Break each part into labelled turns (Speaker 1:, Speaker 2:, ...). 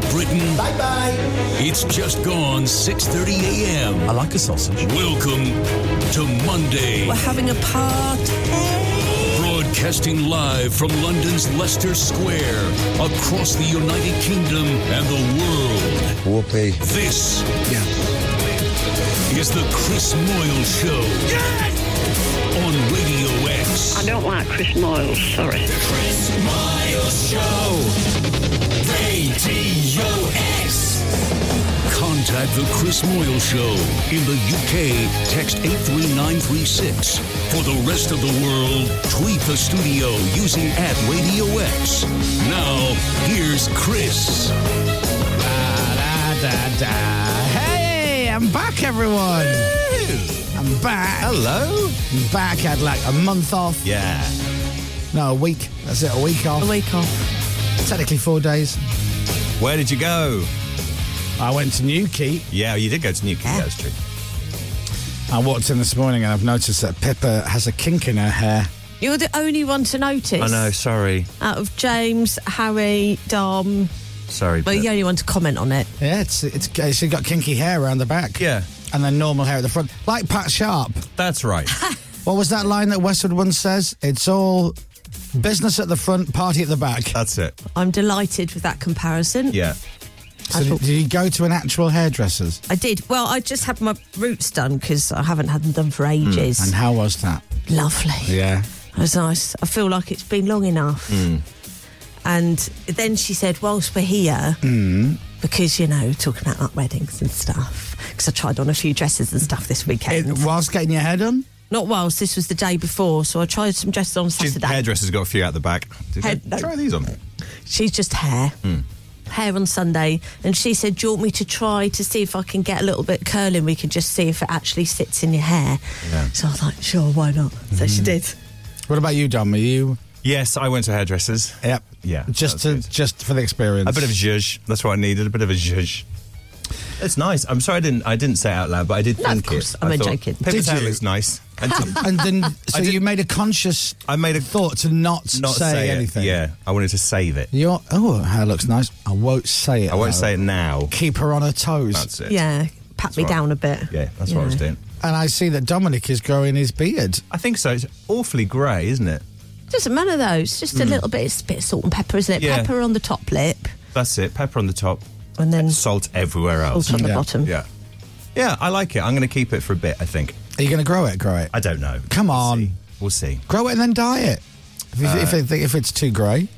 Speaker 1: Bye bye.
Speaker 2: It's just gone 6:30 a.m.
Speaker 3: I like a sausage.
Speaker 2: Welcome to Monday,
Speaker 4: We're having a party.
Speaker 2: broadcasting live from London's Leicester Square, across the United Kingdom and the world.
Speaker 5: We'll play.
Speaker 2: This is the Chris Moyle Show on Radio X.
Speaker 6: I don't like Chris Moyles, sorry.
Speaker 2: Chris Miles Show. Radio X. Contact the Chris Moyle Show in the UK. Text 83936. For the rest of the world, tweet the studio using at Radio X. Now, here's Chris.
Speaker 3: Hey, I'm back, everyone. I'm back.
Speaker 1: Hello.
Speaker 3: I'm back. I had like a month off.
Speaker 1: Yeah.
Speaker 3: No, a week. That's it, a week off.
Speaker 4: A week off.
Speaker 3: Technically four days.
Speaker 1: Where did you go?
Speaker 3: I went to Newquay.
Speaker 1: Yeah, you did go to Newcastle. That's true.
Speaker 3: I walked in this morning and I've noticed that Pippa has a kink in her hair.
Speaker 4: You're the only one to notice.
Speaker 1: I know. Sorry.
Speaker 4: Out of James, Harry, Dom,
Speaker 1: Sorry. but-
Speaker 4: well, you're the only one to comment on it.
Speaker 3: Yeah, it's it's she's got kinky hair around the back.
Speaker 1: Yeah.
Speaker 3: And then normal hair at the front. Like Pat Sharp.
Speaker 1: That's right.
Speaker 3: What was that line that Westwood once says? It's all business at the front, party at the back.
Speaker 1: That's it.
Speaker 4: I'm delighted with that comparison.
Speaker 1: Yeah.
Speaker 3: So did, did you go to an actual hairdresser's?
Speaker 4: I did. Well, I just had my roots done because I haven't had them done for ages.
Speaker 1: Mm.
Speaker 3: And how was that?
Speaker 4: Lovely.
Speaker 3: Yeah.
Speaker 4: It was nice. I feel like it's been long enough.
Speaker 1: Hmm.
Speaker 4: And then she said, whilst we're here,
Speaker 1: Mm-hmm.
Speaker 4: because, you know, talking about like weddings and stuff, because I tried on a few dresses and stuff this
Speaker 3: It,
Speaker 4: weekend.
Speaker 3: whilst getting your hair done?
Speaker 4: Not whilst, this was the day before. So I tried some dresses on
Speaker 1: She's-
Speaker 4: Saturday.
Speaker 1: Hairdresser's got a few out the back. Did
Speaker 4: Head-
Speaker 1: they
Speaker 4: no.
Speaker 1: Try these on.
Speaker 4: She's just hair.
Speaker 1: Mm.
Speaker 4: Hair on Sunday, and she said, "Do you want me to try to see if I can get a little bit curling? We can just see if it actually sits in your hair." So I was like, "Sure, why not?" So
Speaker 1: Mm.
Speaker 3: Hmm.
Speaker 4: she did.
Speaker 3: What about you, Dom? Are you?
Speaker 1: Yes, I went to hairdressers.
Speaker 3: Yep.
Speaker 1: Yeah,
Speaker 3: Just
Speaker 1: that's
Speaker 3: to
Speaker 1: good.
Speaker 3: just for the experience.
Speaker 1: A bit of zhuzh. That's what I needed. A bit of a zhuzh. It's nice. I'm sorry I didn't. I didn't say it out loud, but I did
Speaker 4: No, of
Speaker 1: think
Speaker 4: course.
Speaker 1: it.
Speaker 4: I'm
Speaker 1: I
Speaker 4: only
Speaker 1: thought,
Speaker 4: joking.
Speaker 1: Paper
Speaker 3: Did
Speaker 1: towel
Speaker 3: you?
Speaker 1: looks nice. I, didn't-
Speaker 3: And then, so
Speaker 1: did-
Speaker 3: you made a conscious
Speaker 1: I made a
Speaker 3: thought to not,
Speaker 1: not
Speaker 3: say,
Speaker 1: it.
Speaker 3: anything.
Speaker 1: Yeah, I wanted to save it.
Speaker 3: You're. Oh, her hair looks nice. I won't say it.
Speaker 1: I won't
Speaker 3: though.
Speaker 1: say it now.
Speaker 3: Keep her on her toes.
Speaker 1: That's it.
Speaker 4: Yeah, pat me
Speaker 1: right.
Speaker 4: down a bit.
Speaker 1: Yeah, that's what I was
Speaker 4: Yeah.
Speaker 1: doing.
Speaker 3: And I see that Dominic is growing his beard.
Speaker 1: I think so. It's awfully grey, isn't it?
Speaker 4: Doesn't matter though. It's just
Speaker 3: Hmm.
Speaker 4: a little bit. It's a bit of salt and pepper, isn't it?
Speaker 1: Yeah.
Speaker 4: Pepper on the top lip,
Speaker 1: That's it. Pepper on the top,
Speaker 4: and then salt
Speaker 1: salt everywhere else.
Speaker 4: on the
Speaker 3: Yeah.
Speaker 4: bottom.
Speaker 1: Yeah, yeah. I like it. I'm going to keep it for a bit. I think.
Speaker 3: Are you going to grow it? Grow it.
Speaker 1: I don't know.
Speaker 3: Come
Speaker 1: We'll
Speaker 3: on.
Speaker 1: see. We'll see.
Speaker 3: grow it and then dye it. If, if, if, if it's too grey,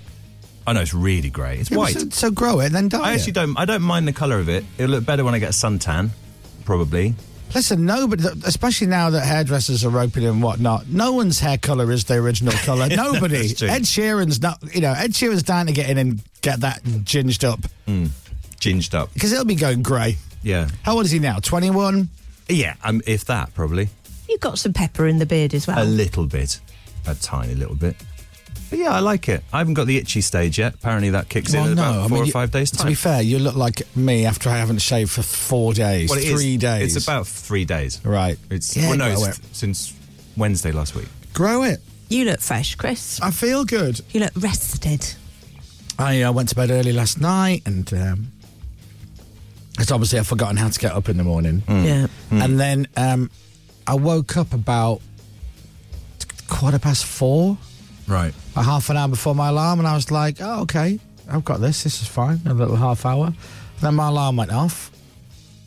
Speaker 1: I know it's really grey. It's
Speaker 3: Yeah,
Speaker 1: white.
Speaker 3: So, so grow it and then dye
Speaker 1: I
Speaker 3: it.
Speaker 1: actually don't. I don't mind the colour of it. It'll look better when I get a suntan, probably.
Speaker 3: Listen, nobody, especially now that hairdressers are roping and whatnot, no one's hair colour is their original colour. Nobody.
Speaker 1: That's true.
Speaker 3: Ed Sheeran's not, you know, Ed Sheeran's dying to get in and get that ginged up
Speaker 1: Hmm. Ginged up.
Speaker 3: because it'll be going grey.
Speaker 1: Yeah.
Speaker 3: How old is he now? 21?
Speaker 1: Yeah. Um, if that, probably
Speaker 4: You've got some pepper in the beard as well.
Speaker 1: a little bit, a tiny little bit. But yeah, I like it. I haven't got the itchy stage yet. Apparently, that kicks in in about four or
Speaker 3: you-
Speaker 1: five days
Speaker 3: To be
Speaker 1: time.
Speaker 3: fair, you look like me after I haven't shaved for four days,
Speaker 1: Well, it is-
Speaker 3: three days.
Speaker 1: It's about three days.
Speaker 3: Right.
Speaker 1: It's
Speaker 3: Yeah,
Speaker 1: well, no,
Speaker 3: grow
Speaker 1: it's
Speaker 3: it.
Speaker 1: th- since Wednesday last week.
Speaker 3: Grow it.
Speaker 4: you look fresh, Chris.
Speaker 3: I feel good.
Speaker 4: You look rested.
Speaker 3: I uh, went to bed early last night and um, it's obviously I've forgotten how to get up in the morning.
Speaker 4: Yeah.
Speaker 3: And then um, I woke up about t- quarter past four,
Speaker 1: Right.
Speaker 3: a half an hour before my alarm, and I was like, oh, okay, I've got this. This is fine. A little half hour. And then my alarm went off.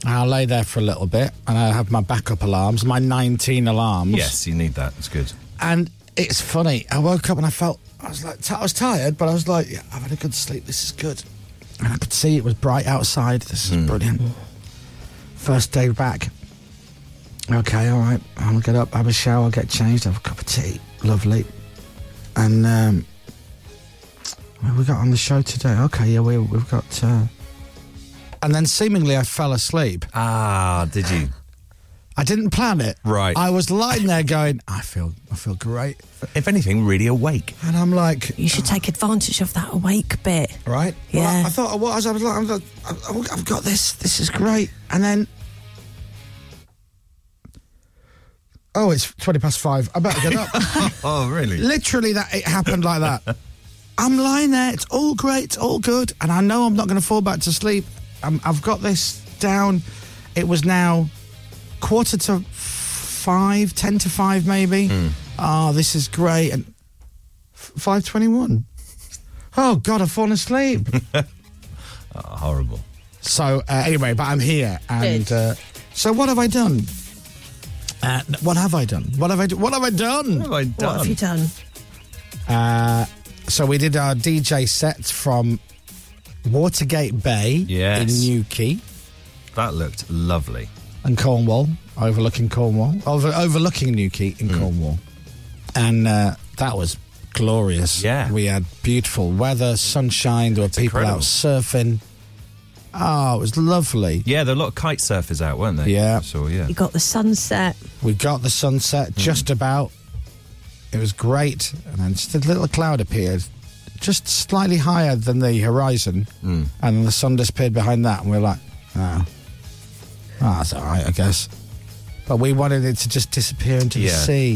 Speaker 3: And I lay there for a little bit, and I have my backup alarms, my 19 alarms.
Speaker 1: Yes, you need that. It's good.
Speaker 3: And it's funny. I woke up and I felt I was like t- I was tired, but I was like, yeah, I've had a good sleep. This is good. And I could see it was bright outside. This
Speaker 1: Hmm.
Speaker 3: is brilliant. First day back. Okay, all right. I'll get up, have a shower, I'll get changed, have a cup of tea. Lovely. And um, what have we got on the show today? Okay, yeah, we, we've got. Uh... And then seemingly I fell asleep.
Speaker 1: Ah, did you?
Speaker 3: I didn't plan it.
Speaker 1: Right.
Speaker 3: I was lying there going, I feel, I feel great.
Speaker 1: if anything, really awake.
Speaker 3: And I'm like,
Speaker 4: You should take advantage of that awake bit.
Speaker 3: right?
Speaker 4: Yeah.
Speaker 3: Well, I, I thought I was. I was like, I'm like, I've I've got this. This is great. And then, oh, it's twenty past five. I better get up.
Speaker 1: Oh, really?
Speaker 3: Literally, that it happened like that. I'm lying there. It's all great. It's all good. And I know I'm not going to fall back to sleep. I- Um, I've got this down. It was now quarter to five, ten to five, maybe. Oh, this is great. And five twenty-one. Oh God, I've fallen asleep.
Speaker 1: Horrible.
Speaker 3: So uh, anyway, but I'm here, and
Speaker 4: Good.
Speaker 3: uh, so what have I done? Uh, n- what have I done? What have I? Do- what have I done? Uh,
Speaker 1: What have I
Speaker 4: What have you
Speaker 1: done?
Speaker 4: done?
Speaker 3: So we did our DJ set from Watergate Bay
Speaker 1: Yes.
Speaker 3: in Newquay
Speaker 1: That looked lovely.
Speaker 3: and Cornwall, overlooking Cornwall, over overlooking Newquay in
Speaker 1: Mm.
Speaker 3: Cornwall, and uh, that was glorious.
Speaker 1: Yeah.
Speaker 3: we had beautiful weather, sunshine. There were people
Speaker 1: incredible.
Speaker 3: out surfing. Oh, it was lovely.
Speaker 1: Yeah, there were a lot of kite surfers out, weren't they?
Speaker 3: Yeah.
Speaker 1: So yeah.
Speaker 4: You got the sunset. Mm.
Speaker 3: We got the sunset just about. It was great. And then just a little cloud appeared, just slightly higher than the horizon. And then the sun disappeared behind that. And we were like, oh, oh that's all right, I guess. But we wanted it to just disappear into the
Speaker 1: Yeah.
Speaker 3: sea.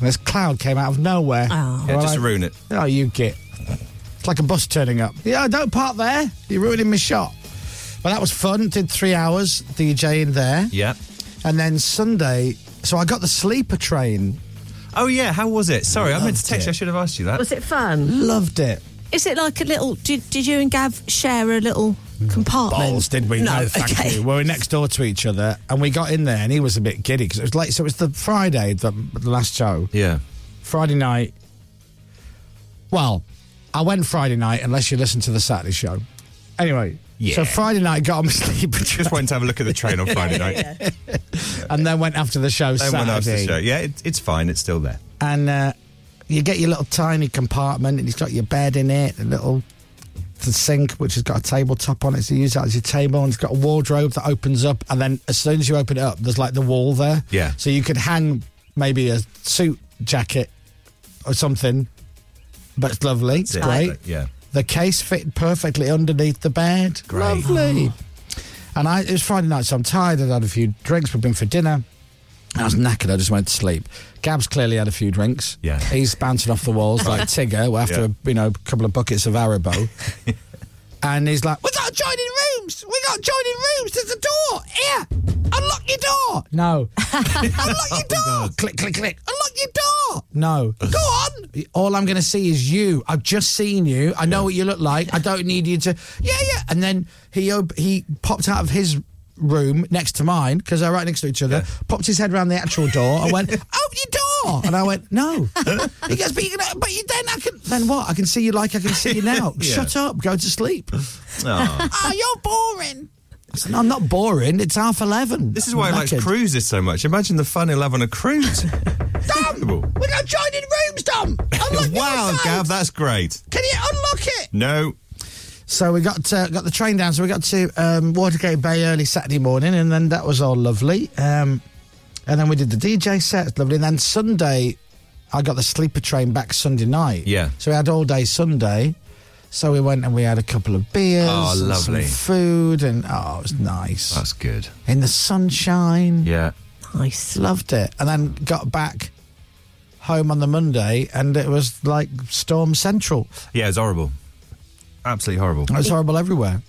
Speaker 3: And this cloud came out of nowhere.
Speaker 4: Oh.
Speaker 1: Yeah,
Speaker 3: We're
Speaker 1: just
Speaker 3: like,
Speaker 1: ruin it.
Speaker 3: Oh, you git. It's like a bus turning up. Yeah, don't park there. You're ruining my shot. But that was fun. Did three hours DJing there.
Speaker 1: Yeah.
Speaker 3: And then Sunday, so I got the sleeper train.
Speaker 1: Oh yeah, how was it? Sorry, I meant to
Speaker 3: Loved
Speaker 1: text you. I
Speaker 3: it.
Speaker 1: should have asked you that.
Speaker 4: Was it fun?
Speaker 3: Loved it.
Speaker 4: Is it like a little? Did, did you and Gav share a little compartment?
Speaker 3: Mm. Balls, did we?
Speaker 4: No,
Speaker 3: thank
Speaker 4: okay.
Speaker 3: you. We were next door to each other, and we got in there, and he was a bit giddy because it was late. So it was the Friday, the, the last show.
Speaker 1: Yeah.
Speaker 3: Friday night. Well, I went Friday night, unless you listen to the Saturday show. Anyway,
Speaker 1: Yeah.
Speaker 3: so Friday night got on my sleeper train,
Speaker 1: Just went to have a look at the train on Friday night.
Speaker 3: and then went after the show
Speaker 1: Then
Speaker 3: Oh, Saturday.
Speaker 1: went after the show. Yeah, it, it's fine. It's still there.
Speaker 3: and uh, you get your little tiny compartment, and it's got your bed in it, a little the sink which has got a tabletop on it, so you use that as your table, and it's got a wardrobe that opens up, and then as soon as you open it up, there's like the wall there,
Speaker 1: Yeah.
Speaker 3: So you could hang maybe a suit jacket or something, but it's lovely, it's
Speaker 1: That's it.
Speaker 3: great.
Speaker 1: Yeah.
Speaker 3: The case fit perfectly underneath the bed,
Speaker 1: Great. Oh.
Speaker 3: lovely. And I, it was Friday night, so I'm tired. I'd had a few drinks. We'd been for dinner. I was knackered. I just went to sleep. Gab's clearly had a few drinks.
Speaker 1: Yeah.
Speaker 3: He's bouncing off the walls like Tigger after
Speaker 1: Yeah.
Speaker 3: you know a couple of buckets of Haribo. and he's like, "We got joining rooms. We got joining rooms. There's a door here. Unlock your door. No. Unlock your door.
Speaker 1: Oh,
Speaker 3: click, click, click. Unlock your door. No. Go on. All I'm going to see is you. I've just seen you. I know what you look like. I don't need you to. Yeah, yeah. And then he op- he popped out of his room next to mine because they're right next to each other. Popped his head around the actual door. and went, open your door. And I went, no. he goes, but you can, but you then I can then what? I can see you like I can see you now.
Speaker 1: Yeah.
Speaker 3: Shut up. Go to sleep.
Speaker 1: Aw.
Speaker 3: Ah, you're boring. I said, no, I'm not boring. It's half eleven.
Speaker 1: This is why I like
Speaker 3: Knackered.
Speaker 1: cruises so much. Imagine the fun he'll have on a cruise. Damn!
Speaker 3: We're not joining rooms, Dom. Unlock
Speaker 1: Wow,
Speaker 3: your side.
Speaker 1: Gav, that's great.
Speaker 3: Can you unlock it?
Speaker 1: No.
Speaker 3: So we got uh, got the train down. So we got to um, Watergate Bay early Saturday morning, and then that was all lovely. Um, and then we did the DJ set, it's lovely. And then Sunday, I got the sleeper train back Sunday night.
Speaker 1: Yeah.
Speaker 3: So we had all day Sunday. So we went and we had a couple of beers,
Speaker 1: Oh,
Speaker 3: and some
Speaker 1: lovely.
Speaker 3: food, and oh, it was nice
Speaker 1: That's good.
Speaker 3: in the sunshine.
Speaker 1: Yeah.
Speaker 4: Nice.
Speaker 3: Loved it. And then got back home on the Monday, and it was like storm central.
Speaker 1: Yeah, it's horrible. Absolutely horrible.
Speaker 3: It was horrible everywhere.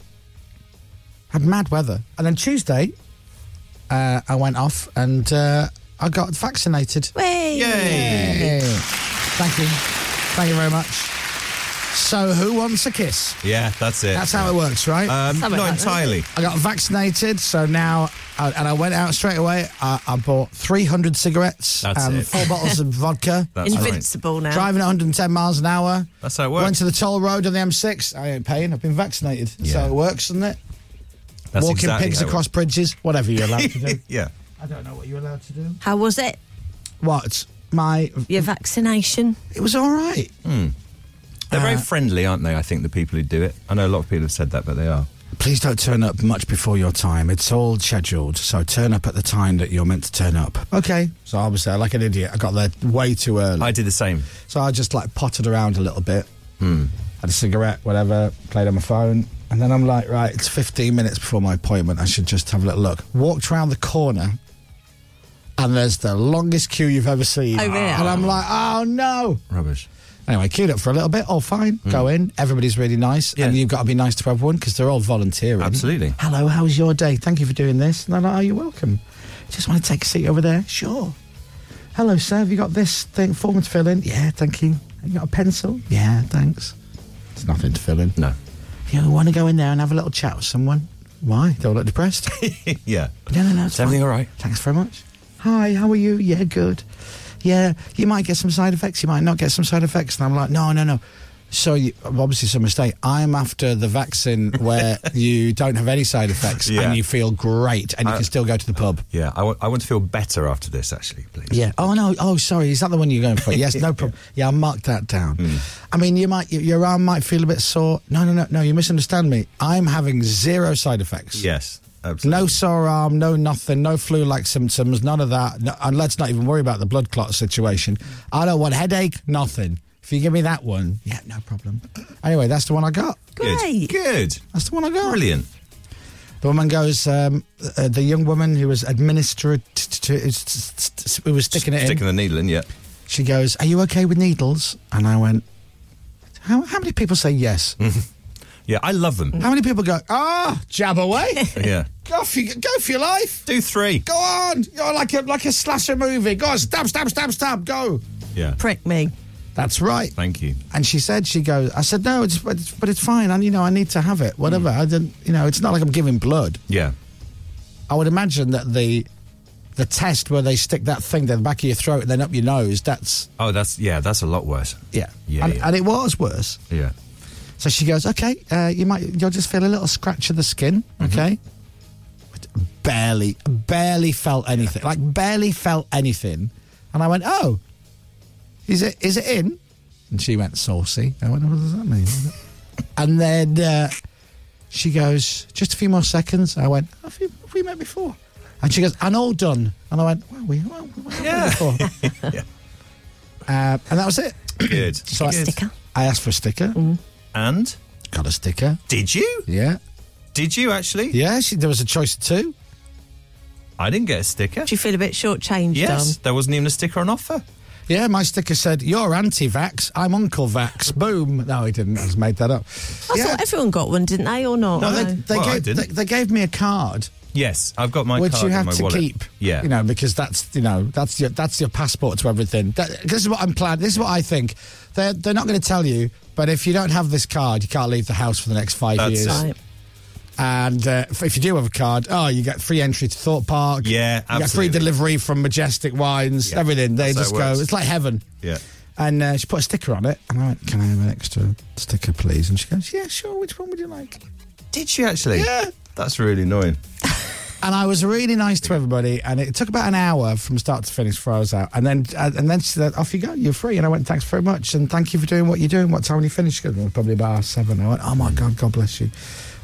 Speaker 3: Had mad weather. And then Tuesday, uh, I went off and uh, I got vaccinated.
Speaker 4: Way.
Speaker 1: Yay!
Speaker 3: Hey. Thank you. Thank you very much. So, who wants a kiss?
Speaker 1: Yeah, that's it.
Speaker 3: That's how it works, right?
Speaker 1: Um,
Speaker 4: Something
Speaker 1: not
Speaker 4: like that.
Speaker 1: entirely.
Speaker 3: I got vaccinated, so now, I, and I went out straight away. I, I bought 300 cigarettes
Speaker 1: That's
Speaker 3: and
Speaker 1: it.
Speaker 3: four bottles of vodka.
Speaker 1: That's right.
Speaker 4: Invincible now.
Speaker 3: driving at 110 miles an hour.
Speaker 1: That's how it works.
Speaker 3: Went to the toll road on the M6. I ain't paying. I've been vaccinated. That's
Speaker 1: Yeah.
Speaker 3: how it works, isn't it?
Speaker 1: That's
Speaker 3: Walking
Speaker 1: exactly
Speaker 3: pigs
Speaker 1: how it
Speaker 3: across bridges, whatever you're allowed to do.
Speaker 1: works. yeah.
Speaker 3: I don't know what you're allowed to do.
Speaker 4: How was it?
Speaker 3: What? My.
Speaker 4: Your vaccination?
Speaker 3: It was all right.
Speaker 1: Hmm. They're
Speaker 3: Uh,
Speaker 1: very friendly, aren't they? I think the people who do it. I know a lot of people have said that, but they are.
Speaker 3: Please don't turn up much before your time. It's all scheduled, so turn up at the time that you're meant to turn up. Okay. So I was there like an idiot. I got there way too early.
Speaker 1: I did the same.
Speaker 3: So I just like potted around a little bit,
Speaker 1: Hmm.
Speaker 3: had a cigarette, whatever, played on my phone. And then I'm like, right, it's 15 minutes before my appointment. I should just have a little look. Walked round the corner, and there's the longest queue you've ever seen.
Speaker 4: Oh, really?
Speaker 3: And I'm like, oh no.
Speaker 1: Rubbish. Hmm.
Speaker 3: Anyway, queued up for a little bit, all fine. Go in. Everybody's really nice.
Speaker 1: Yeah.
Speaker 3: And you've got to be nice to everyone because they're all volunteering.
Speaker 1: Absolutely.
Speaker 3: Hello, how was your day? Thank you for doing this. And they're like, oh, you're welcome. Just want to take a seat over there? Sure. Hello, sir. Have you got this thing form to fill in? Yeah, thank you. Have you got a pencil? Yeah, thanks. It's nothing to fill in.
Speaker 1: No.
Speaker 3: You want to go in there and have a little chat with someone? Why? They all look depressed.
Speaker 1: yeah.
Speaker 3: No, no, no. It's
Speaker 1: Is everything
Speaker 3: fine.
Speaker 1: all right?
Speaker 3: Thanks very much. Hi, how are you? Yeah, good. Yeah, you might get some side effects. You might not get some side effects. And I'm like, no, no, no. So you, obviously, it's a mistake. I'm after the vaccine where you don't have any side effects
Speaker 1: Yeah.
Speaker 3: and you feel great and you
Speaker 1: I-
Speaker 3: can still go to the pub.
Speaker 1: Uh, Yeah. I want, I want to feel better after this, actually, please.
Speaker 3: Yeah. Oh no. Oh, sorry. Is that the one you're going for? Yes. No problem. Yeah, I marked that down.
Speaker 1: Hmm.
Speaker 3: I mean, you might your arm might feel a bit sore. No, no, no, no. You misunderstand me. I'm having zero side effects.
Speaker 1: Yes. Absolutely.
Speaker 3: No sore arm, no nothing, no flu-like symptoms, none of that. No, and let's not even worry about the blood clot situation. I don't want headache, nothing. If you give me that one, yeah, no problem. Anyway, that's the one I got.
Speaker 1: Good.
Speaker 7: Great.
Speaker 1: Good.
Speaker 3: That's the one I got.
Speaker 1: Brilliant.
Speaker 3: The woman goes, um, uh, the young woman who was administered, who was sticking it in.
Speaker 1: Sticking the needle in, yeah.
Speaker 3: She goes, "Are you okay with needles?" And I went, "How, how many people say yes?
Speaker 1: Yeah, I love them.
Speaker 3: How many people go, ah, jab away,
Speaker 1: yeah.
Speaker 3: go for your, go for your life,
Speaker 1: Do three.
Speaker 3: go on, you're like a like a slasher movie, go on, stab, stab, stab, stab, go."
Speaker 1: Yeah.
Speaker 7: Prick me.
Speaker 3: That's right.
Speaker 1: Thank you.
Speaker 3: And she said, "She goes." I said, "No, it's but it's, but it's fine. And you know, I need to have it. Whatever.
Speaker 1: Mm.
Speaker 3: I didn't. You know, it's not like I'm giving blood.
Speaker 1: Yeah.
Speaker 3: I would imagine that the." The test where they stick that thing down the back of your throat and then up your nose, that's,
Speaker 1: Oh, that's, yeah, that's a lot worse.
Speaker 3: yeah.
Speaker 1: Yeah.
Speaker 3: and,
Speaker 1: yeah.
Speaker 3: and it was worse.
Speaker 1: yeah.
Speaker 3: So she goes, okay, uh, you might you'll just feel a little scratch of the skin, okay? Barely, barely felt anything, like barely felt anything, and I went, oh, is it is it in? And she went saucy. I went, what does that mean? and then uh, she goes, just a few more seconds. I went, have, you, have we met before? And she goes, and all done. And I went, well, we, well, we have met before. uh, and that was it.
Speaker 1: Good.
Speaker 3: So I,
Speaker 1: Good.
Speaker 7: Sticker. Mm.
Speaker 3: I asked for a sticker.
Speaker 1: And
Speaker 3: Got a sticker.
Speaker 1: did you?
Speaker 3: Yeah.
Speaker 1: Did you actually?
Speaker 3: Yeah, she, there was a choice of two.
Speaker 1: I didn't get a sticker.
Speaker 7: Do you feel a bit shortchanged,
Speaker 1: Yes,
Speaker 7: Dom?
Speaker 1: there wasn't even a sticker on offer.
Speaker 3: Yeah, my sticker said, You're anti vax, I'm Uncle Vax. Boom. No, I didn't. I just made that up.
Speaker 7: I
Speaker 3: yeah.
Speaker 7: thought everyone got one, didn't they, or not?
Speaker 3: No,
Speaker 7: No.
Speaker 3: they, they,
Speaker 1: Well, I
Speaker 3: gave, they,
Speaker 1: didn't.
Speaker 3: they gave me a card,
Speaker 1: Yes, I've got my
Speaker 3: which
Speaker 1: card
Speaker 3: you
Speaker 1: in
Speaker 3: have
Speaker 1: my
Speaker 3: to
Speaker 1: wallet.
Speaker 3: keep.
Speaker 1: Yeah,
Speaker 3: You know, because that's, you know, that's your, that's your passport to everything. That, this is what I'm planning. This is what I think. They're, they're not going to tell you, but if you don't have this card, you can't leave the house for the next five
Speaker 1: That's
Speaker 3: years.
Speaker 1: it.
Speaker 7: Right.
Speaker 3: And uh, if- if you do have a card, oh, you get free entry to Thought Park.
Speaker 1: Yeah,
Speaker 3: You get free
Speaker 1: absolutely.
Speaker 3: delivery from Majestic Wines,
Speaker 1: Yeah,
Speaker 3: everything. They
Speaker 1: that's how
Speaker 3: just
Speaker 1: it
Speaker 3: go,
Speaker 1: works.
Speaker 3: it's like heaven.
Speaker 1: yeah.
Speaker 3: And uh, she put a sticker on it. And I went, Can I have an extra sticker, please? And she goes, Yeah, sure. Which one would you like?
Speaker 1: Did she actually?
Speaker 3: Yeah.
Speaker 1: That's really annoying.
Speaker 3: And I was really nice to everybody. And it took about an hour from start to finish before I was out. And then uh, and then she said, Off you go. You're free. And I went, Thanks very much. And thank you for doing what you're doing. What time will you finish? She goes, well, Probably about half seven. I went, Oh my God, God bless you.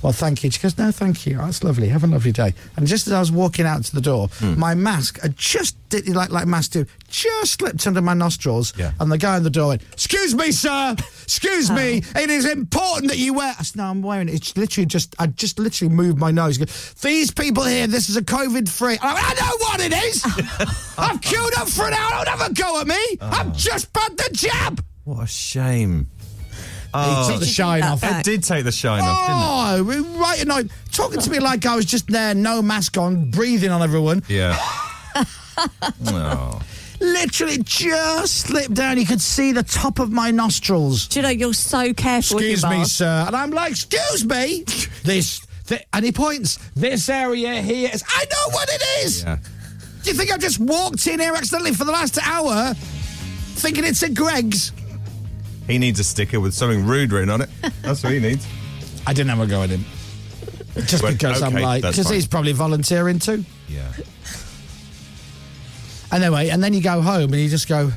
Speaker 3: Well, thank you. She goes, No, thank you. Oh, that's lovely. Have a lovely day. And just as I was walking out to the door,
Speaker 1: Hmm.
Speaker 3: my mask, I just did like like masks do, just slipped under my nostrils.
Speaker 1: Yeah.
Speaker 3: And the guy in the door went, Excuse me, sir. Excuse me.
Speaker 1: Oh.
Speaker 3: It is important that you wear. I said, No, I'm wearing it. It's literally just, I just literally moved my nose. He goes, These people here, this is a COVID free. I, went, I know what it is. I've queued up for an hour. Don't have a go at me.
Speaker 1: Oh.
Speaker 3: I've just had the jab.
Speaker 1: What a shame.
Speaker 3: he took the shine off.
Speaker 1: It did take the shine off, didn't it?
Speaker 3: Oh, right and I talking to me like I was just there, no mask on, breathing on everyone.
Speaker 1: Yeah. oh.
Speaker 3: Literally just slipped down. You could see the top of my nostrils.
Speaker 7: Do you know you're so careful? with your
Speaker 3: excuse me,
Speaker 7: mask.
Speaker 3: sir. And I'm like, excuse me. this, th-, and he points. This area here is. I know what it is.
Speaker 1: Yeah.
Speaker 3: Do you think I've just walked in here accidentally for the last hour, thinking it's a Greg's?
Speaker 1: He needs a sticker with something rude written on it. That's what he needs.
Speaker 3: I didn't have a go at him. Just
Speaker 1: Well,
Speaker 3: because I'm
Speaker 1: okay,
Speaker 3: like,
Speaker 1: that's
Speaker 3: because
Speaker 1: fine.
Speaker 3: he's probably volunteering too.
Speaker 1: Yeah.
Speaker 3: Anyway, and then you go home and you just go.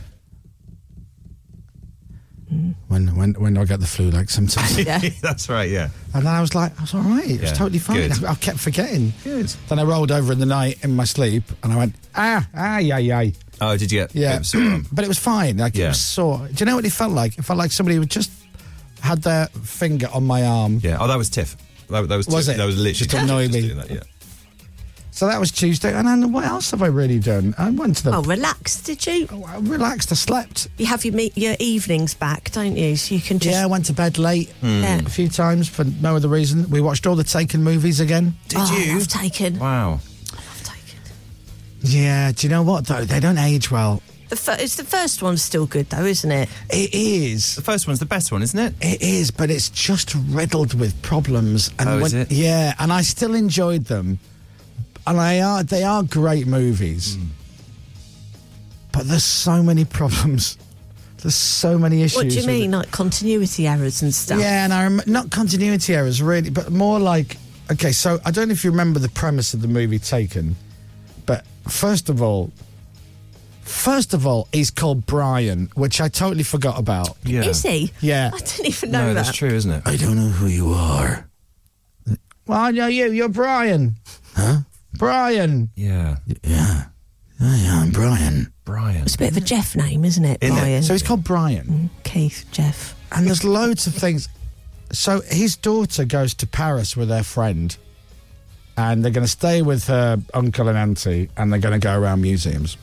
Speaker 3: When when when do I get the flu like symptoms?
Speaker 7: Yeah.
Speaker 1: That's right, yeah.
Speaker 3: And then I was like, I was all right. It was
Speaker 1: Yeah,
Speaker 3: totally fine.
Speaker 1: good.
Speaker 3: I, I kept forgetting.
Speaker 1: Good.
Speaker 3: Then I rolled over in the night in my sleep and I went, ah, ah, yeah, yeah.
Speaker 1: Oh, did you get
Speaker 3: Yeah.
Speaker 1: it sort of-
Speaker 3: but it was fine. Like, it
Speaker 1: Yeah.
Speaker 3: was sore. Do you know what it felt like? It felt like somebody had just had their finger on my arm.
Speaker 1: Yeah. Oh, that was Tiff. That, that was Tiff.
Speaker 3: Was it?
Speaker 1: That was literally
Speaker 3: Just annoyed
Speaker 1: Tiff
Speaker 3: me.
Speaker 1: doing that, yeah.
Speaker 3: So that was Tuesday. And then what else have I really done? I went to the.
Speaker 4: Oh, relax, did you?
Speaker 3: Oh, I relaxed. I slept.
Speaker 4: You have your, me- your evenings back, don't you? So you can just.
Speaker 3: Yeah, I went to bed late
Speaker 1: Hmm.
Speaker 4: Yeah.
Speaker 3: a few times for no other reason. We watched all the Taken movies again.
Speaker 1: Did
Speaker 4: Oh,
Speaker 1: you?
Speaker 4: I've taken.
Speaker 1: Wow.
Speaker 4: I've taken.
Speaker 3: Yeah, do you know what though? They don't age well.
Speaker 4: The fir- it's the first one's still good though, isn't it?
Speaker 3: It is.
Speaker 1: The first one's the best one, isn't it?
Speaker 3: It is, but it's just riddled with problems. And
Speaker 1: Oh, is it?
Speaker 3: Yeah, and I still enjoyed them, and I are they are great movies,
Speaker 1: Hmm.
Speaker 3: but there's so many problems. There's so many issues.
Speaker 4: What do you
Speaker 3: with
Speaker 4: mean, like continuity errors and stuff?
Speaker 3: Yeah, and I rem- not continuity errors really, but more like okay. So I don't know if you remember the premise of the movie Taken, but first of all, first of all, he's called Brian, which I totally forgot about.
Speaker 1: Yeah.
Speaker 4: Is he?
Speaker 3: Yeah.
Speaker 4: I didn't even know
Speaker 1: No,
Speaker 4: that.
Speaker 1: that's true, isn't it?
Speaker 3: I don't know who you are. Well, I know you. You're Brian. Huh? Brian.
Speaker 1: Yeah.
Speaker 3: Yeah. yeah, I'm Brian.
Speaker 1: Brian.
Speaker 4: It's a bit of a Jeff name, isn't it?
Speaker 1: Isn't it?
Speaker 4: Brian. Mm,
Speaker 3: So he's called Brian.
Speaker 4: Keith, Jeff.
Speaker 3: and there's loads of things. So his daughter goes to Paris with her friend, and they're going to stay with her uncle and auntie, and they're going to go around museums.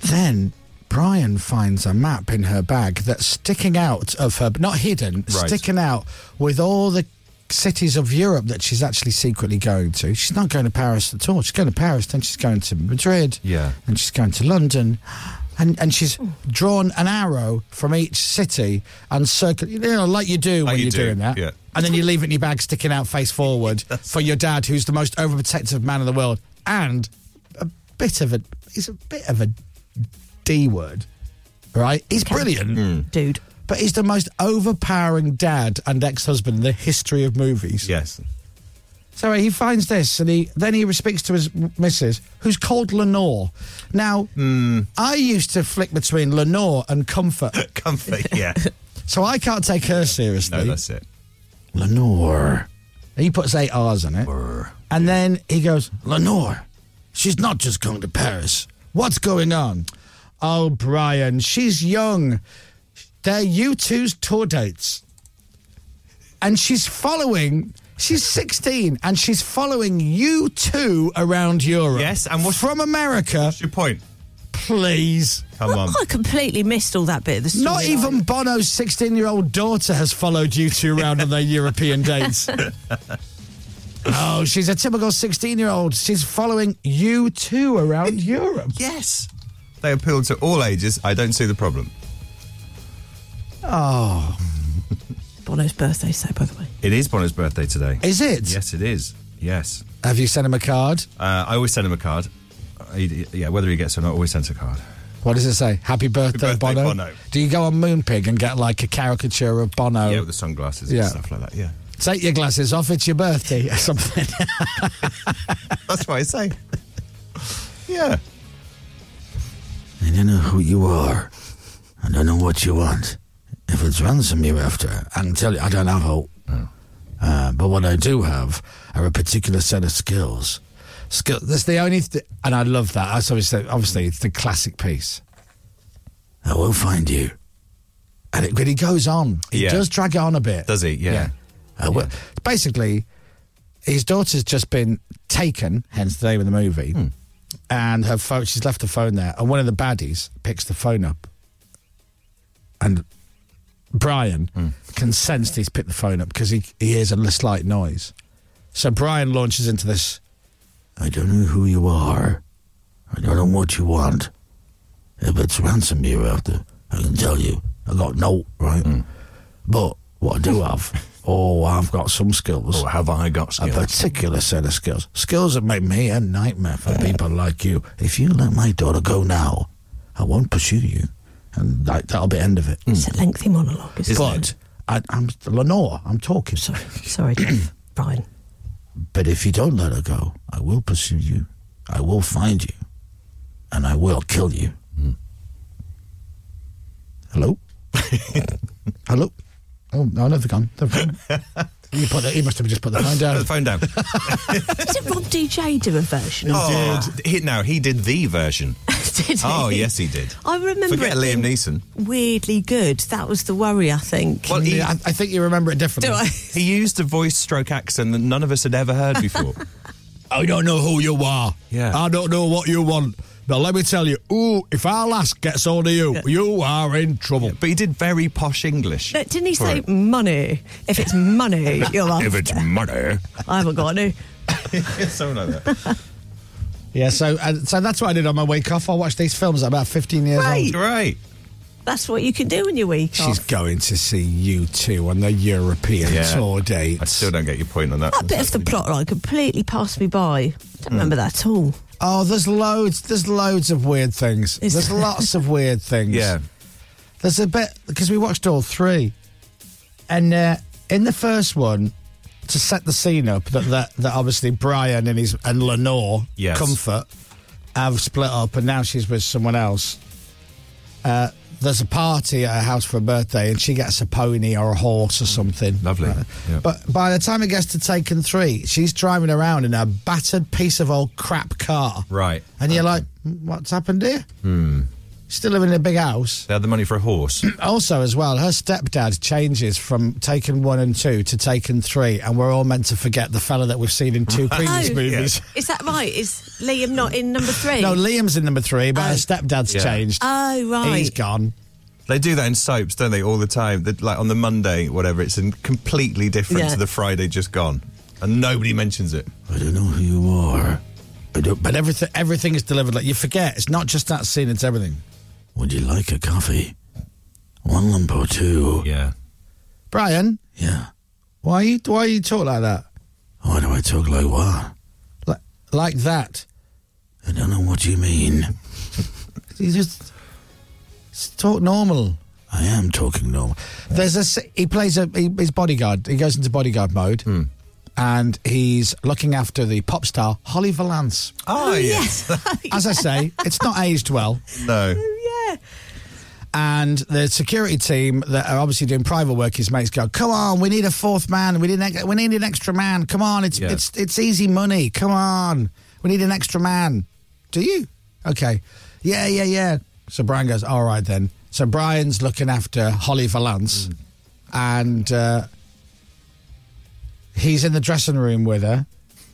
Speaker 3: Then Brian finds a map in her bag that's sticking out of her, not hidden,
Speaker 1: Right.
Speaker 3: sticking out with all the cities of Europe that she's actually secretly going to. She's not going to Paris at all. She's going to Paris, then she's going to Madrid
Speaker 1: Yeah.
Speaker 3: and she's going to London, and and she's drawn an arrow from each city and circle, you know, like you do
Speaker 1: Like Oh,
Speaker 3: when
Speaker 1: you
Speaker 3: you're
Speaker 1: do,
Speaker 3: doing that.
Speaker 1: yeah.
Speaker 3: And then you leave it in your bag, sticking out face forward for your dad, who's the most overprotective man in the world, and a bit of a he's a bit of a d word, right? He's brilliant.
Speaker 1: Hmm.
Speaker 4: Dude.
Speaker 3: But he's the most overpowering dad and ex-husband in the history of movies.
Speaker 1: Yes.
Speaker 3: So he finds this, and he then he speaks to his missus, who's called Lenore. Now,
Speaker 1: Hmm.
Speaker 3: I used to flick between Lenore and Comfort,
Speaker 1: Comfy. Yeah.
Speaker 3: so I can't take her seriously.
Speaker 1: No, that's it.
Speaker 3: Lenore. He puts eight R's in it, and then he goes, Lenore, she's not just going to Paris. What's going on? Oh, Brian, she's young. They're you two's tour dates and she's following. She's 16 and she's following you two around Europe.
Speaker 1: Yes, and what's-
Speaker 3: from America,
Speaker 1: What's your point?
Speaker 3: please.
Speaker 1: Come on.
Speaker 4: I completely missed all that bit of the story.
Speaker 3: Not even Bono's 16 year old daughter has followed you two around on their European dates. oh, she's a typical 16 year old. She's following you two around Europe.
Speaker 1: Yes. They appeal to all ages. I don't see the problem.
Speaker 3: Oh.
Speaker 4: Bono's birthday, so by the way.
Speaker 1: It is Bono's birthday today.
Speaker 3: Is it?
Speaker 1: Yes, it is. Yes.
Speaker 3: Have you sent him a card?
Speaker 1: Uh, I always send him a card. Uh, He- yeah, whether he gets it or not, I always sends a card.
Speaker 3: What does it say? Happy birthday,
Speaker 1: birthday,
Speaker 3: Bono.
Speaker 1: Bono.
Speaker 3: Do you go on Moonpig and get like a caricature of Bono?
Speaker 1: Yeah, with the sunglasses
Speaker 3: Yeah.
Speaker 1: and stuff like that. Yeah.
Speaker 3: Take your glasses off, it's your birthday or something.
Speaker 1: That's what I say. Yeah.
Speaker 3: I don't know who you are. I don't know what you want. If it's ransom you after, I can tell you I don't have hope.
Speaker 1: Oh.
Speaker 3: Uh, but what I do have are a particular set of skills. Skill. That's the only. Th- and I love that. That's obviously, obviously, it's the classic piece. I will find you. And it, but he goes on. He
Speaker 1: Yeah.
Speaker 3: does drag it on a bit.
Speaker 1: Does he? Yeah.
Speaker 3: I will- Uh, Basically, his daughter's just been taken, hence the name of the movie, and her phone. She's left her phone there, and one of the baddies picks the phone up, and Brian can sense that he's picked the phone up because he, he hears a slight noise. So Brian launches into this. I don't know who you are. I don't know what you want. If it's ransom you after, I can tell you. I got no right. But what I do have, oh, I've got some skills.
Speaker 1: Or Oh, have I got
Speaker 3: a
Speaker 1: skills?
Speaker 3: particular set of skills. Skills that make me a nightmare for people like you. If you let my daughter go now, I won't pursue you. And that, that'll be the end of it.
Speaker 4: It's a lengthy monologue, isn't
Speaker 3: But
Speaker 4: it?
Speaker 3: I, I'm Lenore, I'm talking.
Speaker 4: Sorry, sorry, Jeff. Brian.
Speaker 3: But if you don't let her go, I will pursue you. I will find you. And I will kill you.
Speaker 8: Hmm.
Speaker 3: Hello? Hello? Oh, no, they've gone. They've gone. you put the, he must have just put the phone
Speaker 1: Put
Speaker 3: down.
Speaker 1: the phone down.
Speaker 4: Did Rob DJ do a version of
Speaker 1: oh, he, now, he did the version.
Speaker 4: it? Did he?
Speaker 1: Oh, yes, he did.
Speaker 4: I remember
Speaker 1: Forget
Speaker 4: it
Speaker 1: Liam
Speaker 4: being
Speaker 1: Neeson.
Speaker 4: weirdly good. That was the worry, I think.
Speaker 1: Well, he,
Speaker 3: Yeah, I, I think you remember it
Speaker 4: do
Speaker 3: differently.
Speaker 4: I?
Speaker 1: he used a voice stroke accent that none of us had ever heard before.
Speaker 8: I don't know who you are.
Speaker 1: Yeah.
Speaker 8: I don't know what you want. But let me tell you, ooh, if our lass gets hold of you, you are in trouble.
Speaker 1: But he did very posh English.
Speaker 4: But didn't he
Speaker 1: for
Speaker 4: say
Speaker 1: it.
Speaker 4: money? If it's money, you're like,
Speaker 1: If it's money.
Speaker 4: I haven't got any.
Speaker 1: Something like that.
Speaker 3: Yeah, so uh, so that's what I did on my week off. I watched these films at about 15 years
Speaker 4: Right. Oh.
Speaker 3: old.
Speaker 1: Right.
Speaker 4: That's what you can do in your week
Speaker 8: She's
Speaker 4: off.
Speaker 8: going to see you two on the European
Speaker 1: Yeah.
Speaker 8: tour
Speaker 1: I
Speaker 8: dates.
Speaker 1: still don't get your point on that.
Speaker 4: That bit of the plot line completely passed me by. I don't remember that at all.
Speaker 8: Oh, there's loads. There's loads of weird things.
Speaker 4: Is-
Speaker 8: There's lots of weird things.
Speaker 1: Yeah.
Speaker 8: There's a bit because we watched all three, and uh, in the first one,
Speaker 3: To set the scene up, that, that, that obviously Brian and his and Lenore,
Speaker 1: Yes.
Speaker 3: Comfort, have split up and now she's with someone else. Uh, there's a party at her house for her birthday and she gets a pony or a horse or something. Uh,
Speaker 1: Lovely. Yeah.
Speaker 3: But by the time it gets to Taken 3, she's driving around in a battered piece of old crap car.
Speaker 1: Right. Hmm.
Speaker 3: And you're like, "Mm, what's happened here? Still living in a big house.
Speaker 1: They had the money for a horse.
Speaker 3: Also, as well, her stepdad changes from Taken 1 and 2 to Taken 3, and we're all meant to forget the fella that we've seen in two previous
Speaker 4: Oh.
Speaker 3: movies.
Speaker 4: Is that right? Is Liam not in number three?
Speaker 3: No, Liam's in number 3, but her
Speaker 4: Oh.
Speaker 3: stepdad's
Speaker 1: Yeah.
Speaker 3: changed.
Speaker 4: oh, right.
Speaker 3: He's gone.
Speaker 1: They do that in soaps, don't they, all the time? That like on the Monday, whatever, it's in completely different
Speaker 4: Yeah.
Speaker 1: to the Friday just gone. And nobody mentions it.
Speaker 3: I don't know who you are. I don't, but everything everything is delivered like you forget. It's not just that scene; it's everything. Would you like a coffee? One lump or two?
Speaker 1: Yeah.
Speaker 3: Brian,
Speaker 9: Yeah.
Speaker 3: why you why you talk like that?
Speaker 9: Why do I talk like what?
Speaker 3: Like like that?
Speaker 9: I don't know what you mean.
Speaker 3: You just, just talk normal.
Speaker 9: I am talking normal.
Speaker 3: There's a s- he plays a he, his bodyguard. He goes into bodyguard mode,
Speaker 9: Hmm.
Speaker 3: and he's looking after the pop star Holly Valance.
Speaker 1: Oh, yes.
Speaker 4: yes.
Speaker 3: As I say, it's not aged well.
Speaker 1: No.
Speaker 4: yeah.
Speaker 3: and the security team that are obviously doing private work, his mates go, "Come on, we need a fourth man. We need an, we need an extra man. Come on, it's
Speaker 1: Yeah.
Speaker 3: it's it's easy money. Come on, we need an extra man. Do you? Okay, yeah, yeah, yeah." So Brian goes, "All right then." So Brian's looking after Holly Valance, and uh, he's in the dressing room with her,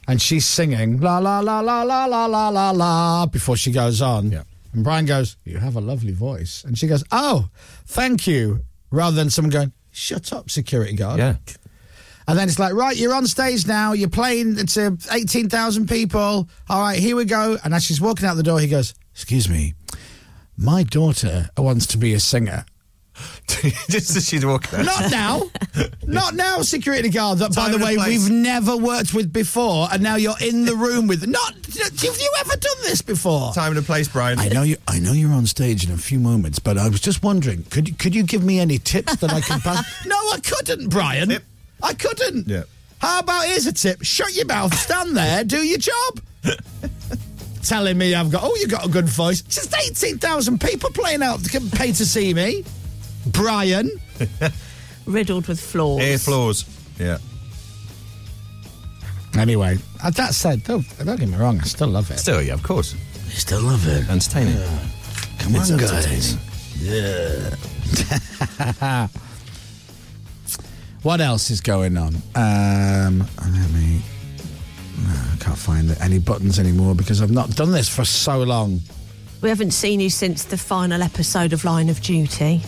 Speaker 3: and she's singing la la la la la la la la la before she goes on.
Speaker 1: Yeah.
Speaker 3: And Brian goes, "You have a lovely voice," and she goes, "Oh, thank you," rather than someone going, "Shut up, security guard."
Speaker 1: Yeah.
Speaker 3: And then it's like, right, you're on stage now. You're playing to 18,000 people. All right, here we go. And as she's walking out the door, he goes, Excuse me, my daughter wants to be a singer.
Speaker 1: just as she's walking out.
Speaker 3: Not now. Not now, security guard, that,
Speaker 1: Time
Speaker 3: by
Speaker 1: and
Speaker 3: the way,
Speaker 1: place.
Speaker 3: we've never worked with before. And now you're in the room with. Not. Have you ever done this before?
Speaker 1: Time and a place, Brian.
Speaker 3: I know you. I know you're on stage in a few moments, but I was just wondering, could could you give me any tips that I can pass? no, I couldn't, Brian.
Speaker 1: Tip.
Speaker 3: I couldn't.
Speaker 1: Yeah.
Speaker 3: How about here's a tip? Shut your mouth, stand there, do your job. Telling me I've got. Oh, you got a good voice. It's Just eighteen thousand people playing out to pay to see me. Brian,
Speaker 4: Riddled with flaws.
Speaker 1: Air floors. Yeah.
Speaker 3: Anyway, uh, that said, don't, don't get me wrong, I still love it.
Speaker 1: Still, yeah, of course.
Speaker 9: I still love it.
Speaker 1: Entertaining.
Speaker 9: Come on, guys.
Speaker 3: What else is going on? Um, let me. No, I can't find any buttons anymore because I've not done this for so long.
Speaker 4: We haven't seen you since the final episode of Line of Duty.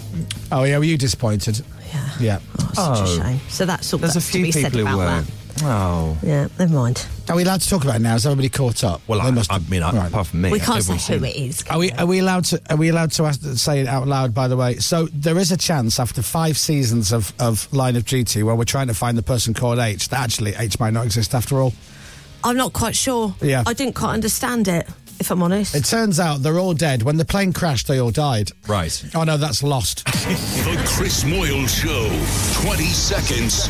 Speaker 3: Oh yeah, were you disappointed?
Speaker 4: Yeah.
Speaker 3: Yeah.
Speaker 4: Oh, such
Speaker 1: Oh.
Speaker 4: a shame. So that's all
Speaker 1: There's a
Speaker 4: that's to
Speaker 1: few
Speaker 4: be said
Speaker 1: people who
Speaker 4: about
Speaker 1: were.
Speaker 4: that.
Speaker 1: Oh.
Speaker 4: Yeah, never mind.
Speaker 3: Are we allowed to talk about it now? Is everybody caught up?
Speaker 1: Well,
Speaker 3: They
Speaker 1: I,
Speaker 3: must
Speaker 1: I
Speaker 3: have-
Speaker 1: mean, I,
Speaker 3: Right.
Speaker 1: apart from me,
Speaker 4: we can't
Speaker 1: everyone
Speaker 4: say who
Speaker 1: seemed-
Speaker 4: it is.
Speaker 3: Are we are we allowed to are we allowed to ask, say it out loud? By the way, so there is a chance after five seasons of, of Line of Duty where we're trying to find the person called H that actually H might not exist after all.
Speaker 4: I'm not quite sure.
Speaker 3: Yeah.
Speaker 4: I didn't quite understand it, if I'm honest.
Speaker 3: It turns out they're all dead. When the plane crashed, they all died.
Speaker 1: Right.
Speaker 3: Oh no, that's lost.
Speaker 2: The Chris Moyle Show. 20 seconds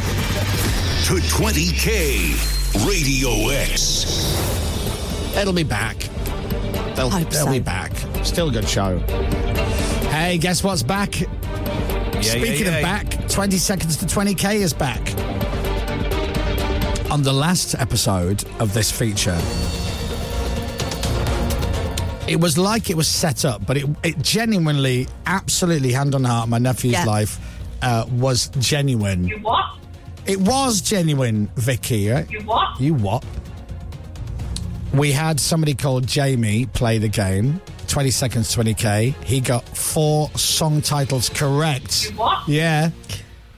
Speaker 2: to 20K. Radio X.
Speaker 3: It'll be back. They'll,
Speaker 4: Hope
Speaker 3: they'll
Speaker 4: so.
Speaker 3: be back. Still a good show. Hey, guess what's back?
Speaker 1: Yeah,
Speaker 3: Speaking
Speaker 1: yeah,
Speaker 3: of
Speaker 1: yeah.
Speaker 3: back, 20 Seconds to 20K is back. On the last episode of this feature, it was like it was set up, but it, it genuinely, absolutely hand on heart, my nephew's
Speaker 4: Yeah.
Speaker 3: life uh, was genuine.
Speaker 10: You what?
Speaker 3: It was genuine, Vicky. Right?
Speaker 10: You what?
Speaker 3: You what? We had somebody called Jamie play the game. 20 seconds, 20k. He got four song titles correct. What? Yeah.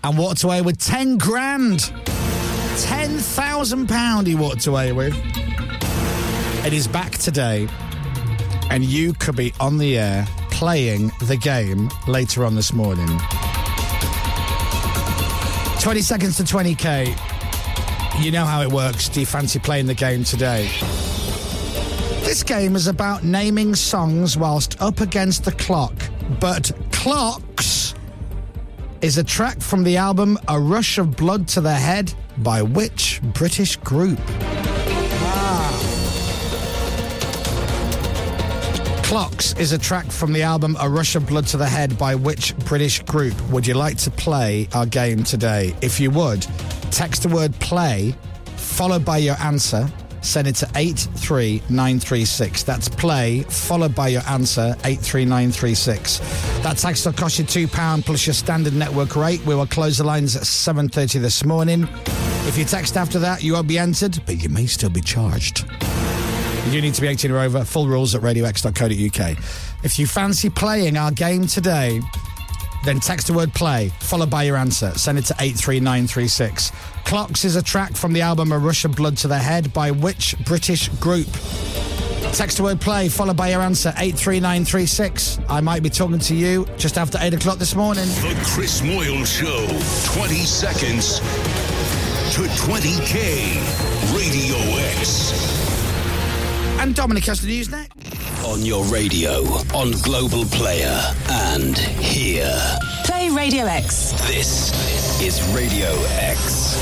Speaker 3: And walked away with 10 grand. 10,000 pound he walked away with. It is back today. And you could be on the air playing the game later on this morning. 20 seconds to 20k. You know how it works. Do you fancy playing the game today? This game is about naming songs whilst up against the clock. But Clocks is a track from the album A Rush of Blood to the Head by which British group? Ah. Clocks is a track from the album A Rush of Blood to the Head by which British group? Would you like to play our game today? If you would, text the word play followed by your answer. Send it to 83936. That's play followed by your answer 83936. That text will cost you £2 plus your standard network rate. We will close the lines at 7.30 this morning. If you text after that, you won't be entered, but you may still be charged. You need to be 18 or over. Full rules at radiox.co.uk. If you fancy playing our game today, then text the word play, followed by your answer. Send it to 83936. Clocks is a track from the album A Rush of Blood to the Head by which British group? Text the word play, followed by your answer, 83936. I might be talking to you just after 8 o'clock this morning.
Speaker 2: The Chris Moyle Show. 20 seconds to 20K. Radio X.
Speaker 3: And Dominic has the news next.
Speaker 2: On your radio, on Global Player, and here.
Speaker 11: Play Radio X.
Speaker 2: This is Radio X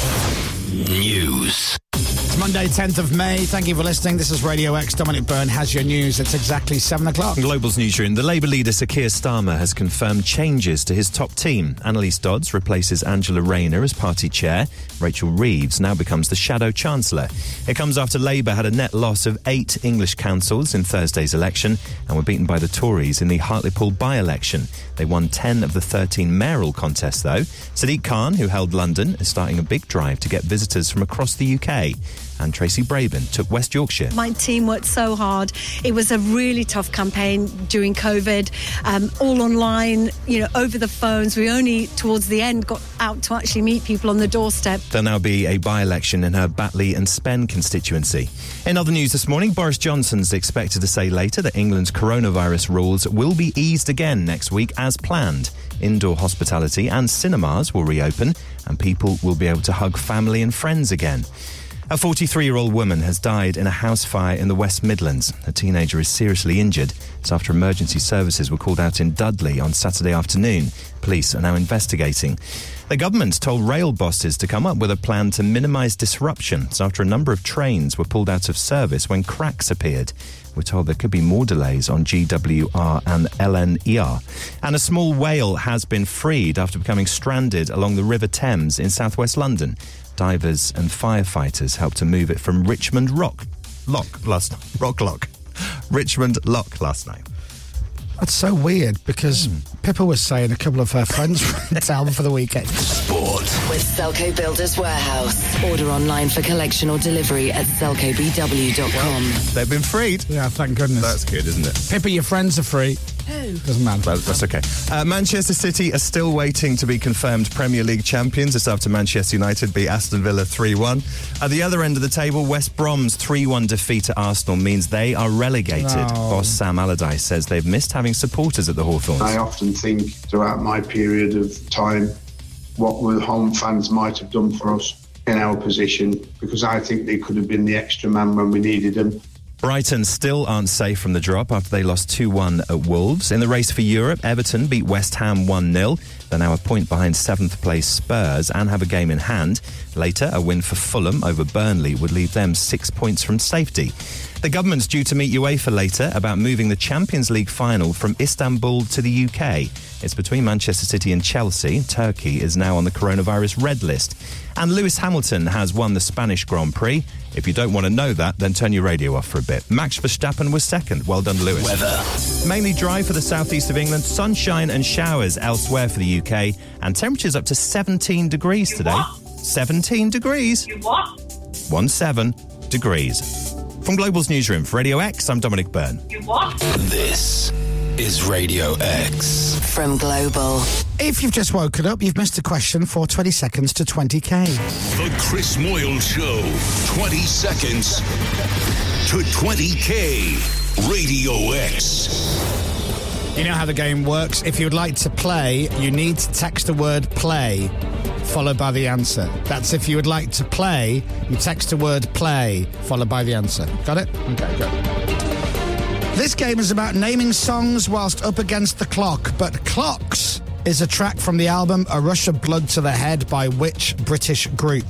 Speaker 2: News.
Speaker 3: It's Monday, 10th of May. Thank you for listening. This is Radio X. Dominic Byrne has your news. It's exactly 7 o'clock.
Speaker 1: Global's newsroom, the Labour leader Sir Keir Starmer has confirmed changes to his top team. Annalise Dodds replaces Angela Rayner as party chair. Rachel Reeves now becomes the shadow chancellor. It comes after Labour had a net loss of eight English councils in Thursday's election and were beaten by the Tories in the Hartlepool by election. They won 10 of the 13 mayoral contests, though. Sadiq Khan, who held London, is starting a big drive to get visitors from across the UK. And Tracy Braben took West Yorkshire.
Speaker 12: My team worked so hard. It was a really tough campaign during COVID, um, all online, you know, over the phones. We only towards the end got out to actually meet people on the doorstep.
Speaker 1: There'll now be a by election in her Batley and Spen constituency. In other news this morning, Boris Johnson's expected to say later that England's coronavirus rules will be eased again next week as planned. Indoor hospitality and cinemas will reopen, and people will be able to hug family and friends again. A 43 year old woman has died in a house fire in the West Midlands. A teenager is seriously injured. It's after emergency services were called out in Dudley on Saturday afternoon. Police are now investigating. The government told rail bosses to come up with a plan to minimise disruption. It's after a number of trains were pulled out of service when cracks appeared. We're told there could be more delays on GWR and LNER. And a small whale has been freed after becoming stranded along the River Thames in southwest London. Divers and firefighters helped to move it from Richmond Rock Lock last night. Rock Lock. Richmond Lock last night.
Speaker 3: That's so weird because Pippa was saying a couple of her friends were in town for the weekend.
Speaker 11: With Selco Builders Warehouse. Order online for collection or delivery at selcobw.com.
Speaker 1: They've been freed.
Speaker 3: Yeah, thank goodness.
Speaker 1: That's good, isn't it?
Speaker 3: Pippa, your friends are free. Doesn't matter.
Speaker 1: That- That's okay. Uh, Manchester City are still waiting to be confirmed Premier League champions. It's after Manchester United beat Aston Villa 3 1. At the other end of the table, West Brom's 3 1 defeat at Arsenal means they are relegated. Boss Sam Allardyce says they've missed having supporters at the Hawthorns.
Speaker 13: I often think throughout my period of time what the home fans might have done for us in our position because I think they could have been the extra man when we needed them.
Speaker 1: Brighton still aren't safe from the drop after they lost 2 1 at Wolves. In the race for Europe, Everton beat West Ham 1 0. They're now a point behind seventh place Spurs and have a game in hand. Later, a win for Fulham over Burnley would leave them six points from safety. The government's due to meet UEFA later about moving the Champions League final from Istanbul to the UK. It's between Manchester City and Chelsea. Turkey is now on the coronavirus red list. And Lewis Hamilton has won the Spanish Grand Prix. If you don't want to know that, then turn your radio off for a bit. Max Verstappen was second. Well done, Lewis.
Speaker 2: Weather.
Speaker 1: Mainly dry for the southeast of England, sunshine and showers elsewhere for the UK, and temperatures up to 17 degrees today. 17 degrees. One seven degrees. From Global's newsroom for Radio X, I'm Dominic Byrne.
Speaker 9: This is Radio X.
Speaker 11: From Global.
Speaker 3: If you've just woken up, you've missed a question for 20 seconds to 20k.
Speaker 2: The Chris Moyle Show. 20 seconds to 20K. Radio X.
Speaker 3: You know how the game works. If you'd like to play, you need to text the word play followed by the answer. That's if you would like to play, you text the word play followed by the answer. Got it? Okay, good. This game is about naming songs whilst up against the clock, but Clocks is a track from the album A Rush of Blood to the Head by which British group?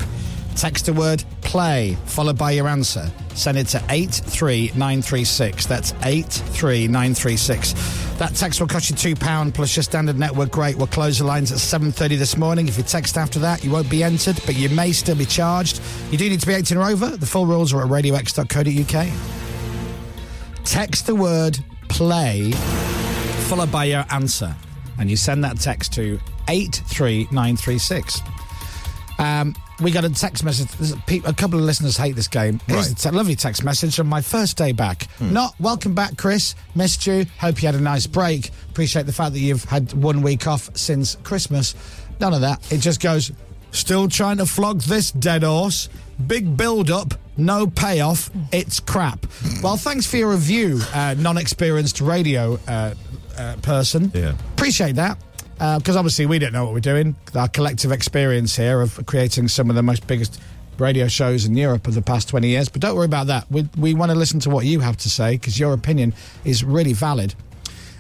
Speaker 3: Text the word play followed by your answer. Send it to 83936. That's 83936. That text will cost you £2 plus your standard network rate. We'll close the lines at 7.30 this morning. If you text after that, you won't be entered, but you may still be charged. You do need to be 18 or over. The full rules are at radiox.co.uk. Text the word play followed by your answer. And you send that text to 83936. Um, we got a text message. there's a pe- A couple of listeners hate this game. Here's a te- lovely text message on my first day back. Not welcome back, Chris. Missed you. Hope you had a nice break. Appreciate the fact that you've had one week off since Christmas. None of that. It just goes, still trying to flog this dead horse. Big build up, no payoff. It's crap. Well, thanks for your review, uh, non experienced radio uh, uh, person. Yeah. Appreciate that because Uh, obviously we don't know what we're doing. Our collective experience here of creating some of the most biggest radio shows in Europe of the past 20 years. But don't worry about that. We, we want to listen to what you have to say because your opinion is really valid.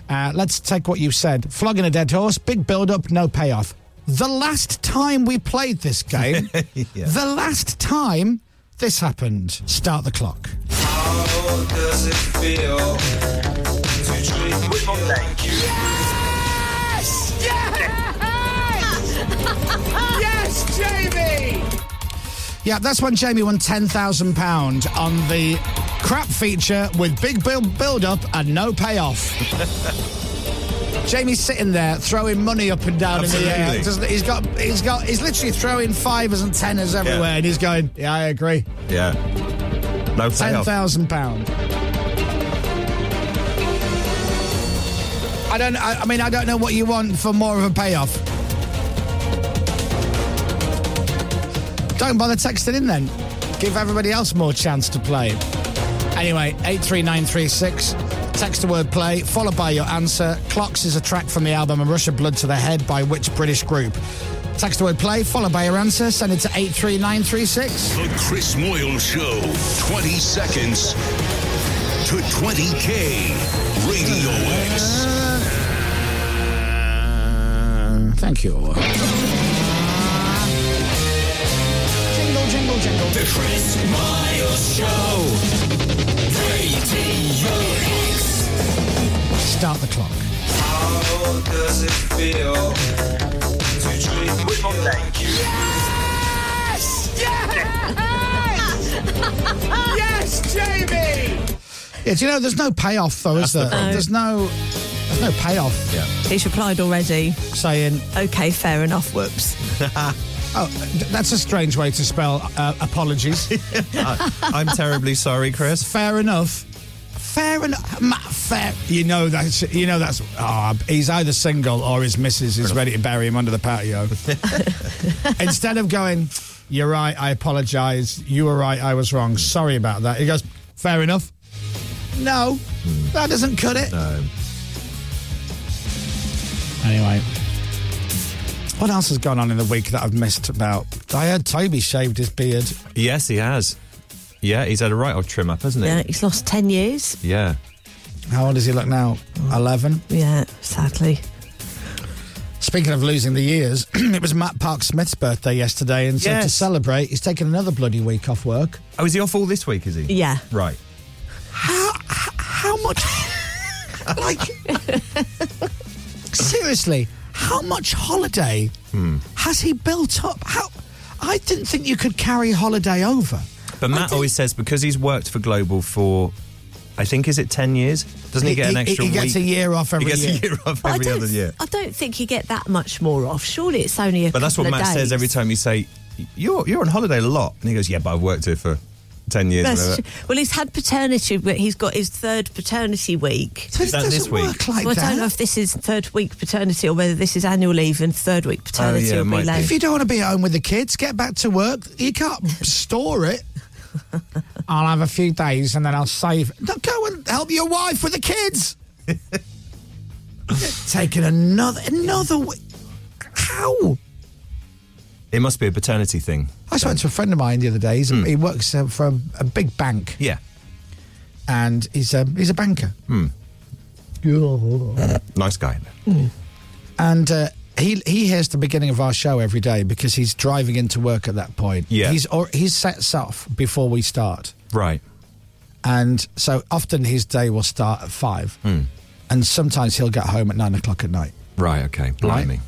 Speaker 3: Uh, let's take what you said. Flogging a dead horse, big build up, no payoff. The last time we played this game, the last time this happened, start the clock.
Speaker 7: How does it feel to treat me like you? Yes!
Speaker 3: Yes, Jamie! Yeah, that's when Jamie won £10,000 on the crap feature with big build, build up and no payoff. Jamie's sitting there throwing money up and down in the air.
Speaker 1: Absolutely.
Speaker 3: Doesn't- He's got, he's got, he's literally throwing fivers and tenors everywhere, and he's going, "Yeah, I agree."
Speaker 1: Yeah. No
Speaker 3: Ten
Speaker 1: payoff.
Speaker 3: thousand pound. I don't. I, I mean, I don't know what you want for more of a payoff. Don't bother texting in then. Give everybody else more chance to play. Anyway, eight three nine three six. Text the word play, followed by your answer. Clocks is a track from the album A Rush of Blood to the Head by which British group? Text the word play, followed by your answer. Send it to 83936.
Speaker 2: The Chris Moyle Show. 20 seconds to 20K. Radio X.
Speaker 3: Uh, Thank you.
Speaker 2: Jingle, jingle, jingle. The Chris Moyle Show. Radio X.
Speaker 3: Start the clock.
Speaker 7: How does it feel to treat me like you? Yes! Yes! yes, Jamie!
Speaker 3: Yeah, do you know there's no payoff though, is there?
Speaker 4: the problem.
Speaker 3: There's no there's no payoff. Yeah.
Speaker 4: He's replied already.
Speaker 3: Saying
Speaker 4: Okay, fair enough. Whoops.
Speaker 3: Oh, th- that's a strange way to spell uh, apologies.
Speaker 1: I'm terribly sorry, Chris.
Speaker 3: fair enough. Fair enough. Ma- Fair. You know that's. You know that's. Oh, he's either single or his missus is ready to bury him under the patio. Instead of going, you're right. I apologise. You were right. I was wrong. Sorry about that. He goes, fair enough. No, that doesn't cut it.
Speaker 1: No.
Speaker 3: Anyway. What else has gone on in the week that I've missed about? I heard Toby shaved his beard.
Speaker 1: Yes, he has. Yeah, he's had a right old trim up, hasn't he?
Speaker 4: yeah, he's lost 10 years.
Speaker 1: Yeah.
Speaker 3: How old does he look now? 11?
Speaker 4: Yeah, sadly.
Speaker 3: Speaking of losing the years, it was Matt Park Smith's birthday yesterday, and so to
Speaker 1: Yes.
Speaker 3: celebrate, he's taken another bloody week off work.
Speaker 1: Oh, is he off all this week, is he?
Speaker 4: Yeah.
Speaker 1: Right.
Speaker 3: How much? like, seriously, how much holiday
Speaker 1: Hmm.
Speaker 3: has he built up? How? I didn't think you could carry holiday over.
Speaker 1: But Matt always says because he's worked for Global for, I think, is it 10 years? Doesn't he,
Speaker 3: He-
Speaker 1: get an
Speaker 3: he-
Speaker 1: extra
Speaker 3: he
Speaker 1: week?
Speaker 3: gets a year off every
Speaker 1: He gets
Speaker 3: year.
Speaker 1: a year off
Speaker 4: But I
Speaker 1: every
Speaker 4: don't
Speaker 1: other year.
Speaker 4: I don't think you get that much more off. Surely it's only a
Speaker 1: But that's what
Speaker 4: couple of
Speaker 1: Matt says
Speaker 4: days.
Speaker 1: every time you say, you're, you're on holiday a lot. And he goes, yeah, but I've worked here for ten years.
Speaker 4: That's
Speaker 1: whatever.
Speaker 4: true. Well, he's had paternity, but he's got his third paternity week.
Speaker 1: So it Is that this doesn't week? work like
Speaker 4: Well, I
Speaker 1: that.
Speaker 4: don't know if this is third week paternity or whether this is annual leave and third week paternity
Speaker 1: Oh, yeah, it
Speaker 4: will
Speaker 1: might
Speaker 4: be
Speaker 1: be.
Speaker 4: late.
Speaker 1: If you
Speaker 3: don't want to be at home with the kids, get back to work. You can't store it. I'll have a few days and then I'll save. No, go and help your wife with the kids. Taking another another. Wi- How?
Speaker 1: It must be a paternity thing.
Speaker 3: I spoke to a friend of mine the other day. He's He works uh, for a, a big bank.
Speaker 1: Yeah.
Speaker 3: And he's a he's a banker.
Speaker 1: Hmm.
Speaker 3: Yeah.
Speaker 1: Nice guy.
Speaker 3: And uh, he he hears the beginning of our show every day because he's driving into work at that point.
Speaker 1: Yeah.
Speaker 3: He's or he sets off before we start,
Speaker 1: Right.
Speaker 3: and so often his day will start at five,
Speaker 1: Mm.
Speaker 3: and sometimes he'll get home at nine o'clock at night.
Speaker 1: Right. Okay. Blimey.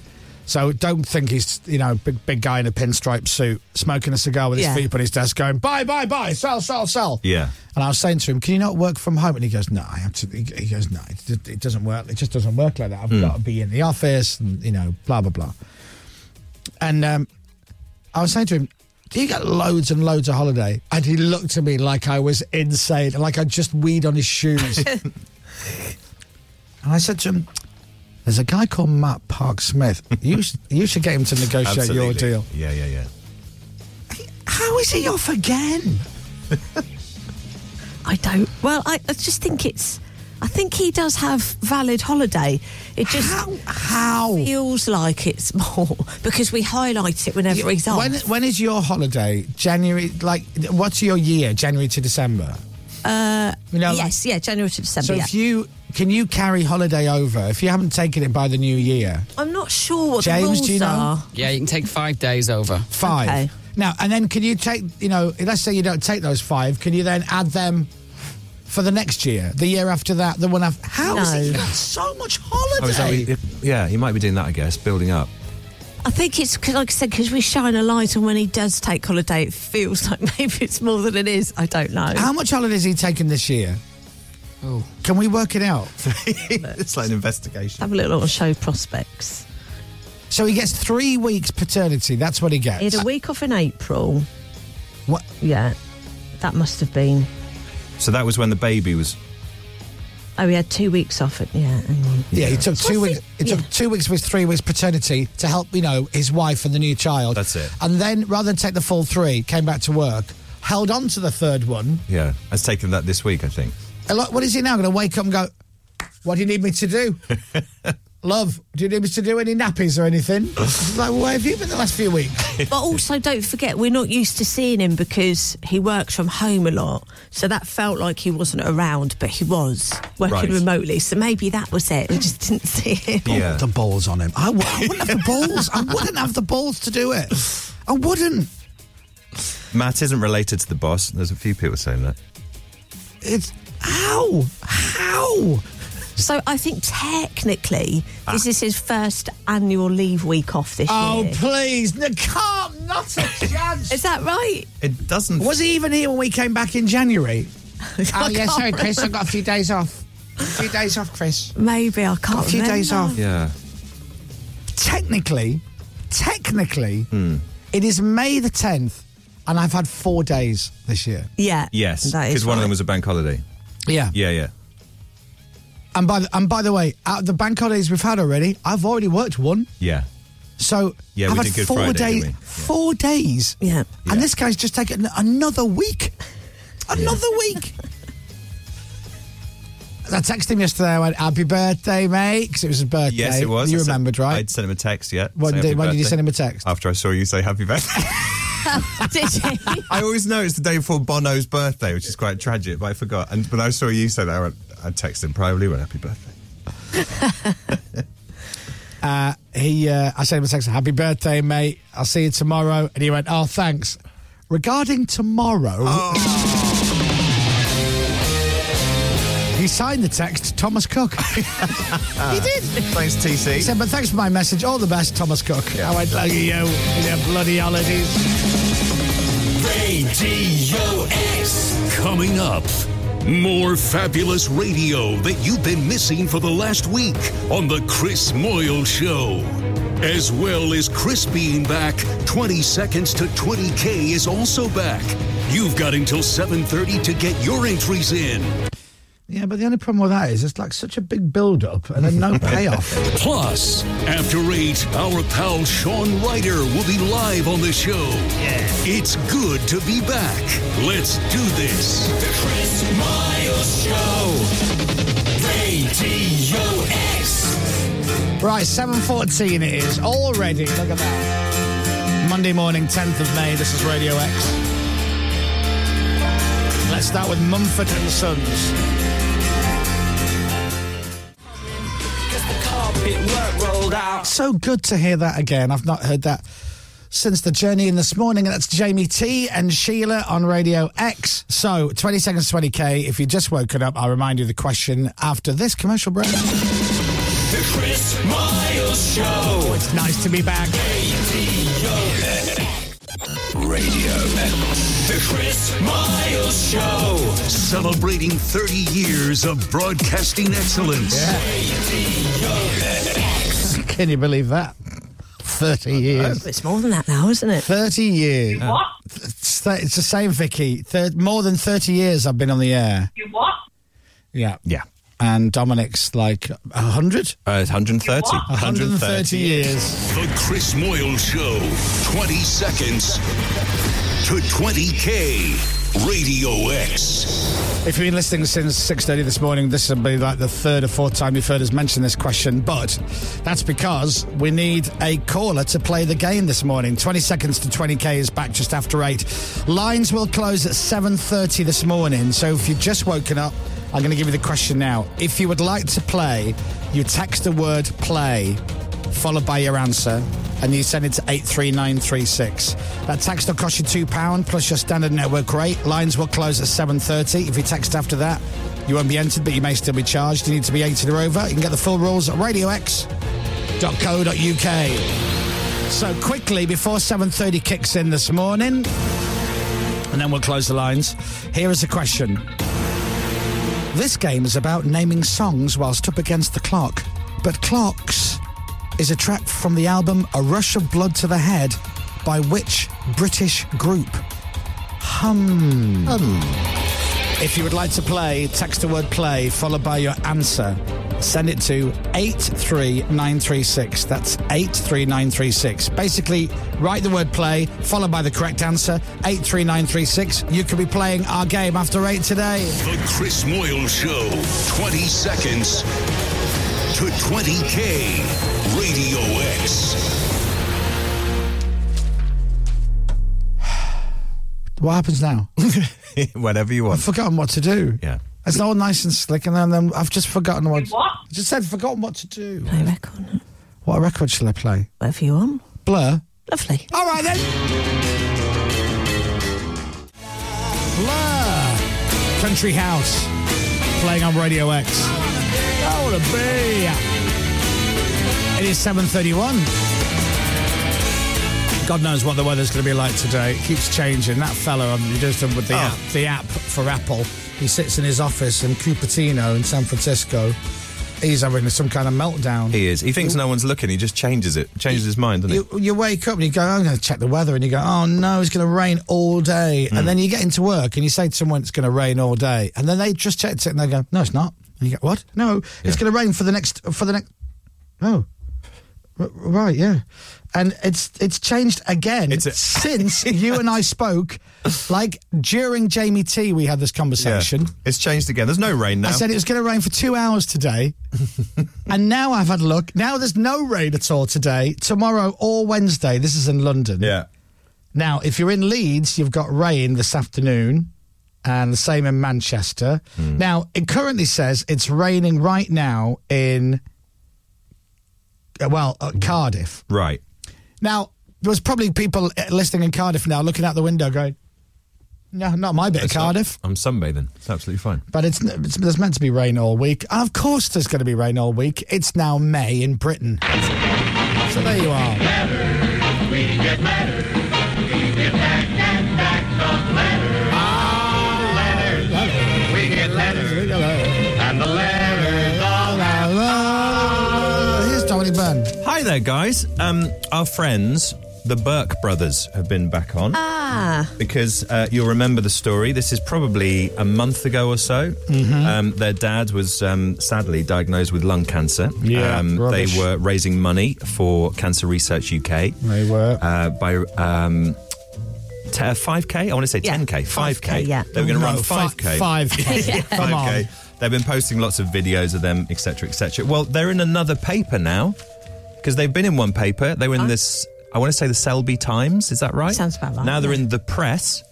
Speaker 3: So don't think he's you know big big guy in a pinstripe suit smoking a cigar with his
Speaker 1: Yeah.
Speaker 3: feet up on his desk going buy buy buy sell sell sell.
Speaker 1: Yeah.
Speaker 3: And I was saying to him, "Can you not work from home?" And he goes, "No, I have to." He he goes, "No, it, d- it doesn't work. It just doesn't work like that. I've
Speaker 1: Mm.
Speaker 3: got to be in the office, and you know, blah blah blah." And um, I was saying to him, "Do you get loads and loads of holiday?" And he looked at me like I was insane, like I just weed on his shoes. and I said to him, "There's a guy called Matt Park Smith. You sh- you should get him to negotiate your
Speaker 1: Absolutely.
Speaker 3: deal."
Speaker 1: Yeah. Yeah. Yeah.
Speaker 3: How is he off again?
Speaker 4: I don't. Well, I, I just think it's. I think he does have valid holiday. It just how, feels like it's more because we highlight it whenever he's on.
Speaker 3: When when is your holiday? January? Like, what's your year? January to December.
Speaker 4: uh,
Speaker 3: You know, like-
Speaker 4: yes, yeah, January to December.
Speaker 3: so
Speaker 4: yeah.
Speaker 3: if you can you carry holiday over if you haven't taken it by the new year?
Speaker 4: I'm not sure what
Speaker 3: James,
Speaker 4: the rules
Speaker 3: do you know?
Speaker 4: are.
Speaker 14: Yeah, you can take five days over.
Speaker 3: Five. Now and then, can you take? You know, let's say you don't take those five. Can you then add them for the next year, the year after that, the one after? How is it
Speaker 4: No.
Speaker 3: got so much
Speaker 1: Oh, is that what
Speaker 3: holiday?
Speaker 1: you- yeah. He might be doing that. I guess building up.
Speaker 4: I think it's 'cause, like I said because we shine a light, and when he does take holiday, it feels like maybe it's more than it is. I don't know.
Speaker 3: How much holiday is he taking this year? Oh, can we work it out?
Speaker 1: it's like an investigation.
Speaker 4: Have a little look on show prospects.
Speaker 3: So he gets three weeks paternity. That's what he gets.
Speaker 4: He had a week off in April.
Speaker 3: What?
Speaker 4: Yeah, that must have been.
Speaker 1: So that was when the baby was.
Speaker 4: Oh, he had two weeks off. At, yeah, hang on.
Speaker 3: Yeah, he took two weeks. It took two weeks of his three weeks paternity to help, you know, his wife and the new child. That's
Speaker 1: it.
Speaker 3: And then, rather than take the full three, came back to work, held on to the third one.
Speaker 1: Yeah. Has taken that this week, I think.
Speaker 3: A lot- What is he now going to wake up and go? What do you need me to do? Love, do you need me to do any nappies or anything? It's like, well, where have you been the last few weeks?
Speaker 4: but also, don't forget, we're not used to seeing him because he works from home a lot. So that felt like he wasn't around, but he was working
Speaker 3: Right.
Speaker 4: remotely. So maybe that was it. We just didn't see him.
Speaker 3: Oh, the balls on him. I, w- I wouldn't have the balls. I wouldn't have the balls to do it. I wouldn't.
Speaker 1: Matt isn't related to the boss. There's a few people saying that.
Speaker 3: It's how? How? Ah.
Speaker 4: So I think technically, this is his first annual leave week off this
Speaker 3: Oh,
Speaker 4: year.
Speaker 3: please, Nakam, not a chance.
Speaker 4: Is that right?
Speaker 1: It doesn't.
Speaker 3: Was he even here when we came back in January?
Speaker 4: I can't remember.
Speaker 3: got a few days off. A few days off, Chris.
Speaker 4: Maybe I can't.
Speaker 3: Got a few
Speaker 4: remember.
Speaker 3: days off.
Speaker 1: Yeah.
Speaker 3: Technically, technically,
Speaker 1: Hmm.
Speaker 3: it is May the 10th, and I've had four days this year.
Speaker 4: Yeah.
Speaker 1: Yes.
Speaker 3: That is
Speaker 1: Because one of
Speaker 3: right.
Speaker 1: them was a bank holiday.
Speaker 3: Yeah.
Speaker 1: Yeah. Yeah.
Speaker 3: And by the, and by the way, out of the bank holidays we've had already, I've already worked one.
Speaker 1: Yeah.
Speaker 3: So
Speaker 1: Yeah,
Speaker 3: I've
Speaker 1: we
Speaker 3: had
Speaker 1: did Good
Speaker 3: four
Speaker 1: Friday,
Speaker 3: days.
Speaker 1: didn't we?
Speaker 3: Four days.
Speaker 4: Yeah.
Speaker 3: And this guy's just taken another week. Another week. I texted him yesterday. I went, "Happy birthday, mate!" Because it was his birthday.
Speaker 1: Yes, it was.
Speaker 3: You
Speaker 1: I sent-
Speaker 3: remembered, right?
Speaker 1: I'd sent him a text. Yeah.
Speaker 3: When
Speaker 1: Say
Speaker 3: did-
Speaker 1: happy
Speaker 3: when did you
Speaker 1: birthday.
Speaker 3: send him a text?
Speaker 1: After I saw you say happy birthday.
Speaker 4: Did you?
Speaker 1: I always know it's the day before Bono's birthday, which is quite tragic, but I forgot. And when I saw you say that, I, went, I texted him privately, went, happy birthday.
Speaker 3: Uh, he, uh, I sent him a text. "Happy birthday, mate! I'll see you tomorrow." And he went, "Oh, thanks." Regarding tomorrow,
Speaker 15: Oh.
Speaker 3: he signed the text Thomas Cook. he did.
Speaker 1: Thanks, TC.
Speaker 3: He said, "But thanks for my message. All the best, Thomas Cook." I went, "Look at you, with your bloody holidays."
Speaker 2: Radio X. Coming up, More fabulous radio that you've been missing for the last week on The Chris Moyle Show. As well as Chris being back, 20 Seconds to 20K is also back. You've got until 7.30 to get your entries in.
Speaker 15: Yeah, but the only problem with that is it's like such a big build up and then no payoff.
Speaker 2: Plus, after 8, our pal Sean Ryder will be live on the show. It's good to be back. Let's do this.
Speaker 7: The Chris Miles Show. Radio X.
Speaker 3: Right, 7.14 it is already. Look at that. Monday morning, 10th of May. This is Radio X. Let's start with Mumford and Sons. So good to hear that again. I've not heard that since the journey in this morning. And that's Jamie T and Sheila on Radio X. So 20 seconds, 20K. If you just woken up, I'll remind you of the question after this commercial break.
Speaker 7: The Chris Miles
Speaker 1: Oh,
Speaker 7: Show.
Speaker 3: It's nice to be back.
Speaker 7: Radio
Speaker 2: Radio X.
Speaker 7: The Chris Miles Show.
Speaker 2: Celebrating 30 years of broadcasting excellence.
Speaker 7: Radio X.
Speaker 3: Can you believe that? 30 years.
Speaker 4: It's more than that now, isn't it?
Speaker 3: 30 years.
Speaker 4: What?
Speaker 3: It's, th- it's the same, Vicky. Thir- more than 30 years I've been on the air.
Speaker 7: You what?
Speaker 3: Yeah.
Speaker 1: Yeah.
Speaker 3: And Dominic's like 100?
Speaker 1: Uh, 130.
Speaker 3: 130 years.
Speaker 2: The Chris Moyle Show. 20 seconds to 20K. Radio X.
Speaker 3: If you've been listening since 6.30 this morning, this will be like the third or fourth time you've heard us mention this question, but that's because we need a caller to play the game this morning. 20 seconds to 20k is back just after 8. Lines will close at 7.30 this morning, so if you've just woken up, I'm going to give you the question now. If you would like to play, you text the word play followed by your answer, and you send it to 83936. That text will cost you £2 plus your standard network rate. Lines will close at 7.30. If you text after that, you won't be entered, but you may still be charged. You need to be 18 or over. You can get the full rules at radiox.co.uk. So quickly, before 7.30 kicks in this morning, and then we'll close the lines, here is a question. This game is about naming songs whilst up against the clock, but Clocks is a track from the album A Rush of Blood to the Head by which British group? Hum. If you would like to play, text the word play followed by your answer. Send it to 83936. That's 83936. Basically, write the word play followed by the correct answer, 83936. You could be playing our game after 8 today.
Speaker 2: The Chris Moyle Show. 20 seconds to 20K. Radio X.
Speaker 3: What happens now?
Speaker 1: Whatever you want.
Speaker 3: I've forgotten what to do.
Speaker 1: Yeah.
Speaker 3: It's all nice and slick, and then, then I've just forgotten what. I just said, forgotten what to do.
Speaker 4: Play a record.
Speaker 3: What record shall I play?
Speaker 4: Whatever you want.
Speaker 3: Blur.
Speaker 4: Lovely.
Speaker 3: All right then. Blur. Country House. Playing on Radio X. I wanna be. It is 7.31. God knows what the weather's going to be like today. It keeps changing. That fellow um, you just done with the,
Speaker 1: Oh.
Speaker 3: app, the app for Apple, he sits in his office in Cupertino in San Francisco. He's having some kind of meltdown.
Speaker 1: He is. He thinks no one's looking. He just changes it. Changes his mind, doesn't he?
Speaker 3: you, you wake up and you go, I'm going to check the weather. And you go, oh no, it's going to rain all day.
Speaker 1: Hmm.
Speaker 3: And then you get into work and you say to someone, it's going to rain all day. And then they just checked it and they go, no, it's not. And you go, what? No, it's going to rain for the next, for the next, oh, R- right, yeah. And it's it's changed again
Speaker 1: It's a-
Speaker 3: since you and I spoke. Like during Jamie T, we had this conversation.
Speaker 1: It's changed again. There's no rain now.
Speaker 3: I said it was going to rain for two hours today. and now I've had a look. Now there's no rain at all today, tomorrow or Wednesday. This is in London.
Speaker 1: yeah.
Speaker 3: Now, if you're in Leeds, you've got rain this afternoon and the same in Manchester.
Speaker 1: Hmm.
Speaker 3: Now, it currently says it's raining right now in, uh, well, uh, Cardiff.
Speaker 1: Right.
Speaker 3: Now, there was probably people uh, listening in Cardiff now looking out the window going, no, not my bit of Cardiff.
Speaker 1: I'm sunbathing. It's absolutely fine.
Speaker 3: But it's, it's there's meant to be rain all week. And of course, there's going to be rain all week. It's now May in Britain. So there you are.
Speaker 7: We get Ah, letters.
Speaker 1: there, guys. Um, our friends, the Burke brothers, have been back on.
Speaker 4: Ah.
Speaker 1: Because uh, you'll remember the story. This is probably a month ago or so.
Speaker 3: Mm-hmm.
Speaker 16: Mhm.
Speaker 1: Um, their dad was um, sadly diagnosed with lung cancer.
Speaker 16: Yeah,
Speaker 1: um, they
Speaker 16: rubbish.
Speaker 1: were raising money for Cancer Research UK.
Speaker 3: They were.
Speaker 1: Uh, by. Um, t- uh, 5k? I want to say 10k. 5k.
Speaker 3: 5K, yeah.
Speaker 1: They were going to
Speaker 3: No,
Speaker 1: run
Speaker 3: fi-
Speaker 1: 5k.
Speaker 3: 5K. Come on.
Speaker 1: 5K. They've been posting lots of videos of them, etc., etc. Well, they're in another paper now because they've been in one paper. They were in this. I want to say the Selby Times. Is that right?
Speaker 4: Sounds about right,
Speaker 1: Now they're
Speaker 4: yeah.
Speaker 1: in the Press,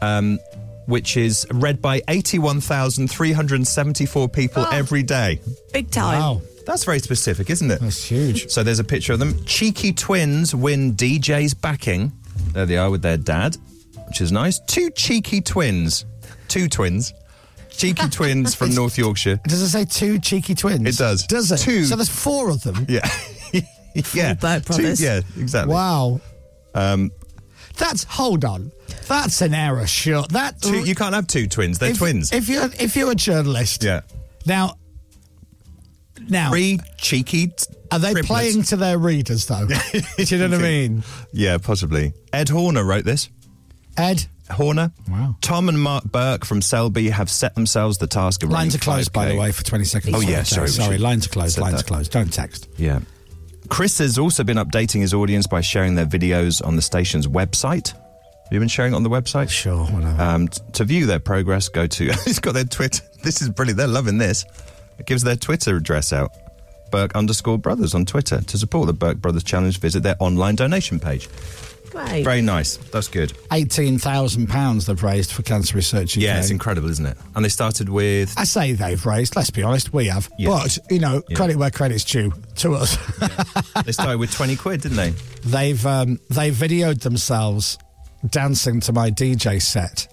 Speaker 1: um, which is read by eighty-one thousand three hundred seventy-four people every day.
Speaker 4: Oh. Big time. Wow.
Speaker 1: That's very specific, isn't it? That's huge. So there's a picture of them. Cheeky twins win DJ's backing. There they are with their dad, which is nice. Two cheeky twins. Two twins. Cheeky twins from North Yorkshire.
Speaker 3: Does it say two cheeky twins?
Speaker 1: It does.
Speaker 3: Does it?
Speaker 1: Two.
Speaker 3: So there's four of them.
Speaker 1: Yeah. yeah.
Speaker 3: Burke
Speaker 1: Two-
Speaker 3: brothers.
Speaker 1: yeah, exactly.
Speaker 3: Wow.
Speaker 1: Um,
Speaker 3: That's hold on. That's an error. Sure. That
Speaker 1: two, you can't have two twins. They're
Speaker 3: if,
Speaker 1: twins.
Speaker 3: If you're if you're a journalist.
Speaker 1: Yeah.
Speaker 3: Now. Now.
Speaker 1: Three cheeky. t-
Speaker 3: Are they
Speaker 1: triplets.
Speaker 3: playing to their readers though? Do you know what I mean?
Speaker 1: Yeah, possibly. Ed Horner wrote this.
Speaker 3: Ed
Speaker 1: Horner. Wow. Tom and Mark Burke from Selby have set themselves the task of
Speaker 3: Lines are
Speaker 1: running
Speaker 3: closed, by the
Speaker 1: 5K.
Speaker 3: way, for 20 seconds.
Speaker 1: Oh yeah, sorry, we
Speaker 3: sorry.
Speaker 1: should-
Speaker 3: Lines are closed.
Speaker 1: said
Speaker 3: Lines
Speaker 1: that.
Speaker 3: are closed. Don't text.
Speaker 1: Yeah. Chris has also been updating his audience by sharing their videos on the station's website. Have you been sharing it on the website?
Speaker 3: Sure,
Speaker 1: Um, t- to view their progress, go to. it's got their Twitter. This is brilliant. They're loving this. It gives their Twitter address out. Burke underscore brothers on Twitter. To support the Burke Brothers Challenge, visit their online donation page.
Speaker 4: Great.
Speaker 1: Very nice. That's good.
Speaker 3: Eighteen thousand pounds they've raised for cancer research. UK.
Speaker 1: Yeah, it's incredible, isn't it? And they started with.
Speaker 3: I say they've raised. Let's be honest, we have.
Speaker 1: Yeah.
Speaker 3: But you know,
Speaker 1: Yeah.
Speaker 3: credit where credit's due to us.
Speaker 1: They started with 20 quid, didn't they?
Speaker 3: they've um, they videoed themselves dancing to my DJ set.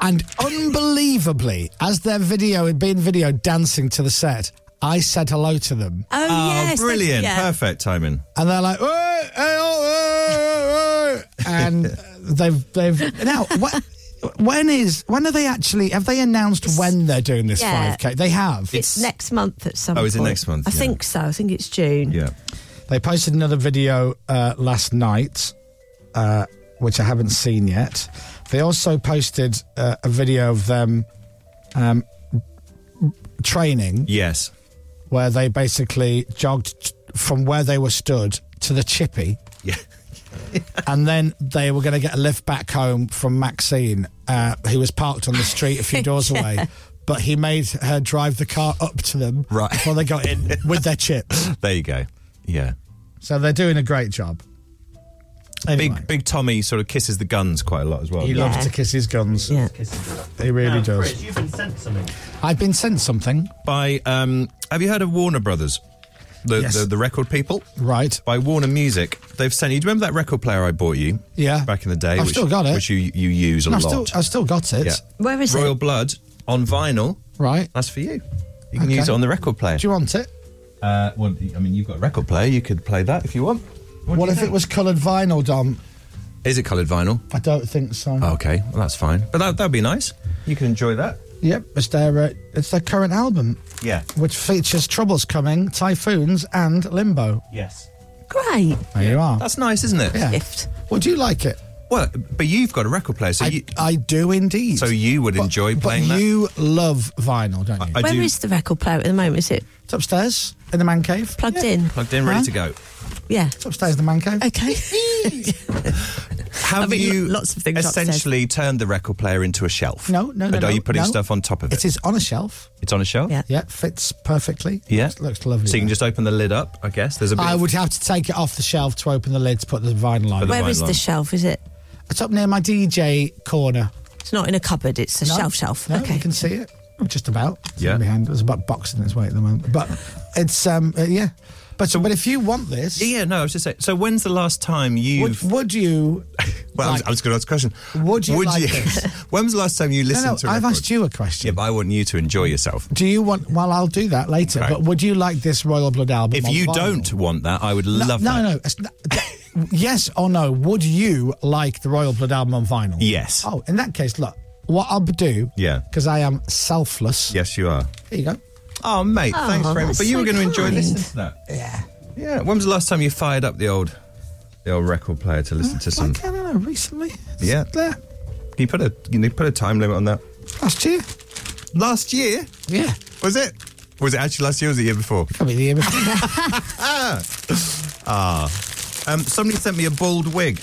Speaker 3: And unbelievably, as their video had been videoed dancing to the set, I said hello to them.
Speaker 4: Oh, yes.
Speaker 1: brilliant.
Speaker 4: Yeah.
Speaker 1: Perfect timing.
Speaker 3: And they're like, "Hey, hey, oh, hey, hey," and they've they've now what? When is when are they actually? Have they announced when they're doing this
Speaker 4: Yeah.
Speaker 3: five k? They have.
Speaker 4: It's, next month at some
Speaker 3: Oh,
Speaker 4: point.
Speaker 3: is it next month?
Speaker 4: I
Speaker 3: Yeah.
Speaker 4: think so. I think it's June.
Speaker 1: Yeah.
Speaker 3: They posted another video uh, last night, uh, which I haven't seen yet. They also posted uh, a video of them um, training.
Speaker 1: Yes.
Speaker 3: Where they basically jogged t- from where they were stood to the chippy.
Speaker 1: Yeah.
Speaker 3: and then they were going to get a lift back home from Maxine, uh, who was parked on the street a few doors
Speaker 1: Yeah.
Speaker 3: away. But he made her drive the car up to them
Speaker 1: Right.
Speaker 3: before they got in with their chips.
Speaker 1: There you go. Yeah.
Speaker 3: So they're doing a great job.
Speaker 1: Big Big Tommy sort of kisses the guns quite a lot as well.
Speaker 3: He
Speaker 1: doesn't
Speaker 3: loves to kiss his guns. He really does.
Speaker 17: you've been sent something.
Speaker 3: I've been sent something.
Speaker 1: By um, have you heard of Warner Brothers? The,
Speaker 3: Yes.
Speaker 1: the the record people,
Speaker 3: right?
Speaker 1: By Warner Music, they've sent you. Do you remember that record player I bought you?
Speaker 3: Yeah.
Speaker 1: back in the day,
Speaker 3: I've
Speaker 1: which,
Speaker 3: still got it.
Speaker 1: which you you use a
Speaker 3: No, I've,
Speaker 1: lot.
Speaker 3: still, I've still got it.
Speaker 1: Yeah. Royal Blood on vinyl.
Speaker 3: Right.
Speaker 1: That's for you. You can
Speaker 3: Okay.
Speaker 1: use it on the record player.
Speaker 3: Do you want it?
Speaker 1: Uh, well, I mean, you've got a record player. You could play that if you want.
Speaker 3: What, if it was coloured vinyl, Dom?
Speaker 1: Is it coloured vinyl?
Speaker 3: I don't think so.
Speaker 1: Okay, well that's fine. But that that'd be nice. You can enjoy that.
Speaker 3: Yep, it's their uh, it's their current album,
Speaker 1: Yeah.
Speaker 3: which features Troubles Coming, Typhoons, and Limbo.
Speaker 1: Yes.
Speaker 4: Great.
Speaker 3: There you are.
Speaker 1: That's nice, isn't it?
Speaker 3: Yeah. Would you like it?
Speaker 1: Well, but you've got a record player, so you,
Speaker 3: I do indeed.
Speaker 1: So you would enjoy
Speaker 3: But
Speaker 1: playing that.
Speaker 3: you love vinyl, don't you?
Speaker 1: I
Speaker 4: Where
Speaker 1: do-
Speaker 4: is the record player at the moment? Is it?
Speaker 3: It's upstairs in the man cave.
Speaker 4: Plugged in.
Speaker 1: plugged in, ready to go.
Speaker 4: Yeah.
Speaker 3: It's upstairs in the man cave.
Speaker 4: Okay.
Speaker 1: Have
Speaker 4: I mean,
Speaker 1: you
Speaker 4: lo- lots of things upstairs.
Speaker 1: essentially turned the record player into a shelf?
Speaker 3: No, no, no.
Speaker 1: But are
Speaker 3: no,
Speaker 1: you putting
Speaker 3: no.
Speaker 1: stuff on top of it?
Speaker 3: It is on a shelf.
Speaker 1: It's on a shelf. Yeah.
Speaker 3: Yeah, fits perfectly.
Speaker 1: Yeah.
Speaker 3: It looks lovely.
Speaker 1: So you can just open the lid up. I guess there's a bit.
Speaker 3: I
Speaker 1: of-
Speaker 3: would have to take it off the shelf to open the lid to put the vinyl
Speaker 1: Put
Speaker 3: on.
Speaker 1: the Where vinyl is the on.
Speaker 4: shelf? Is it?
Speaker 3: It's up near my DJ corner.
Speaker 4: It's not in a cupboard. It's a shelf shelf.
Speaker 3: No,
Speaker 4: okay.
Speaker 3: You can see it.
Speaker 1: Oh,
Speaker 3: Just about. It's
Speaker 1: Yeah.
Speaker 3: Behind. There's about boxing its way at the moment. But it's, um, uh, yeah. But, but if you want this,
Speaker 1: Yeah, yeah, no, I was just saying. So when's the last time you've?
Speaker 3: Would, would you?
Speaker 1: well, I was, I was going to ask a question.
Speaker 3: Would you like this?
Speaker 1: when was the last time you
Speaker 3: No,
Speaker 1: listened
Speaker 3: no,
Speaker 1: to? a
Speaker 3: I've
Speaker 1: record?
Speaker 3: asked you a question.
Speaker 1: Yeah, but I want you to enjoy yourself.
Speaker 3: do you want, well, I'll do that later,
Speaker 1: Okay.
Speaker 3: but would you like this Royal Blood album?
Speaker 1: If
Speaker 3: on
Speaker 1: you
Speaker 3: vinyl?
Speaker 1: don't want that, I would
Speaker 3: no,
Speaker 1: love
Speaker 3: no,
Speaker 1: that.
Speaker 3: No, it's not- yes or no? Would you like the Royal Blood album on vinyl?
Speaker 1: Yes.
Speaker 3: Oh, in that case, look, what I'll do,
Speaker 1: Yeah.
Speaker 3: because I am selfless.
Speaker 1: Yes, you are.
Speaker 3: Here you go.
Speaker 1: Oh, mate,
Speaker 3: Oh,
Speaker 1: thanks very much.
Speaker 3: that's
Speaker 1: But you
Speaker 3: so
Speaker 1: were going to enjoy
Speaker 3: kind.
Speaker 1: listening to that.
Speaker 3: Yeah.
Speaker 1: Yeah. When was the last time you fired up the old, the old record player to listen to some?
Speaker 15: Like, I
Speaker 7: uh,
Speaker 15: don't know, recently.
Speaker 1: Yeah.
Speaker 15: There.
Speaker 1: Can you put a can you put a time limit on that?
Speaker 15: Last year.
Speaker 1: Last year?
Speaker 15: Yeah.
Speaker 1: Was it? Or was it actually last year? or Was it the year before?
Speaker 15: Probably the year before.
Speaker 1: ah. Ah. Um, somebody sent me a bald wig.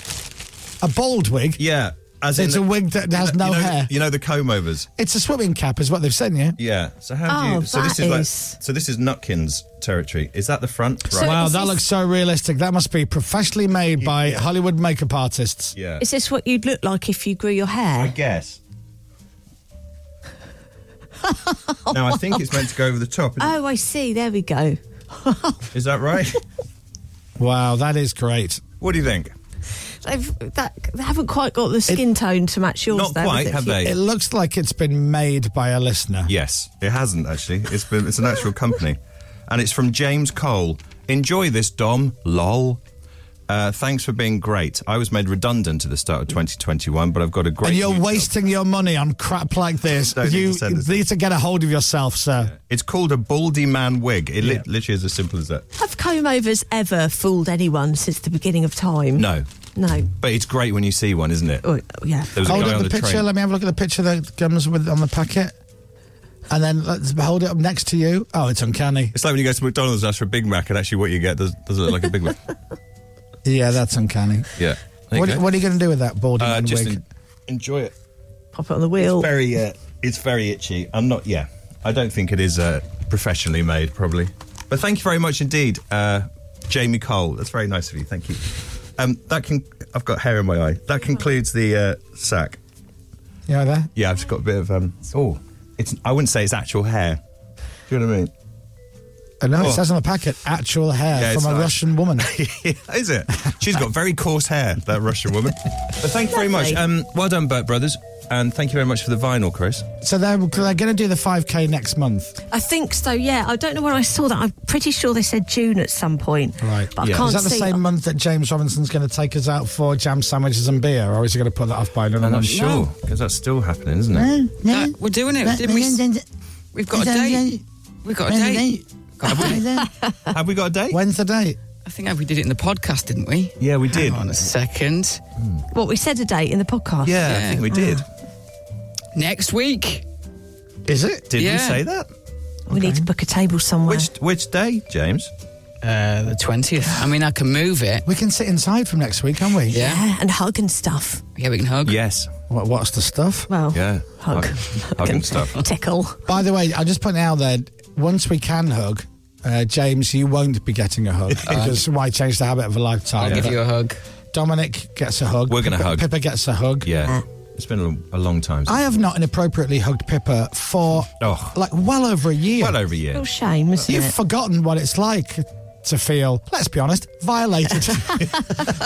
Speaker 15: A bald wig?
Speaker 1: Yeah. As in
Speaker 15: It's a wig that has
Speaker 1: you
Speaker 15: no
Speaker 1: know-
Speaker 15: hair.
Speaker 1: You know the comb overs.
Speaker 15: It's a swimming cap, is what they've sent you.
Speaker 1: Yeah. So how do
Speaker 15: Oh,
Speaker 1: you? So this
Speaker 15: that
Speaker 1: is like.
Speaker 15: is-
Speaker 1: So this is Nutkins territory. Is that the front?
Speaker 3: wow, that looks so realistic. That must be professionally made by Hollywood makeup artists.
Speaker 1: Yeah.
Speaker 4: Is this what you'd look like if you grew your hair?
Speaker 1: guess. now I think it's meant to go over the top. isn't it?
Speaker 4: Oh, I see. There we go.
Speaker 1: Is that right?
Speaker 3: wow, that is great.
Speaker 1: What do you think?
Speaker 4: They've, that, they haven't quite got the skin tone to match yours. though, has it?
Speaker 3: It looks like it's been made by a listener.
Speaker 1: Yes, it hasn't actually. It's been it's an actual company, and it's from James Cole. Enjoy this, Dom. Lol. Uh, thanks for being great. I was made redundant at the start of 2021, but I've got a great.
Speaker 3: and you're
Speaker 1: new-
Speaker 3: wasting your money on crap like this.
Speaker 1: Don't need
Speaker 3: you
Speaker 1: to send us
Speaker 3: need to get a hold of yourself, sir.
Speaker 1: It's called a baldy man wig. It li- literally is as simple as that.
Speaker 4: Have comb overs ever fooled anyone since the beginning of time?
Speaker 1: No,
Speaker 4: No.
Speaker 1: but it's great when you see one, isn't it?
Speaker 4: Oh, yeah.
Speaker 1: There was a
Speaker 3: hold
Speaker 1: guy
Speaker 3: up
Speaker 1: on
Speaker 3: the,
Speaker 1: the
Speaker 3: picture.
Speaker 1: train.
Speaker 3: Let me have a look at the picture that comes with on the packet, and then let's hold it up next to you. Oh, it's uncanny.
Speaker 1: It's like when you go to McDonald's and ask for a Big Mac, and actually what you get does, doesn't look like a Big Mac.
Speaker 3: Yeah, that's uncanny.
Speaker 1: Yeah. There you
Speaker 3: What,
Speaker 1: go.
Speaker 3: what are you going to do with that baldy
Speaker 1: Uh,
Speaker 3: man
Speaker 1: just
Speaker 3: wig?
Speaker 1: en- enjoy it.
Speaker 4: Pop it on the wheel.
Speaker 1: It's very, uh, it's very itchy. I'm not. Yeah, I don't think it is uh, professionally made, probably. But thank you very much indeed, uh, Jamie Cole. That's very nice of you. Thank you. Um, that can. I've got hair in my eye. That concludes the uh, sack.
Speaker 3: You know there.
Speaker 1: Yeah, I've just got a bit of. Um, oh, it's. I wouldn't say it's actual hair. Do you know what I mean?
Speaker 3: Oh, no,
Speaker 1: Oh.
Speaker 3: it says on the packet actual hair
Speaker 1: Yeah, it's
Speaker 3: from a
Speaker 1: nice.
Speaker 3: Russian woman.
Speaker 1: is it? She's got very coarse hair, that Russian woman. But thank you very much. Um, well done, Burt Brothers, and thank you very much for the vinyl, Chris.
Speaker 3: so they're, they're going to do the 5K next month.
Speaker 4: I think so, yeah. I don't know where I saw that. I'm pretty sure they said June at some point.
Speaker 3: Right.
Speaker 4: But I can't
Speaker 3: Is that the
Speaker 4: see.
Speaker 3: same month that James Robinson's going to take us out for jam sandwiches and beer, or is he going to put that off by another
Speaker 1: I'm not
Speaker 3: month?
Speaker 1: sure because that's still happening, isn't it?
Speaker 14: No, we're doing it. Didn't we? s- We've got a date. We've got a date.
Speaker 1: Have we got a date?
Speaker 3: When's the date?
Speaker 14: I think we did it in the podcast, didn't we?
Speaker 1: Yeah, we did.
Speaker 14: Hang on a second.
Speaker 4: Hmm. What, we said a date in the podcast?
Speaker 1: Yeah, I think we did.
Speaker 14: Ah. Next week.
Speaker 3: Is it?
Speaker 1: Did we
Speaker 14: Yeah.
Speaker 1: say that?
Speaker 4: We need to book a table somewhere.
Speaker 1: Which which day, James?
Speaker 14: Uh, the twentieth. I mean, I can move it.
Speaker 3: We can sit inside from next week, can't we?
Speaker 14: Yeah.
Speaker 4: yeah, and hug and stuff.
Speaker 14: Yeah, we can hug.
Speaker 1: Yes.
Speaker 3: What, what's the stuff?
Speaker 4: Well,
Speaker 1: Yeah.
Speaker 4: hug.
Speaker 1: Hug and stuff.
Speaker 4: Tickle.
Speaker 3: By the way, I'll just point out that once we can hug, uh, James, you won't be getting a hug because why change the habit of a lifetime?
Speaker 14: I'll give you a hug.
Speaker 3: Dominic gets a hug.
Speaker 1: We're gonna
Speaker 3: Pippa-
Speaker 1: hug.
Speaker 3: Pippa gets a hug.
Speaker 1: Yeah. It's been a, l- a long time. Since.
Speaker 3: Mm. I have not inappropriately hugged Pippa for
Speaker 1: Oh.
Speaker 3: like well over a year.
Speaker 1: Well over a year.
Speaker 4: Real shame, isn't
Speaker 3: You've
Speaker 4: it?
Speaker 3: forgotten what it's like to feel, let's be honest, violated.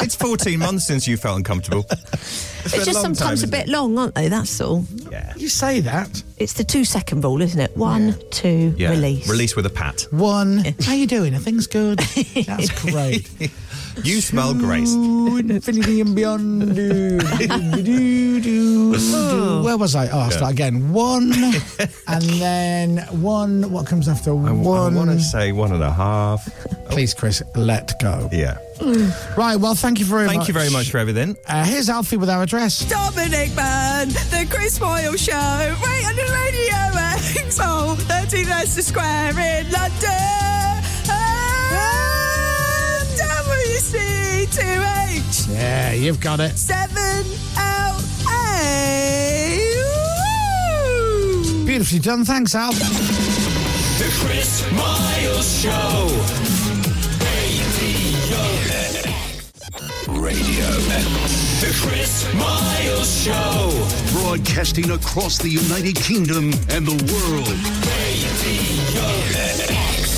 Speaker 1: it's 14 months since you felt uncomfortable.
Speaker 4: It's,
Speaker 1: been a
Speaker 4: just
Speaker 1: long time,
Speaker 4: sometimes
Speaker 1: isn't
Speaker 4: a
Speaker 1: it?
Speaker 4: bit long, aren't they? That's all.
Speaker 1: Yeah.
Speaker 3: you say that.
Speaker 4: It's the two second rule, isn't it? One, two,
Speaker 1: Yeah.
Speaker 4: release.
Speaker 1: Release with a pat.
Speaker 3: One, how you doing? Everything's good. That's great.
Speaker 1: You smell great.
Speaker 3: Ooh, infinity and beyond. Doo, doo, doo, doo, doo. Where was I? Oh, I'll start again. One, and then one. What comes after
Speaker 1: I,
Speaker 3: one?
Speaker 1: want to say one and a half.
Speaker 3: Please, Chris, let go.
Speaker 1: Yeah.
Speaker 3: Right, well, thank you very
Speaker 1: Thank
Speaker 3: much.
Speaker 1: you very much for everything.
Speaker 3: Uh, here's Alfie with our address.
Speaker 16: Dominic Byrne, The Chris Moyle Show, right on the radio at Hall, 30 Leicester Square in London. And WC2H,
Speaker 3: Yeah, you've got it.
Speaker 16: 7LA. Woo!
Speaker 3: Beautifully done. Thanks, Al.
Speaker 7: The Chris Miles Show. Radio
Speaker 9: Radio X.
Speaker 7: The Chris Miles Show.
Speaker 2: Broadcasting across the United Kingdom and the world.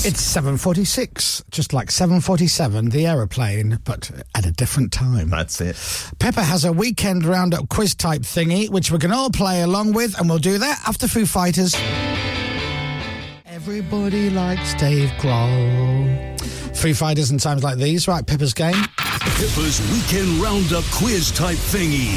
Speaker 3: It's 7.46, just like 7.47, the aeroplane, but at a different time.
Speaker 1: That's it.
Speaker 3: Pepper has a weekend roundup quiz type thingy, which we can all play along with, and we'll do that after Foo Fighters. Everybody likes Dave Grohl. Foo Fighters in times like these, right? Pepper's game.
Speaker 2: Pippa's Weekend Roundup quiz type thingy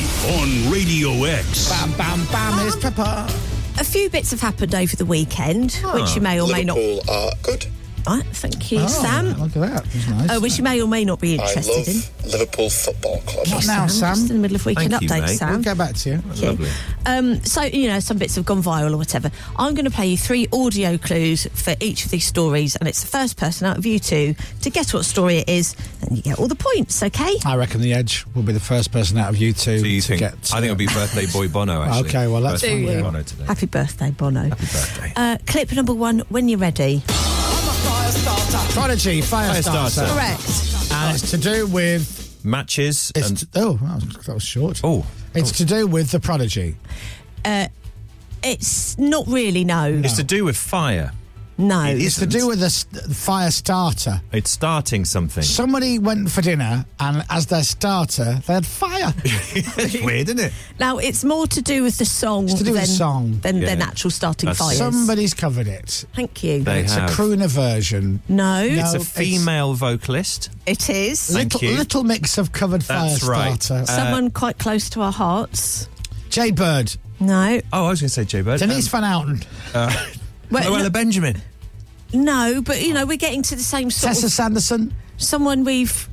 Speaker 2: on Radio X.
Speaker 3: Bam, bam, bam. Here's Pepper. Ah.
Speaker 4: A few bits have happened over the weekend, which you may or may not.
Speaker 17: Liverpool are good.
Speaker 4: Right, thank you,
Speaker 15: Oh,
Speaker 4: Sam.
Speaker 15: Look at that. That's nice.
Speaker 4: Oh, which you may or may not be interested
Speaker 17: I love
Speaker 4: in.
Speaker 17: Liverpool Football Club.
Speaker 4: Not now, Sam. Just in the middle of weekend Thank you, update, mate. Sam.
Speaker 15: We'll get back to you.
Speaker 4: Thank you. Um, so, you know, some bits have gone viral or whatever. I'm going to play you three audio clues for each of these stories, and it's the first person out of you two to guess what story it is, and you get all the points, okay?
Speaker 3: I reckon the Edge will be the first person out of you two
Speaker 1: Do you
Speaker 3: to
Speaker 1: think?
Speaker 3: get.
Speaker 1: I think it'll be birthday boy Bono. Actually,
Speaker 3: Okay, well, let's
Speaker 1: Birthday
Speaker 3: find
Speaker 1: boy
Speaker 3: out.
Speaker 1: Bono today.
Speaker 4: Happy birthday, Bono. Happy birthday. Uh, clip number one when you're ready.
Speaker 3: Prodigy Firestarter.
Speaker 1: Firestarter.
Speaker 4: Correct.
Speaker 3: And it's to do with.
Speaker 1: Matches.
Speaker 3: It's to- oh, that was, that was short.
Speaker 1: Oh,
Speaker 3: it's to do with the Prodigy.
Speaker 4: Uh, it's not really, no.
Speaker 1: It's to do with fire.
Speaker 4: No.
Speaker 1: It
Speaker 3: it's to do with the s- fire starter.
Speaker 1: It's starting something.
Speaker 3: Somebody went for dinner, and as their starter, they had fire.
Speaker 1: it's weird, isn't it?
Speaker 4: Now, it's more to do with the song
Speaker 3: It's to do
Speaker 4: than,
Speaker 3: with the song.
Speaker 4: than,
Speaker 3: Yeah.
Speaker 4: than actual starting
Speaker 3: That's-
Speaker 4: fires.
Speaker 3: Somebody's covered it.
Speaker 4: Thank you.
Speaker 1: They
Speaker 3: it's
Speaker 1: have.
Speaker 3: a crooner version.
Speaker 4: No.
Speaker 1: it's
Speaker 3: No,
Speaker 1: a female vocalist.
Speaker 4: It is.
Speaker 1: Thank
Speaker 3: little,
Speaker 1: you.
Speaker 3: little mix of covered
Speaker 1: That's
Speaker 3: fire
Speaker 1: right.
Speaker 3: starter.
Speaker 1: Uh, Someone
Speaker 4: quite close to our hearts.
Speaker 3: Jay Bird.
Speaker 4: No.
Speaker 1: Oh, I was going to say Jay Bird. Um,
Speaker 3: Denise Van Outen.
Speaker 1: Uh,
Speaker 4: Well,
Speaker 1: Luella
Speaker 4: no-
Speaker 1: Benjamin.
Speaker 4: No, but you know, we're getting to the same sort
Speaker 3: Tessa
Speaker 4: of
Speaker 3: Sanderson.
Speaker 4: Someone we've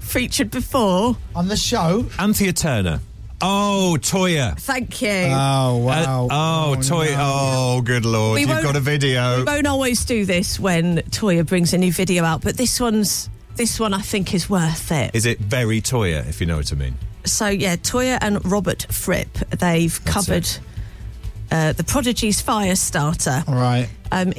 Speaker 4: featured before.
Speaker 3: On the show.
Speaker 1: Anthea Turner. Oh, Toya.
Speaker 4: Thank you.
Speaker 3: Oh, wow.
Speaker 1: oh, Toya. Oh, good lord.
Speaker 4: We
Speaker 1: You've
Speaker 4: won't-
Speaker 1: got a video.
Speaker 4: we won't always do this when Toya brings a new video out, but this one's this one I think is worth it.
Speaker 1: Is it very Toya, if you know what I mean?
Speaker 4: So yeah, Toya and Robert Fripp, they've covered uh, the Prodigy's Firestarter.
Speaker 3: All right.
Speaker 4: Um,
Speaker 1: For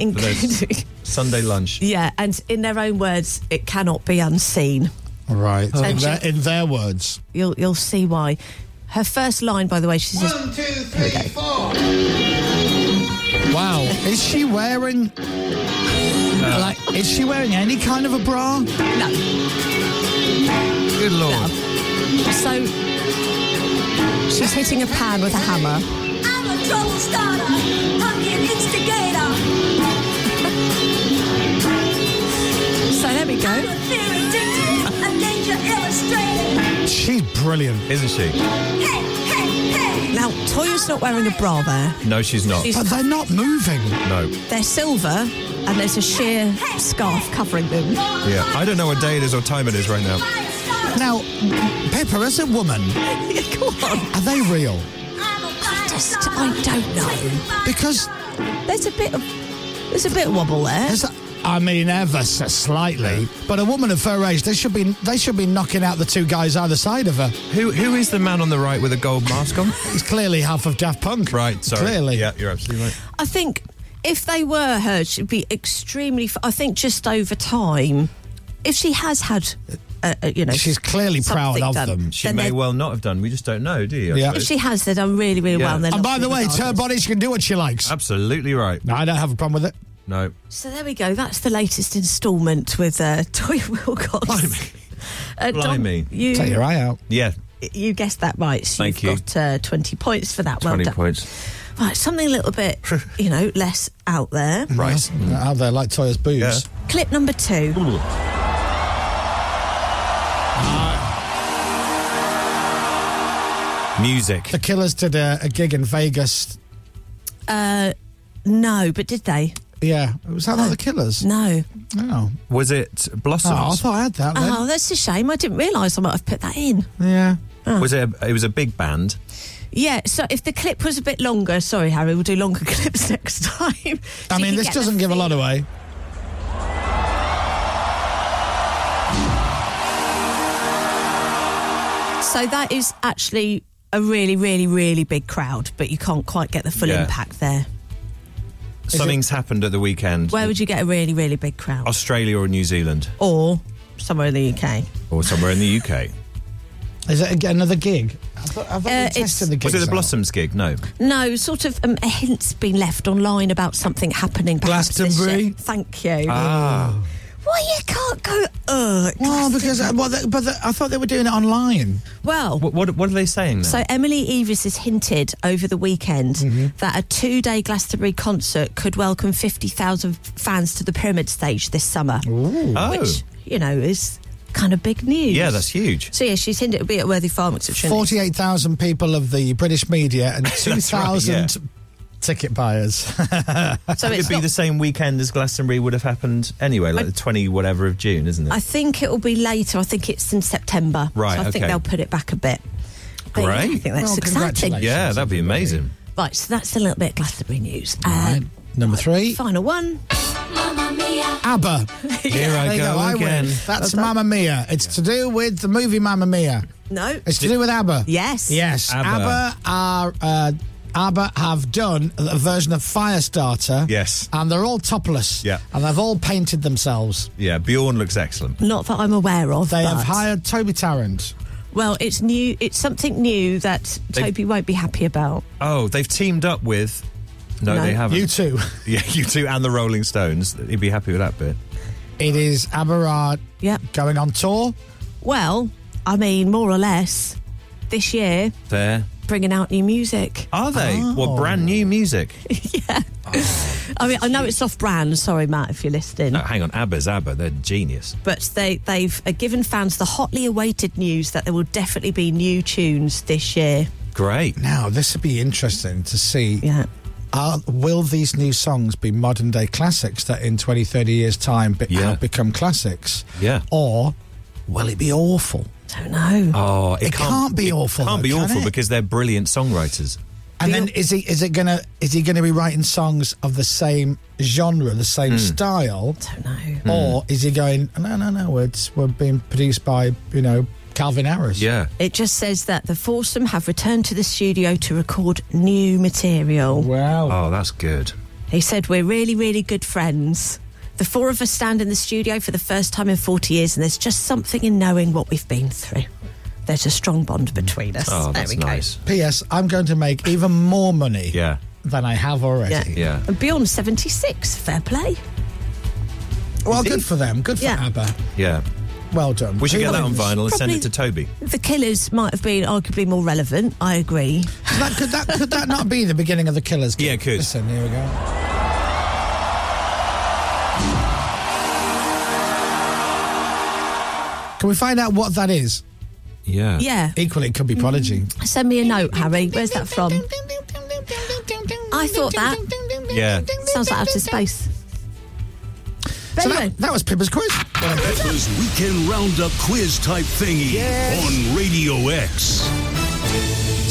Speaker 1: those-
Speaker 4: including
Speaker 1: Sunday lunch.
Speaker 4: yeah, and in their own words, it cannot be unseen.
Speaker 3: All right.
Speaker 4: Oh.
Speaker 3: In,
Speaker 4: And
Speaker 3: their,
Speaker 4: she-
Speaker 3: in their words.
Speaker 4: You'll you'll see why. Her first line, by the way, she says,
Speaker 3: One, two,
Speaker 4: three,
Speaker 3: four. Wow. Is she wearing. Like, is she wearing any kind of a bra?
Speaker 4: No.
Speaker 1: Good lord.
Speaker 4: So she's hitting a pan with a hammer.
Speaker 16: I'm a trouble starter, fucking instigator.
Speaker 4: So there we
Speaker 16: I'm
Speaker 4: go.
Speaker 16: a fear addicted, a danger illustrated.
Speaker 3: She's brilliant.
Speaker 1: Isn't she?
Speaker 16: Hey, hey, hey.
Speaker 4: Now, Toya's not wearing a bra there.
Speaker 1: No, she's not.
Speaker 4: She's-
Speaker 3: But they're not moving.
Speaker 1: No.
Speaker 4: They're silver, and there's a sheer scarf covering them.
Speaker 1: Yeah. I don't know what day it is or time it is right now.
Speaker 3: Now, Pippa, as a woman, are they real?
Speaker 4: I just, I don't know.
Speaker 3: Because
Speaker 4: There's a bit of, there's a bit of wobble there.
Speaker 3: Is that- I mean, ever so slightly. But a woman of her age, they should be they should be knocking out the two guys either side of her.
Speaker 1: Who Who is the man on the right with a gold mask on?
Speaker 3: He's clearly half of Daft Punk.
Speaker 1: Right, sorry.
Speaker 3: Clearly.
Speaker 1: Yeah, you're absolutely right.
Speaker 4: I think if they were her, she'd be extremely. f- I think just over time, if she has had, uh, uh, you know,
Speaker 3: She's clearly proud
Speaker 4: something
Speaker 3: of
Speaker 4: done,
Speaker 3: them.
Speaker 1: She
Speaker 4: then
Speaker 1: may
Speaker 4: they're-
Speaker 1: well not have done. We just don't know, do you? I
Speaker 3: Yeah.
Speaker 4: If
Speaker 1: suppose?
Speaker 4: she has, they've done really, really
Speaker 1: Yeah.
Speaker 4: well. they're
Speaker 3: And by the way,
Speaker 4: lovely
Speaker 3: it's her
Speaker 4: regardless.
Speaker 3: body. She can do what she likes.
Speaker 1: Absolutely right.
Speaker 3: No, I don't have a problem with it.
Speaker 1: No.
Speaker 4: So there we go. That's the latest instalment with uh, Toy Wilcox. Blimey. Uh, Dom,
Speaker 1: Blimey.
Speaker 4: you,
Speaker 3: Take your eye out.
Speaker 1: Yeah.
Speaker 4: you guessed that right. So
Speaker 1: Thank
Speaker 4: you've
Speaker 1: you.
Speaker 4: got uh, 20 points for that. Well
Speaker 1: 20
Speaker 4: done.
Speaker 1: points.
Speaker 4: Right, something a little bit, you know, less out there.
Speaker 1: Right.
Speaker 3: Out there, like Toya's boobs.
Speaker 4: Clip number two.
Speaker 1: Music.
Speaker 3: The Killers did a, a gig in Vegas.
Speaker 4: Uh, no, but did they?
Speaker 3: Yeah, was that not the Killers?
Speaker 4: No.
Speaker 3: No.
Speaker 1: Was it Blossoms?
Speaker 3: Oh, I thought I had that. Then.
Speaker 4: Oh, that's a shame. I didn't realise I might have put that in.
Speaker 3: Yeah.
Speaker 4: Oh.
Speaker 1: Was it? A, it was a big band.
Speaker 4: Yeah, so if the clip was a bit longer, sorry, Harry, we'll do longer clips next time. So you
Speaker 3: I mean,
Speaker 4: can
Speaker 3: this
Speaker 4: get the
Speaker 3: doesn't give a lot away.
Speaker 4: So that is actually a really, really, really big crowd, but you can't quite get the full
Speaker 1: Yeah.
Speaker 4: impact there.
Speaker 1: Something's happened at the weekend.
Speaker 4: Where would you get a really, really big crowd?
Speaker 1: Australia or New Zealand
Speaker 4: Or somewhere in the UK.
Speaker 1: or somewhere in the UK?
Speaker 3: Is it ag- another gig? I thought, I thought
Speaker 4: Uh,
Speaker 3: we
Speaker 4: it's-
Speaker 3: tested the
Speaker 1: Was it
Speaker 3: gigs
Speaker 1: the
Speaker 3: out.
Speaker 1: Blossoms gig? No.
Speaker 4: No, sort of um, a hint's been left online about something happening. perhaps this
Speaker 3: Glastonbury?
Speaker 4: year. Thank you.
Speaker 1: Ah.
Speaker 4: Why you can't go? Uh,
Speaker 3: Well, because uh, well, they, but they, I thought they were doing it online.
Speaker 4: well,
Speaker 1: What, what, what are they saying now?
Speaker 4: So Emily Evis has hinted over the weekend
Speaker 1: Mm-hmm.
Speaker 4: that a two-day Glastonbury concert could welcome fifty thousand fans to the Pyramid Stage this summer,
Speaker 1: Oh.
Speaker 4: which you know is kind of big news.
Speaker 1: yeah, that's huge.
Speaker 4: So yeah, she's hinted it'll be at Worthy Farm, etc.
Speaker 3: Forty-eight thousand people of the British media and two
Speaker 1: right, yeah.
Speaker 3: thousand ticket buyers.
Speaker 1: So it'd be the same weekend as Glastonbury would have happened anyway, like the 20 whatever of June, isn't it?
Speaker 4: I think it will be later. I think it's in September.
Speaker 1: Right,
Speaker 4: So I think
Speaker 1: okay.
Speaker 4: they'll put it back a bit. But yeah, I think that's exciting.
Speaker 1: Yeah, that'd be amazing.
Speaker 4: Right, so that's a little bit of Glastonbury news. Um,
Speaker 3: Number three.
Speaker 4: Final one.
Speaker 3: ABBA.
Speaker 4: Here I
Speaker 3: There you
Speaker 4: go
Speaker 3: I win.
Speaker 4: again.
Speaker 3: That's Mamma Mia. It's to do with the movie Mamma Mia.
Speaker 4: No.
Speaker 3: It's to do with ABBA.
Speaker 4: Yes.
Speaker 3: Yes.
Speaker 4: ABBA.
Speaker 3: ABBA, are. Uh, ABBA have done a version of Firestarter.
Speaker 1: Yes.
Speaker 3: And they're all topless.
Speaker 1: Yeah.
Speaker 3: And they've all painted themselves.
Speaker 1: Yeah, Bjorn looks excellent.
Speaker 4: Not that I'm aware of.
Speaker 3: They have
Speaker 4: but-
Speaker 3: hired Toby Tarrant.
Speaker 4: Well, it's new. It's something new that
Speaker 1: They've-
Speaker 4: Toby won't be happy about.
Speaker 1: Oh, they've teamed up with. No,
Speaker 4: No.
Speaker 1: they haven't.
Speaker 3: You two.
Speaker 1: Yeah, you two and the Rolling Stones. He'd be happy with that bit.
Speaker 3: It is ABBA are going on tour.
Speaker 4: Well, I mean, more or less, this year
Speaker 1: There.
Speaker 4: bringing out new music.
Speaker 1: Are they? Well, brand new music.
Speaker 4: I mean, I know it's off brand. Sorry, Matt, if you're listening.
Speaker 1: No, hang on. ABBA's ABBA. They're genius.
Speaker 4: But they, they've uh, given fans the hotly awaited news that there will definitely be new tunes this year.
Speaker 1: Great.
Speaker 3: Now, this would be interesting to see.
Speaker 4: Yeah.
Speaker 3: Are, will these new songs be modern day classics that in 20, 30 years' time be, have become classics?
Speaker 1: Yeah.
Speaker 3: Or will it be awful?
Speaker 4: Don't know.
Speaker 1: Oh, it,
Speaker 3: It can't be
Speaker 1: it
Speaker 3: awful,
Speaker 1: Can't
Speaker 3: though,
Speaker 1: be
Speaker 3: can
Speaker 1: awful
Speaker 3: it?
Speaker 1: because they're brilliant songwriters.
Speaker 3: And then is he is it gonna is he gonna be writing songs of the same genre, the
Speaker 1: Hmm.
Speaker 3: same style?
Speaker 4: don't
Speaker 1: know.
Speaker 3: Or is he going? No, no, no. It's we're being produced by you know Calvin Harris.
Speaker 1: Yeah.
Speaker 4: It just says that the foursome have returned to the studio to record new material.
Speaker 3: Wow.
Speaker 1: Oh, that's good.
Speaker 4: He said, We're really, really good friends. The four of us stand in the studio for the first time in 40 years, and there's just something in knowing what we've been through. There's a strong bond between us.
Speaker 1: Oh,
Speaker 4: there
Speaker 1: that's
Speaker 4: we go.
Speaker 1: nice.
Speaker 3: P.S. I'm going to make even more money
Speaker 1: Yeah.
Speaker 3: than I have already.
Speaker 4: Yeah. And Beyond 76, fair play.
Speaker 3: Well, good for them. Good for
Speaker 4: Yeah.
Speaker 3: ABBA.
Speaker 1: Yeah.
Speaker 3: Well done.
Speaker 1: We should
Speaker 3: Who
Speaker 1: get that on
Speaker 3: wins?
Speaker 1: vinyl and send
Speaker 4: Probably-
Speaker 1: it to Toby.
Speaker 4: The Killers might have been arguably more relevant. I agree.
Speaker 3: That, could that could that not be the beginning of the Killers? Yeah, it could. Listen, here we go. Can we find out what that is?
Speaker 1: Yeah.
Speaker 4: Yeah.
Speaker 3: Equally, it could be Prodigy.
Speaker 4: Send me a note, Harry. Where's that from? I thought that.
Speaker 3: Yeah.
Speaker 4: Sounds like outer space.
Speaker 3: So that, that was Pippa's quiz.
Speaker 2: Pepper's Weekend Roundup quiz type thingy on Radio X.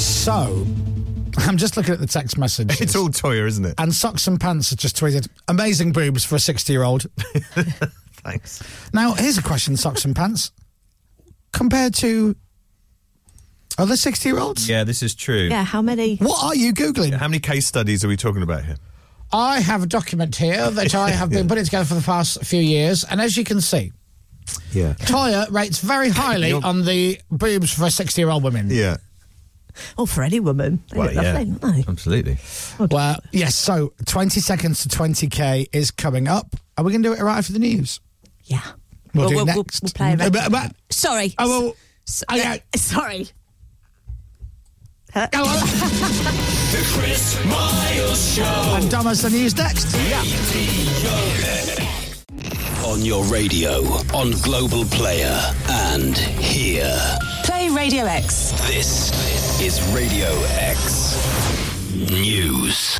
Speaker 3: So, I'm just looking at the text message. It's all
Speaker 1: Toya, isn't it?
Speaker 3: And Socks and Pants has just tweeted, amazing boobs for a 60 year old.
Speaker 1: Thanks.
Speaker 3: Now, here's a question, Socks and Pants. Compared to other 60 year olds?
Speaker 1: Yeah, this is true.
Speaker 4: how many?
Speaker 3: What are you Googling?
Speaker 1: How many case studies are we talking about here?
Speaker 3: I have a document here that I have been putting together for the past few years, and as you can see,
Speaker 1: Yeah.
Speaker 3: Toya rates very highly
Speaker 1: You're-
Speaker 3: on the boobs for 60 year old women.
Speaker 1: Yeah.
Speaker 4: Oh, for any woman. They
Speaker 3: Well,
Speaker 4: look lovely,
Speaker 3: yeah.
Speaker 4: don't they?
Speaker 1: Absolutely.
Speaker 3: Well, yes, so 20 seconds to 20K is coming up. Are we going to do it right after the news?
Speaker 4: Yeah.
Speaker 3: We'll, do
Speaker 4: we'll,
Speaker 3: next.
Speaker 4: we'll- we'll play
Speaker 3: Uh,
Speaker 4: around.
Speaker 3: but- but-
Speaker 4: Sorry.
Speaker 3: Oh, well,
Speaker 4: S-
Speaker 3: I-
Speaker 4: uh, sorry. Huh?
Speaker 7: The Chris Miles Show.
Speaker 3: and Thomas, the news next.
Speaker 9: On your radio, on Global Player, and here.
Speaker 17: Play Radio X.
Speaker 9: This is Radio X News.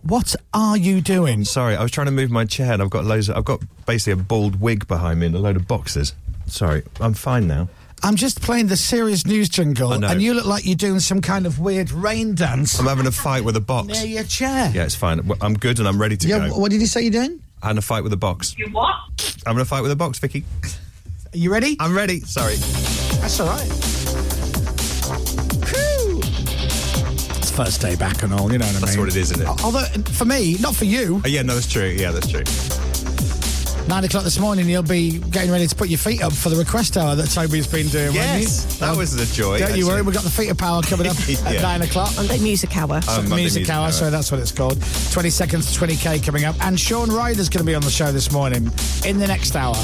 Speaker 3: What are you doing?
Speaker 1: Sorry, I was trying to move my chair and I've got loads of, I've got basically a bald wig behind me and a load of boxes. Sorry, I'm fine now.
Speaker 3: I'm just playing the serious news jingle,
Speaker 1: I know.
Speaker 3: and you look like you're doing some kind of weird rain dance
Speaker 1: I'm having a fight with a box.
Speaker 3: near your chair.
Speaker 1: Yeah, it's fine. Well, I'm good and I'm ready to
Speaker 3: Yeah,
Speaker 1: go.
Speaker 3: what did you say you're doing?
Speaker 1: And a fight with a box.
Speaker 3: You what?
Speaker 1: I'm gonna fight with a box, Vicky.
Speaker 3: Are you ready?
Speaker 1: I'm ready. Sorry.
Speaker 3: That's all right. It's first day back and all, you know what I
Speaker 1: That's
Speaker 3: mean?
Speaker 1: what Oh, it is, isn't it?
Speaker 3: Although, for me, not for you.
Speaker 1: Oh, yeah, no, that's true. Yeah, that's true.
Speaker 3: Nine o'clock this morning, you'll be getting ready to put your feet up for the request hour that Toby's been doing. won't
Speaker 1: Yes,
Speaker 3: you?
Speaker 1: that
Speaker 3: Um,
Speaker 1: was the joy,
Speaker 3: Don't you worry,
Speaker 1: actually.
Speaker 3: we've got the feet up hour coming up
Speaker 1: Yeah. Oh,
Speaker 3: at nine o'clock.
Speaker 4: Monday Music Hour.
Speaker 3: So-
Speaker 1: Monday
Speaker 3: music,
Speaker 1: Music
Speaker 3: hour,
Speaker 1: Hour.
Speaker 3: so that's what it's called. 20 seconds to 20k coming up. And Sean Ryder's going to be on the show this morning in the next hour.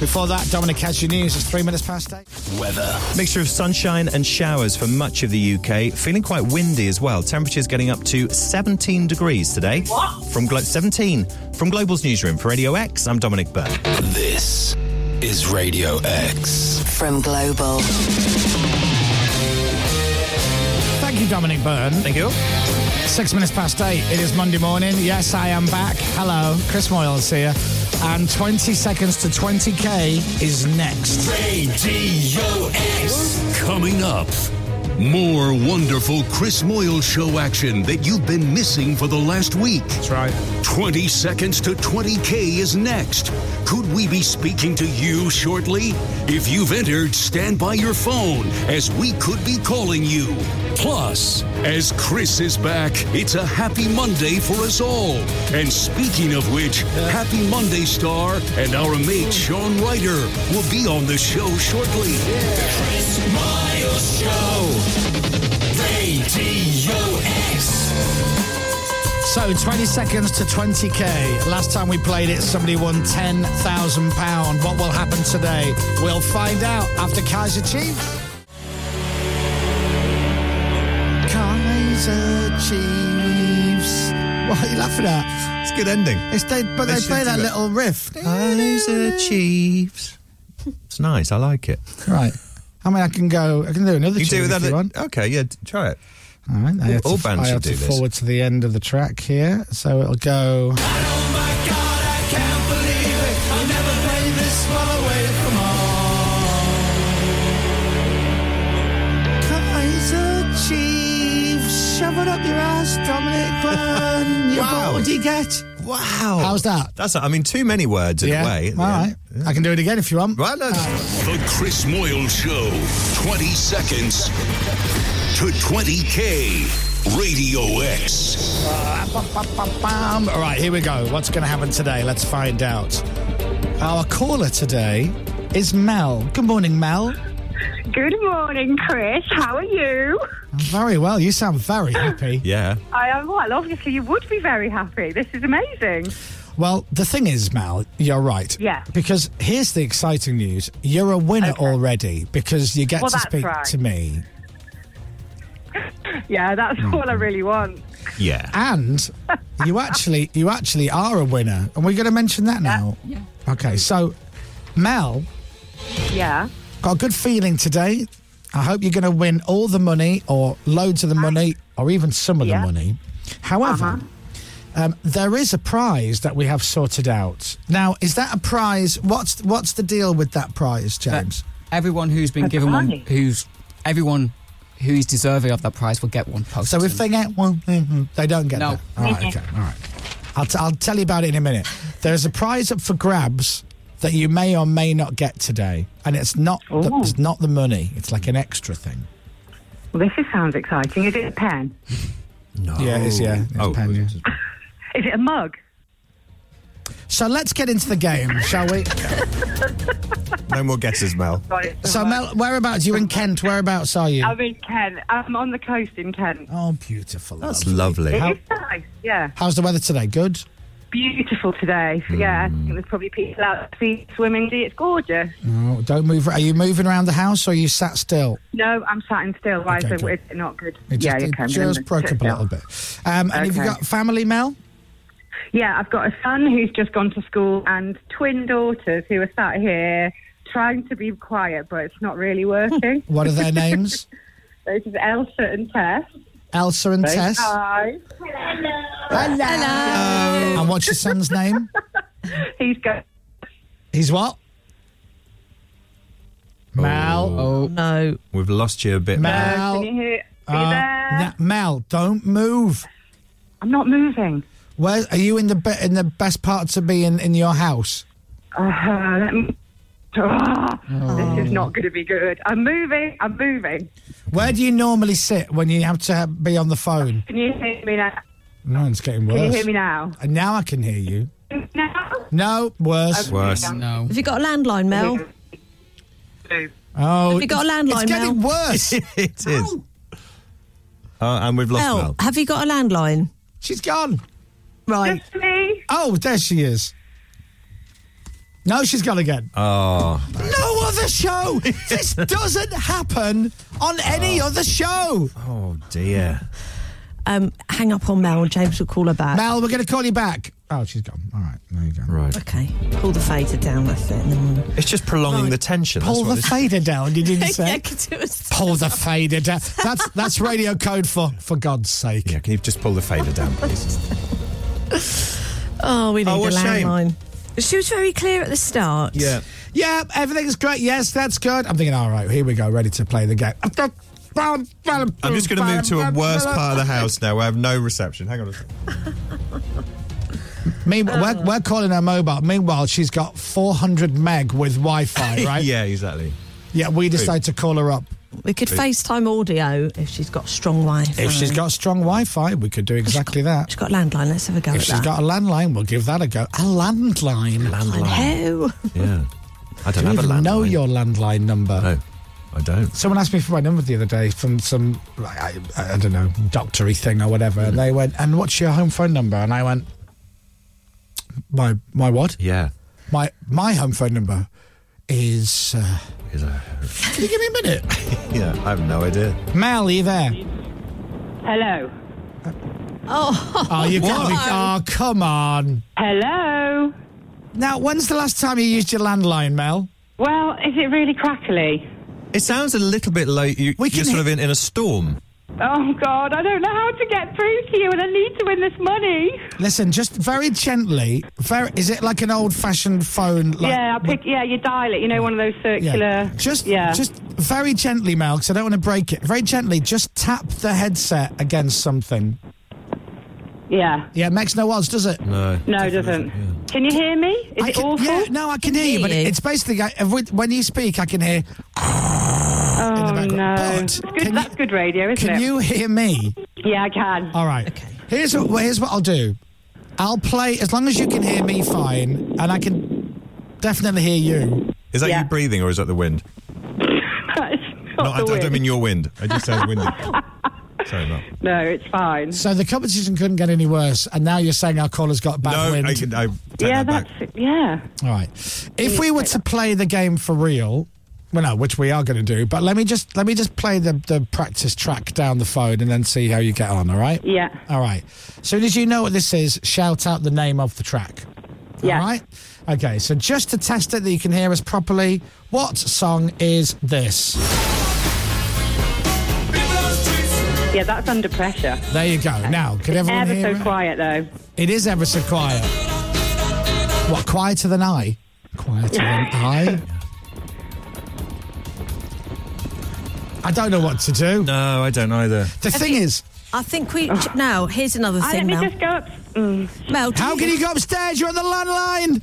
Speaker 3: Before that, Dominic has your news. It's three minutes past eight.
Speaker 1: Weather. Mixture of sunshine and showers for much of the UK. Feeling quite windy as well. Temperatures getting up to 17 degrees today. What? From Glo- 17 from Global's newsroom for Radio X. I'm Dominic Byrne.
Speaker 9: This is Radio X.
Speaker 11: From Global.
Speaker 3: Thank you, Dominic Byrne. Thank
Speaker 1: you.
Speaker 3: Six minutes past eight. It is Monday morning. Yes, I am back. Hello, Chris Moyle's here. And 20 seconds to 20k is next.
Speaker 2: Radio X. Coming up, more wonderful Chris Moyle show action that you've been missing for the last week. That's
Speaker 3: right.
Speaker 2: 20 seconds to 20K is next. Could we be speaking to you shortly? If you've entered, stand by your phone as we could be calling you. Plus, as Chris is back, it's a happy Monday for us all. And speaking of which, happy Monday star and our mate Sean Ryder will be on the show shortly.
Speaker 7: Chris Miles Show. Radio X.
Speaker 3: So 20 seconds to 20k. Last time we played it, somebody won £10,000. What will happen today? We'll find out after Kaiser Chiefs.
Speaker 15: Kaiser Chiefs. What are you laughing at?
Speaker 1: It's a good ending.
Speaker 15: It's they, but they,
Speaker 1: They should
Speaker 15: play that
Speaker 1: do it.
Speaker 15: little riff.
Speaker 1: Kaiser Chiefs. It's nice. I like it.
Speaker 3: Right. I mean, I can go. I can do another.
Speaker 1: You
Speaker 3: tune
Speaker 1: do
Speaker 3: if
Speaker 1: that.
Speaker 3: you want.
Speaker 1: Okay, yeah, try it.
Speaker 3: All right. I have
Speaker 1: All
Speaker 3: to,
Speaker 1: bands
Speaker 3: I
Speaker 1: should
Speaker 3: have to
Speaker 1: do this.
Speaker 3: forward to the end of the track here, so it'll go.
Speaker 15: Kaiser Chiefs. Shove it up your ass, Dominic Byrne. Your
Speaker 1: Wow.
Speaker 15: body get.
Speaker 1: Wow.
Speaker 3: How's that?
Speaker 1: That's. I mean, too many words in
Speaker 3: Yeah.
Speaker 1: a way.
Speaker 3: All right. I can do it again if you want.
Speaker 1: Right. No,
Speaker 2: The Chris Moyle Show, 20 seconds to 20K. Radio X.
Speaker 3: Bam. All right, here we go. What's going to happen today? Let's find out. Our caller today is Mel. Good morning, Mel.
Speaker 18: Good morning, Chris. How are you?
Speaker 3: Very well. You sound very happy.
Speaker 1: Yeah.
Speaker 18: I am well. Obviously, you would be very happy. This is amazing.
Speaker 3: Well, the thing is, Mal, you're right.
Speaker 18: Yeah.
Speaker 3: Because here's the exciting news you're a winner already because you get
Speaker 18: Well,
Speaker 3: to
Speaker 18: that's
Speaker 3: speak
Speaker 18: right.
Speaker 3: to me.
Speaker 18: Yeah, that's
Speaker 3: Mm.
Speaker 18: all I really want.
Speaker 1: Yeah.
Speaker 3: And you actually you actually are a winner. And we're going to mention that now. Yeah. Okay. So Mel
Speaker 18: Yeah.
Speaker 3: got a good feeling today. I hope you're going to win all the money or loads of the money or even some of the money. However, um, there is a prize that we have sorted out. Now, is that a prize? What's what's the deal with that prize, James?
Speaker 19: Everyone who's been
Speaker 3: A
Speaker 19: given one,
Speaker 3: prize?
Speaker 19: who's everyone who is deserving of that prize will get one post.
Speaker 3: So if they get one, mhm, they don't get
Speaker 19: No.
Speaker 3: that. All right, okay, all right. I'll, t- I'll tell you about it in a minute. There's a prize up for grabs that you may or may not get today, and it's not the,
Speaker 18: Ooh.
Speaker 3: it's not the money. It's like an extra thing.
Speaker 18: Well, this is, sounds exciting. Is it a pen?
Speaker 3: No. Oh. Yeah, it is. Yeah. It's a pen, yeah.
Speaker 18: Is it a mug?
Speaker 3: So let's get into the game, shall we? Uh,
Speaker 1: no more guesses, Mel.
Speaker 3: So Mel, whereabouts? You in Kent? Whereabouts are you?
Speaker 18: I'm in Kent. I'm on the coast in Kent.
Speaker 3: Oh, beautiful. That's
Speaker 1: lovely.
Speaker 18: It
Speaker 3: How-
Speaker 18: is nice, yeah.
Speaker 3: how's the weather today? Good.
Speaker 18: Beautiful today.
Speaker 3: Mm.
Speaker 18: So, yeah, I think there's probably people out at the sea swimming. It's gorgeous.
Speaker 3: No, don't move. Are you moving around the house or are you sat still?
Speaker 18: No, I'm sat in still. Why
Speaker 3: Okay,
Speaker 18: is
Speaker 3: good.
Speaker 18: it it's not good?
Speaker 3: It
Speaker 18: yeah,
Speaker 3: just,
Speaker 18: you
Speaker 3: it
Speaker 18: can
Speaker 3: just
Speaker 18: then.
Speaker 3: broke up a little bit. Um, and have you
Speaker 18: Okay.
Speaker 3: got family, Mel?
Speaker 18: Yeah, I've got a son who's just gone to school and twin daughters who are sat here trying to be quiet, but it's not really working.
Speaker 3: What are their names?
Speaker 18: This is Elsa and Tess.
Speaker 3: Elsa and
Speaker 18: Say
Speaker 3: Tess.
Speaker 18: Hi. Hello. Hello.
Speaker 3: And what's your son's name?
Speaker 18: He's going.
Speaker 3: He's what? Mel.
Speaker 1: Oh
Speaker 4: no.
Speaker 1: We've lost you a bit.
Speaker 3: Mel.
Speaker 18: Can you hear? Are you
Speaker 3: Uh,
Speaker 18: there?
Speaker 3: na- Mel, don't move.
Speaker 18: I'm not moving.
Speaker 3: Where are you in the be- in the best part to be in, in your house?
Speaker 18: Uh, let me- Ah,
Speaker 3: Oh.
Speaker 18: This is not going to be good. I'm moving. I'm moving.
Speaker 3: Where do you normally sit when you have to ha- be on the phone?
Speaker 18: Can you hear me now?
Speaker 3: No, it's getting worse.
Speaker 18: Can you hear me now?
Speaker 3: And now I can hear you.
Speaker 18: Now?
Speaker 3: No, worse.
Speaker 18: Okay, Worse. now.
Speaker 4: Have you got a landline, Mel?
Speaker 3: Oh,
Speaker 4: Have you got a landline,
Speaker 3: It's getting
Speaker 4: Mel?
Speaker 3: worse.
Speaker 1: it is. Uh, and we've lost
Speaker 4: Mel,
Speaker 1: Mel.
Speaker 4: have you got a landline?
Speaker 3: She's gone.
Speaker 4: Right.
Speaker 3: Oh, there she is. No, she's gone again.
Speaker 1: Oh.
Speaker 3: No other show. this doesn't happen on any other show.
Speaker 1: Oh dear.
Speaker 4: Um, hang up on Mel and James will call her back.
Speaker 3: Mel, we're going to call you back. Oh, she's gone. All right, there you go.
Speaker 1: Right.
Speaker 4: Okay. Pull the fader down. That's it. And then we'll-
Speaker 1: It's just prolonging the tension.
Speaker 3: Pull the
Speaker 1: that's what
Speaker 3: fader down. You didn't
Speaker 4: yeah,
Speaker 3: say.
Speaker 4: 'cause it was
Speaker 3: Pull the fader down. That's that's radio code for for God's sake.
Speaker 1: Yeah, can you just pull the fader down, please?
Speaker 4: Oh, we need
Speaker 3: Oh,
Speaker 4: a
Speaker 3: what shame.
Speaker 4: landmine. She was very clear at the start.
Speaker 3: Yeah, everything's great. Yes, that's good. I'm thinking, all right, here we go, ready to play the game. I'm
Speaker 1: I'm
Speaker 3: just
Speaker 1: just going to move to a worse part of the house now where I have no reception. Hang on a second.
Speaker 3: Meanwhile,
Speaker 1: Oh.
Speaker 3: we're, we're calling her mobile. Meanwhile, she's got 400 meg with Wi Fi, right?
Speaker 1: yeah, exactly.
Speaker 3: Yeah, we
Speaker 1: True.
Speaker 3: decide to call her up.
Speaker 4: We could FaceTime audio if she's got strong life.
Speaker 3: If she's got strong Wi Fi, we could do exactly that.
Speaker 4: She's got a landline. Let's have a go
Speaker 3: If
Speaker 4: at
Speaker 3: she's
Speaker 4: that.
Speaker 3: got a landline, we'll give that a go. A landline.
Speaker 4: Hello.
Speaker 1: Yeah. I
Speaker 3: don't even know your landline number. No,
Speaker 1: I don't.
Speaker 3: Someone asked me for my number the other day from some, I, I, I don't know, doctory thing or whatever.
Speaker 1: Hmm.
Speaker 3: And they went, and what's your home phone number? And I went, my my what?
Speaker 1: Yeah.
Speaker 3: My my home phone number is. Uh,
Speaker 1: is a...
Speaker 3: Can you give me a minute?
Speaker 1: Yeah, I have no idea.
Speaker 3: Mel, are you there?
Speaker 18: Hello.
Speaker 4: Oh,
Speaker 3: Oh, you got me. Oh, come on.
Speaker 18: Hello.
Speaker 3: Now, when's the last time you used your landline, Mel?
Speaker 18: Well, is it really crackly?
Speaker 1: It sounds a little bit like you, you're sort of in, in a storm.
Speaker 18: Oh God, I don't know how to get through to you, and I need to win this money.
Speaker 3: Listen, just very gently. Very, is it like an old-fashioned phone? Like,
Speaker 18: yeah, I pick. Yeah, you dial it. You know, one of those
Speaker 3: Yeah.
Speaker 18: circular.
Speaker 3: Just,
Speaker 18: yeah.
Speaker 3: just very gently, Mel, because I don't want to break it. Very gently, just tap the headset against something.
Speaker 18: yeah.
Speaker 3: Yeah, it makes no odds, does it?
Speaker 1: No.
Speaker 18: No, it doesn't. Can you hear me? Is
Speaker 3: I
Speaker 18: it
Speaker 3: can-
Speaker 18: awful?
Speaker 3: Yeah, no, I can, hear, you, but it- it's basically I, every- when you speak, I can hear.
Speaker 18: oh no, it's good, that's good radio, isn't
Speaker 3: Can
Speaker 18: it?
Speaker 3: you hear me?
Speaker 18: Yeah, I can.
Speaker 3: All right. Okay. Here's what. Here's what I'll do. I'll play as long as you can hear me fine, and I can definitely hear you.
Speaker 1: Is that you breathing or is that the wind?
Speaker 18: not
Speaker 1: no, I,
Speaker 18: the
Speaker 1: don't- I don't
Speaker 18: wind.
Speaker 1: mean your wind. I just sound windy. Sorry, Mel.
Speaker 18: No, it's fine.
Speaker 3: So the competition couldn't get any worse, and now you're saying our caller's got bad
Speaker 1: No,
Speaker 3: wind.
Speaker 1: I, can- I take
Speaker 18: yeah,
Speaker 1: that back.
Speaker 18: that's yeah.
Speaker 3: All right. If we were to play the game for real, well, no, which we are going to do, but let me just let me just play the the practice track down the phone and then see how you get on. All right.
Speaker 18: Yeah.
Speaker 3: All right. Soon as you know what this is, shout out the name of the track.
Speaker 18: Yeah.
Speaker 3: All right. Okay. So just to test it that you can hear us properly, what song is this?
Speaker 18: Yeah, that's under pressure.
Speaker 3: There you go. Now, could everyone
Speaker 18: Ever
Speaker 3: hear
Speaker 18: so
Speaker 3: it?
Speaker 18: quiet though.
Speaker 3: It is ever so quiet. What? Quieter than I. Quieter than I. I don't know what to do.
Speaker 1: No, I don't either.
Speaker 3: The thing is,
Speaker 4: I think we now. Here's another
Speaker 18: I
Speaker 4: thing.
Speaker 18: Oh, let me
Speaker 4: Mel.
Speaker 18: just go up. Mm.
Speaker 4: Mel,
Speaker 3: how can you go upstairs? You're on the landline.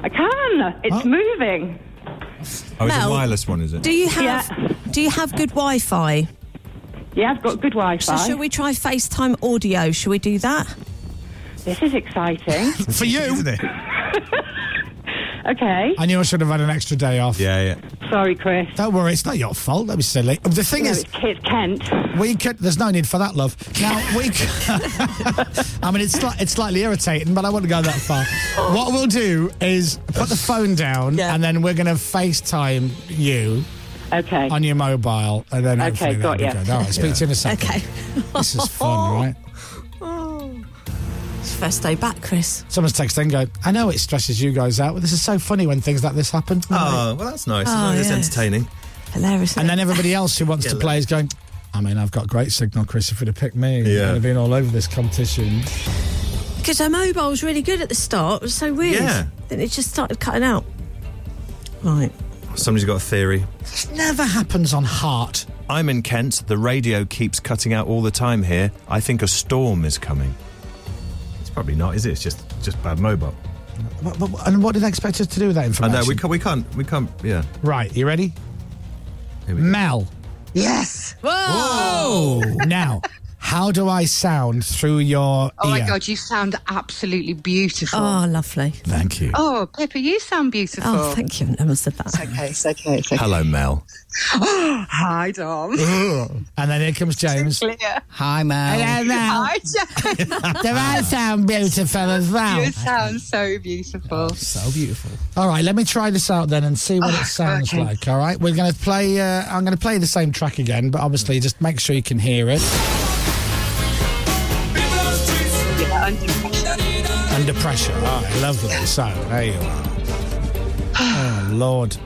Speaker 18: I can. It's moving.
Speaker 1: Oh, it's
Speaker 4: Mel,
Speaker 1: a wireless one, is it?
Speaker 4: Do you have Do you have good Wi-Fi?
Speaker 18: Yeah, I've got good Wi-Fi.
Speaker 4: So should we try FaceTime audio? Should we do that?
Speaker 18: This is exciting.
Speaker 3: For you. Isn't
Speaker 1: it?
Speaker 18: okay.
Speaker 3: I knew I should have had an extra day off.
Speaker 1: Yeah, yeah.
Speaker 18: Sorry, Chris.
Speaker 3: Don't worry, it's not your fault. Don't be silly. The thing
Speaker 18: No,
Speaker 3: is,
Speaker 18: it's Kit Kent.
Speaker 3: we could. There's no need for that, love. Now we. c- I mean, it's sli- it's slightly irritating, but I wouldn't go that far. what we'll do is put the phone down, and then we're going to FaceTime you.
Speaker 18: Okay.
Speaker 3: On your mobile, and then
Speaker 18: Okay,
Speaker 3: hopefully
Speaker 18: got
Speaker 3: that'll
Speaker 18: ya.
Speaker 3: be good. All right, speak to you in a second.
Speaker 4: Okay. Oh.
Speaker 3: This is fun, right?
Speaker 4: It's first day back, Chris.
Speaker 3: Someone's texting going, I know it stresses you guys out, but this is so funny when things like this happen.
Speaker 1: Oh, well, that's nice.
Speaker 4: Oh,
Speaker 1: it's
Speaker 4: yes.
Speaker 1: entertaining.
Speaker 4: Hilarious.
Speaker 3: And then everybody else who wants to play is going, I mean, I've got great signal, Chris. If you'd have picked me,
Speaker 1: Yeah.
Speaker 3: I'd have been all over this competition.
Speaker 4: Because her mobile was really good at the start. It was so weird.
Speaker 1: Yeah.
Speaker 4: Then it just started cutting out. Right.
Speaker 1: Somebody's got a theory.
Speaker 3: This never happens on Heart.
Speaker 1: I'm in Kent. The radio keeps cutting out all the time here. I think a storm is coming. It's probably not, is it? It's just just bad mobile.
Speaker 3: What, what- and what did they expect us to do with that
Speaker 1: I
Speaker 3: information?
Speaker 1: know we can't. We can't. We can't. Yeah.
Speaker 3: Right, you ready? Mel. Yes. Whoa. now, how do I sound through your
Speaker 20: Oh
Speaker 3: ear?
Speaker 20: my God, you sound absolutely beautiful.
Speaker 4: Oh, lovely.
Speaker 1: Thank you.
Speaker 20: Oh, Pippa, you sound beautiful.
Speaker 4: Oh, thank you. No one said that.
Speaker 20: Okay, it's okay. It's okay.
Speaker 1: Hello, Mel.
Speaker 20: Oh, hi, Dom.
Speaker 3: and then here comes James.
Speaker 21: Hi, Mel.
Speaker 3: Hello, Mel.
Speaker 20: Hi, Jack.
Speaker 3: Do I sound beautiful as well?
Speaker 20: You sound so
Speaker 3: Oh,
Speaker 20: beautiful.
Speaker 21: So beautiful.
Speaker 3: All right, let me try this out then and see what it sounds
Speaker 20: okay.
Speaker 3: like. All right, we're going to play. Uh, I'm going to play the same track again, but obviously, just make sure you can hear it.
Speaker 20: Yeah, under pressure.
Speaker 3: A Under pressure. All right, lovely. So, there you are. Oh, Lord.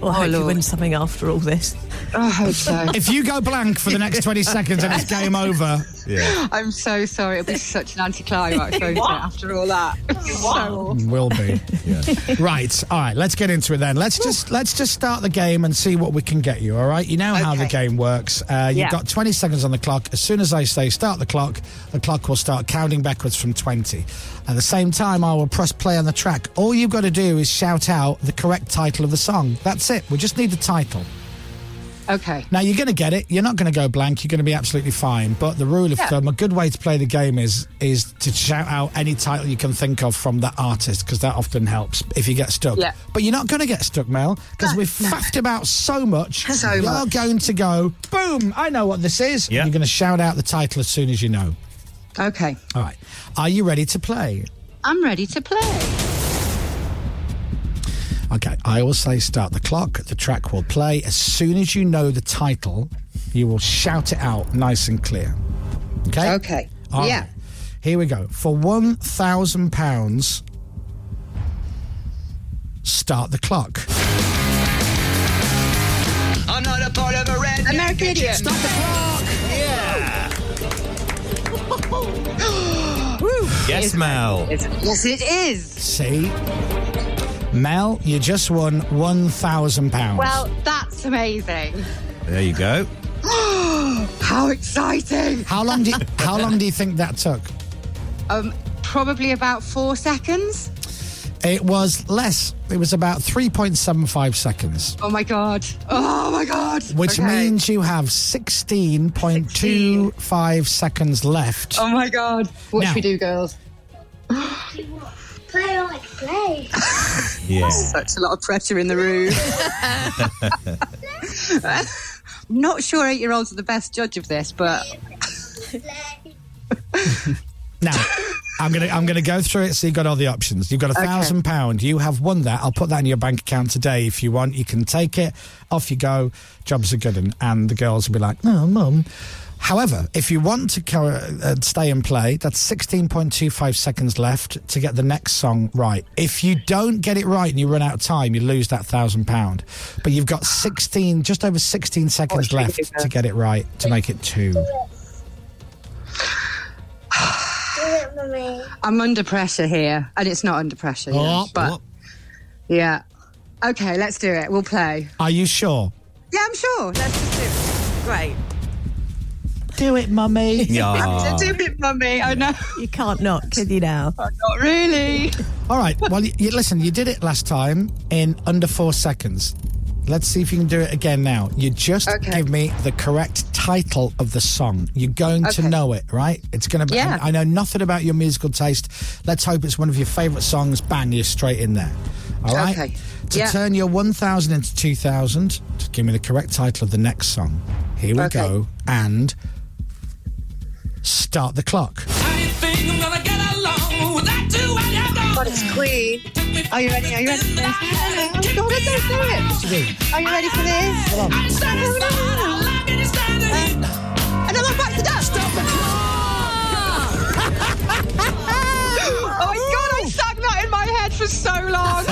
Speaker 4: Well, I hope you win something after all this.
Speaker 20: Oh, I hope so.
Speaker 3: If you go blank for the next 20 seconds and it's game over.
Speaker 20: I'm so sorry. It'll be such an anticlimax won't it,
Speaker 3: What?
Speaker 20: after all that. So awful.
Speaker 3: Will be. Right. All right. Let's get into it then. Let's just let's just start the game and see what we can get you. All right. You know how the game works. Uh, you've
Speaker 20: Yeah.
Speaker 3: got 20 seconds on the clock. As soon as I say start the clock, the clock will start counting backwards from 20. At the same time, I will press play on the track. All you've got to do is shout out the correct title of the song. That's it. We just need the title.
Speaker 20: Okay.
Speaker 3: Now you're going to get it. You're not going to go blank. You're going to be absolutely fine. But the rule of
Speaker 20: Yeah.
Speaker 3: thumb, a good way to play the game is is to shout out any title you can think of from that artist because that often helps if you get stuck.
Speaker 20: Yeah.
Speaker 3: But you're not going to get stuck, Mel, because we've faffed about so much.
Speaker 20: So
Speaker 3: you're
Speaker 20: much.
Speaker 3: going to go boom. I know what this is. and You're going to shout out the title as soon as you know.
Speaker 20: Okay.
Speaker 3: All right. Are you ready to play?
Speaker 20: I'm ready to play.
Speaker 3: Okay, I will say start the clock. The track will play. As soon as you know the title, you will shout it out nice and clear. Okay?
Speaker 20: Okay.
Speaker 3: All
Speaker 20: Yeah.
Speaker 3: right. Here we go. For £1,000, start the clock.
Speaker 7: I'm not a part of a red
Speaker 20: American Idiot.
Speaker 7: Stop the clock. Yeah.
Speaker 1: Yes, Mel.
Speaker 20: Yes, it is.
Speaker 3: See? Mel, you just won £1,000.
Speaker 20: Well, that's amazing.
Speaker 1: There you go.
Speaker 20: How exciting!
Speaker 3: How long do you, how long do you think that took?
Speaker 20: Um, probably about four seconds.
Speaker 3: It was less. It was about 3.75 seconds.
Speaker 20: Oh my god! Oh my god!
Speaker 3: Which
Speaker 20: Okay.
Speaker 3: means you have 16.25 seconds left.
Speaker 20: Oh my god! What
Speaker 3: Now-
Speaker 20: should we do, girls?
Speaker 7: Play like play.
Speaker 1: Yeah.
Speaker 20: Such a lot of pressure in the room. Not sure eight-year-olds are the best judge of this, but
Speaker 3: Now, I'm gonna I'm gonna go through it. So you've got all the options. You've got a
Speaker 20: Okay.
Speaker 3: thousand pound. You have won that. I'll put that in your bank account today if you want. You can take it. Off you go. Jobs are good, and, and the girls will be like, "No, mum." However, if you want to co- uh, stay and play, that's 16.25 seconds left to get the next song right. If you don't get it right and you run out of time, you lose that thousand pound. But you've got 16, just over 16
Speaker 20: Oh,
Speaker 3: seconds left to get it right to make it two.
Speaker 20: I'm under pressure here, and it's not under pressure. you know,
Speaker 3: Oh,
Speaker 20: but
Speaker 3: oh.
Speaker 20: yeah, okay, let's do it. We'll play.
Speaker 3: Are you sure?
Speaker 20: Yeah, I'm sure. Let's just do it. Great.
Speaker 15: Do it, mummy.
Speaker 20: I'm do it, mummy. I know. Oh,
Speaker 4: You can't not, can you now?
Speaker 20: Not really.
Speaker 3: All right. Well, you, you, listen, you did it last time in under four seconds. Let's see if you can do it again now. You just give me the correct title of the song. You're going to know it, right? It's going to be.
Speaker 20: Yeah.
Speaker 3: I know nothing about your musical taste. Let's hope it's one of your favourite songs. Bang, you're straight in there. All right.
Speaker 20: Okay.
Speaker 3: To
Speaker 20: Yeah.
Speaker 3: turn your 1,000 into 2,000, just give me the correct title of the next song. Here we go. And start the clock.
Speaker 20: But it's Queen. Are you ready? Are you ready for this? God, let's just do it. Are you ready for this? Uh, And then I'm back to dust. Stop the Oh my god, I sang that in my head for so long.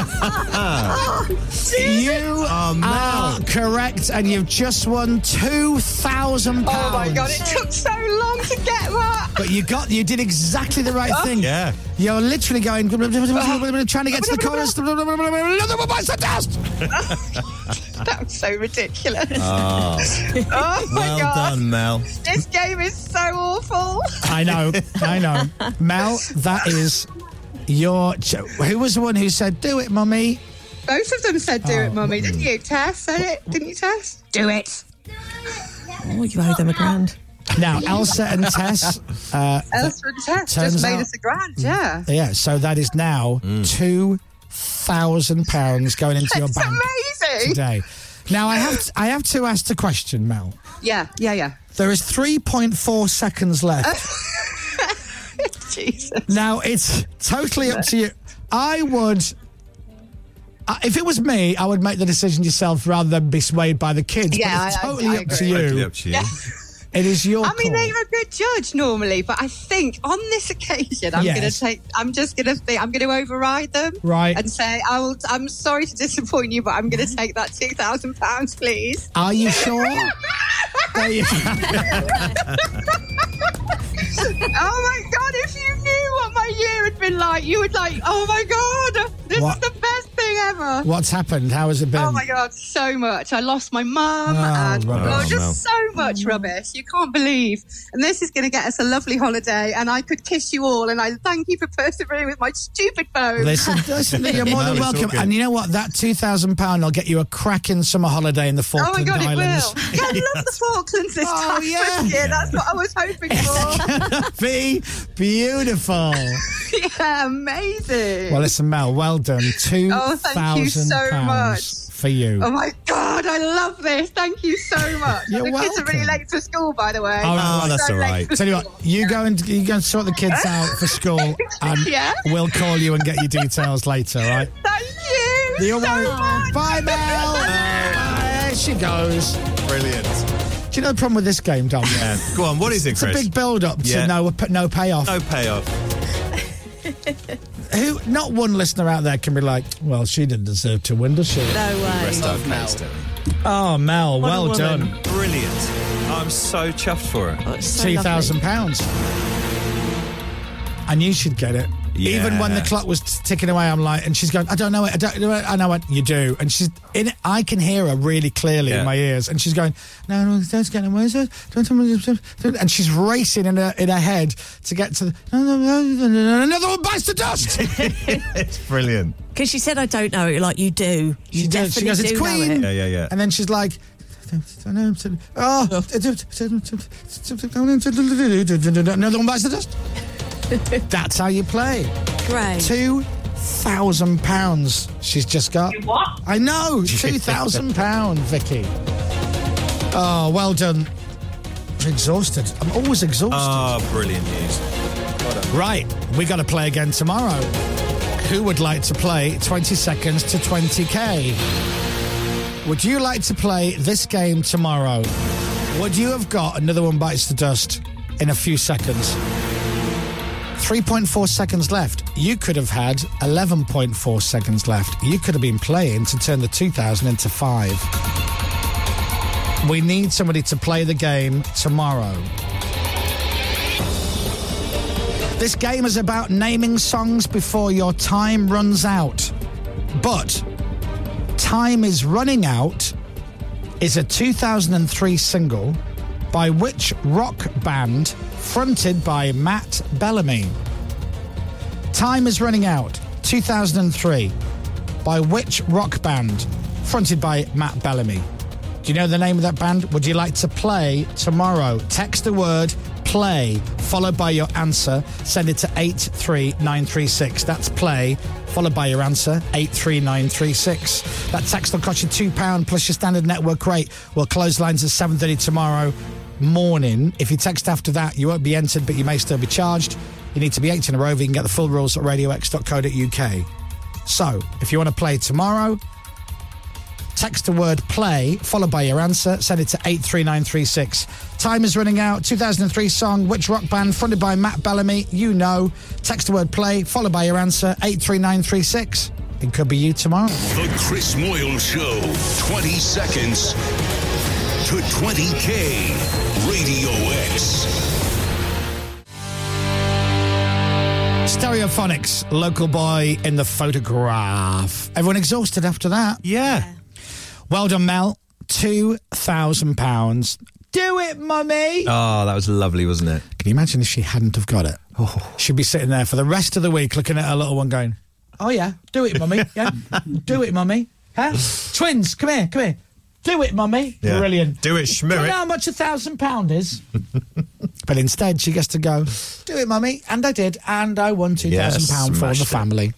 Speaker 3: You
Speaker 20: Ah.
Speaker 3: are correct, and you've just won two thousand pounds.
Speaker 20: Oh my god, it took so long to get that. Oh.
Speaker 3: But you got, you did exactly the right thing. Yeah, you're literally going trying to get to the chorus. Another one bites the dust.
Speaker 20: That was so ridiculous.
Speaker 3: Ah.
Speaker 1: Oh.
Speaker 20: Oh my
Speaker 1: well
Speaker 20: god.
Speaker 1: done, Mel.
Speaker 20: This game is so awful.
Speaker 3: I know, I know. Mel, that is your. jo- Who was the one who said, "Do it, mummy"?
Speaker 20: Both of them said do
Speaker 3: Oh,
Speaker 20: it, mummy, didn't you? Tess said it, didn't you, Tess? Do it.
Speaker 4: Oh, you owe them a grand.
Speaker 3: Now, Elsa and Tess. Uh,
Speaker 20: Elsa and Tess
Speaker 3: Turns
Speaker 20: just made
Speaker 3: out- Mm.
Speaker 20: us a grand, yeah.
Speaker 3: yeah, so that is now two thousand pounds going into your
Speaker 20: That's
Speaker 3: bank.
Speaker 20: amazing.
Speaker 3: today. Now I have to, I have to ask the question, Mel.
Speaker 20: Yeah, yeah, yeah.
Speaker 3: There is 3.4 seconds left.
Speaker 20: Jesus.
Speaker 3: now it's totally up to you. I would I- if it was me, I would make the decision yourself rather than be swayed by the kids.
Speaker 20: Yeah,
Speaker 3: but it's
Speaker 20: I- I-
Speaker 3: totally
Speaker 20: I
Speaker 3: up to
Speaker 20: agree.
Speaker 3: you.
Speaker 20: Totally
Speaker 1: up to you.
Speaker 3: It is your.
Speaker 20: I mean,
Speaker 3: call.
Speaker 20: they're a good judge normally, but I think on this occasion, I'm going
Speaker 3: Yes.
Speaker 20: to take. I'm just going to. I'm going to override them,
Speaker 3: Right. Mm-hmm.
Speaker 20: And say, I will. I'm sorry to disappoint you, but I'm going to take that two thousand pounds, please.
Speaker 3: Are you sure? There you-
Speaker 20: oh my god! If you knew what my year had been like, you would like. Oh my god! This is
Speaker 3: What-
Speaker 20: the best thing ever.
Speaker 3: What's happened? How has it been?
Speaker 20: Oh my god, so much. I lost my mum
Speaker 3: Oh,
Speaker 20: and
Speaker 3: rubbish.
Speaker 20: oh, just so much rubbish. You can't believe. And this is going to get us a lovely holiday and I could kiss you all and I thank you for persevering with my stupid phone.
Speaker 3: Listen, listen, you're more than welcome. And you know what? That two thousand pound will get you a cracking summer holiday in the
Speaker 20: Oh
Speaker 3: Falkland
Speaker 20: my god, it will.
Speaker 3: Islands.
Speaker 20: Yeah, I love the Falklands this
Speaker 3: Oh,
Speaker 20: time.
Speaker 3: yeah.
Speaker 20: Yeah, that's what I was hoping for.
Speaker 3: Be beautiful.
Speaker 20: yeah, amazing.
Speaker 3: well, listen, Mel. Well done. Two
Speaker 20: Oh,
Speaker 3: thousand
Speaker 20: thank you so
Speaker 3: pounds for you.
Speaker 20: Oh my god, I love this. Thank you so much.
Speaker 3: You're
Speaker 20: the kids are really late for school, by the way.
Speaker 3: Oh, All right,
Speaker 1: Oh,
Speaker 20: So late for
Speaker 3: Tell you what, you go and you go and sort the kids out for school, and
Speaker 20: Yeah.
Speaker 3: we'll call you and get your details later. All right.
Speaker 20: Thank you.
Speaker 3: You're welcome. Bye, Mel. Bye. There she goes.
Speaker 1: Brilliant.
Speaker 3: Do you know the problem with this game, Dom?
Speaker 1: Yeah. Go on, what is it,
Speaker 3: It's
Speaker 1: Chris?
Speaker 3: a big build-up to
Speaker 1: Yeah.
Speaker 3: no no payoff.
Speaker 1: No payoff.
Speaker 3: Who? Not one listener out there can be like, "Well, she didn't deserve to win, does she?"
Speaker 1: Rest our case, Derek.
Speaker 3: Oh, Mel, well done.
Speaker 1: Brilliant. I'm so chuffed for her.
Speaker 3: Two thousand pounds. And you should get it. Even when the
Speaker 1: Yeah.
Speaker 3: clock was t- ticking away, I'm like, and she's going, I don't know it, I don't know it, I know it. You do, and she's in. it- I can hear her really clearly
Speaker 1: Yeah.
Speaker 3: in my ears, and she's going, no, no, don't get away, sir. don't, don't, don't, don't," and she's racing in her in her head to get to the, no, no, no, no, no, no, another one bites the dust.
Speaker 1: Brilliant.
Speaker 4: Because she said, I don't know it. Like, you do. You
Speaker 3: She does. She
Speaker 4: definitely
Speaker 3: goes,
Speaker 4: do
Speaker 3: it's
Speaker 4: know
Speaker 3: Queen.
Speaker 4: it.
Speaker 1: yeah, yeah.
Speaker 3: And then she's like, oh, another one bites the dust. That's how you play.
Speaker 4: Great.
Speaker 3: Two thousand pounds. She's just got.
Speaker 7: what?
Speaker 3: I know. Two thousand pound, Vicky. Oh, well done. I'm exhausted. I'm always exhausted.
Speaker 1: Oh, brilliant news.
Speaker 3: Right, we got to play again tomorrow. Who would like to play 20 seconds to 20k? Would you like to play this game tomorrow? Would you have got another one bites the dust in a few seconds? 3.4 seconds left. You could have had 11.4 seconds left. You could have been playing to turn the 2000 into 5. We need somebody to play the game tomorrow. This game is about naming songs before your time runs out. But Time is Running Out is a 2003 single by which rock band fronted by Matt Bellamy? Time is Running Out, 2003 by which rock band fronted by Matt Bellamy? Do you know the name of that band? Would you like to play tomorrow? Text the word play followed by your answer. Send it to 83936. That's play followed by your answer 83936. That text will cost you 2 pound plus your standard network rate. We'll close lines at 7:30 tomorrow morning. If you text after that, you won't be entered but you may still be charged. You need to be 8 in a row. You can get the full rules at radiox.co.uk. So, if you want to play tomorrow, text the word play followed by your answer. Send it to 83936. Time is running out. 2003 song, which rock band, fronted by Matt Bellamy? You know. Text the word play followed by your answer. 83936. It could be you tomorrow.
Speaker 2: The Chris Moyle Show. 20 seconds to 20K. Radio X.
Speaker 3: Stereophonics, local boy in the photograph. Everyone exhausted after that?
Speaker 1: Yeah.
Speaker 3: Well done, Mel. £2,000. Do it, mummy.
Speaker 1: Oh, that was lovely, wasn't it? Oh.
Speaker 3: Can you imagine if she hadn't have got it? She'd be sitting there for the rest of the week looking at her little one going, Oh, yeah, do it, mummy. Yeah, do it, mummy. Huh? Twins, come here, come here. Do it, mummy.
Speaker 1: Yeah.
Speaker 3: Brilliant.
Speaker 1: Do it,
Speaker 3: Do
Speaker 1: schmear
Speaker 3: you know
Speaker 1: it.
Speaker 3: how much a thousand pound is? but instead, she gets to go, Do it, mummy. And I did. And I won £2,000 for
Speaker 1: smashed
Speaker 3: the
Speaker 1: it.
Speaker 3: family.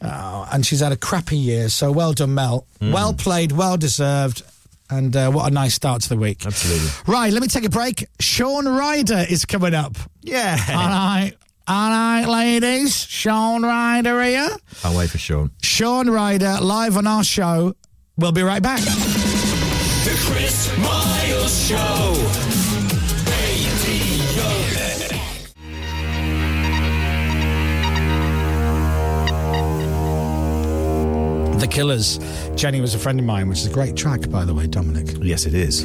Speaker 3: Oh, and she's had a crappy year. So well done, Mel.
Speaker 1: Hmm.
Speaker 3: Well played, well deserved. And uh, what a nice start to the week.
Speaker 1: Absolutely.
Speaker 3: Right, let me take a break. Sean Ryder is coming up.
Speaker 1: Yeah.
Speaker 3: All right. All right, ladies. Sean Ryder here.
Speaker 1: I'll wait for Sean.
Speaker 3: Sean Ryder live on our show. We'll be right back.
Speaker 7: The Chris Miles Show.
Speaker 3: The Killers. Jenny was a friend of mine, which is a great track, by the way, Dominic.
Speaker 1: Yes, it is.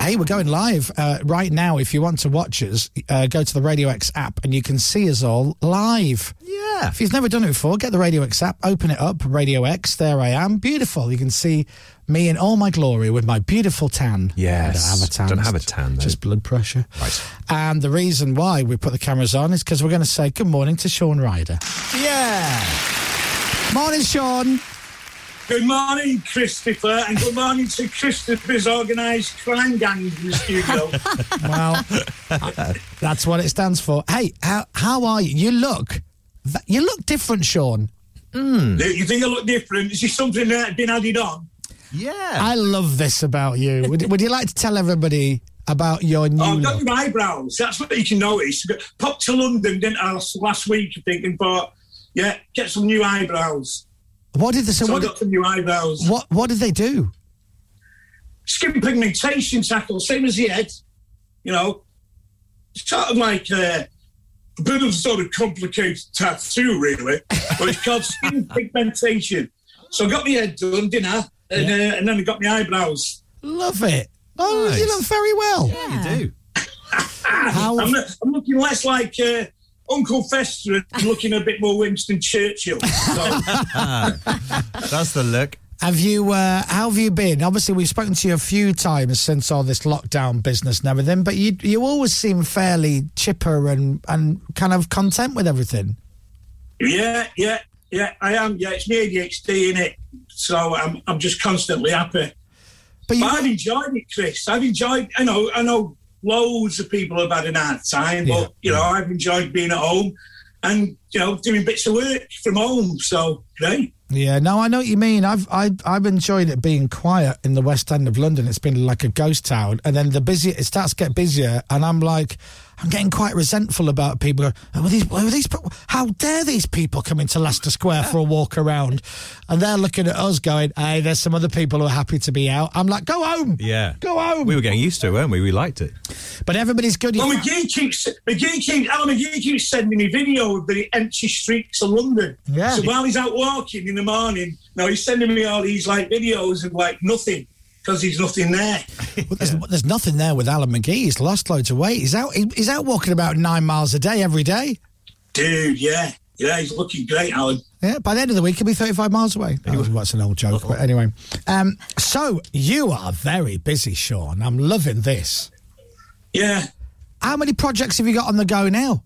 Speaker 3: hey, we're going live uh, right now. If you want to watch us, uh, go to the Radio X app and you can see us all live. Yeah. If you've never done it before, get the Radio X app, open it up, Radio X. There I am. Beautiful. You can see me in all my glory with my beautiful tan.
Speaker 1: Yes.
Speaker 3: I don't have a tan.
Speaker 1: Don't have a tan, though.
Speaker 3: Just blood pressure. Right. And the reason why we put the cameras on is because we're going to say good morning to Sean Ryder. Yeah. Morning, Sean.
Speaker 22: Good morning, Christopher, and good morning to Christopher's organised crime gang in the studio.
Speaker 3: well, that's what it stands for. Hey, how how are you? You look, th- you look different, Sean.
Speaker 1: Hmm.
Speaker 22: Do You think I look different? Is this something that had been added on?
Speaker 3: Yeah, I love this about you. Would, would you like to tell everybody about your new?
Speaker 22: Oh, I've
Speaker 3: look?
Speaker 22: got your eyebrows. That's what you can notice. Popped to London, didn't I, last- last week, I think, and thought, yeah, get some new eyebrows.
Speaker 3: What did they so
Speaker 22: So I
Speaker 3: what,
Speaker 22: got some new eyebrows.
Speaker 3: what what did they do?
Speaker 22: Skin pigmentation tackle, same as the head. You know, sort of like uh, a bit of sort of complicated tattoo, really, but it's called skin pigmentation. So I got my head done, didn't I? And, uh, and then I got my eyebrows.
Speaker 3: Love it. Oh, you look very well.
Speaker 1: Yeah, you do.
Speaker 22: I'm, not- I'm looking less like uh, Uncle Fester and looking a bit more Winston Churchill. So,
Speaker 1: Ah. That's the look.
Speaker 3: Have you? Uh, how have you been? Obviously, we've spoken to you a few times since all this lockdown business and everything, but you you always seem fairly chipper and and kind of content with everything.
Speaker 22: yeah, yeah, yeah, I am. Yeah, it's my ADHD in it. So I'm, I'm just constantly happy.
Speaker 3: But,
Speaker 22: I've enjoyed it, Chris. I've enjoyed. I know. I know. Loads of people have had an hard time, but you know, I've enjoyed being at home and you know doing bits of work from home. So great.
Speaker 3: Yeah, no, I know what you mean. I've I, I've enjoyed it being quiet in the West End of London. It's been like a ghost town, and then the busy it starts to get busier, and I'm like, I'm getting quite resentful about people. going, Oh, were these, were these, pe- how dare these people come into Leicester Square for a walk around, and they're looking at us going, Hey, there's some other people who are happy to be out. I'm like, Go home.
Speaker 1: Yeah.
Speaker 3: Go home.
Speaker 1: We were getting used to it, weren't we? We liked it.
Speaker 3: But everybody's good.
Speaker 22: Well, McGee keeps McGee keeps Alan McGee keeps sending me video of the empty streets of London.
Speaker 3: Yeah.
Speaker 22: So while he's out walking in the morning, now he's sending me all these like videos of like nothing because there's nothing there.
Speaker 3: Well, there's, there's nothing there with Alan McGee. He's lost loads of weight. He's out. he- He's out walking about nine miles a day every day.
Speaker 22: Dude, yeah, yeah, he's looking great, Alan.
Speaker 3: Yeah, by the end of the week, he'll be 35 miles away. That was, that's an old joke, but anyway. Um, so, you are very busy, Sean. I'm loving this.
Speaker 22: Yeah.
Speaker 3: How many projects have you got on the go now?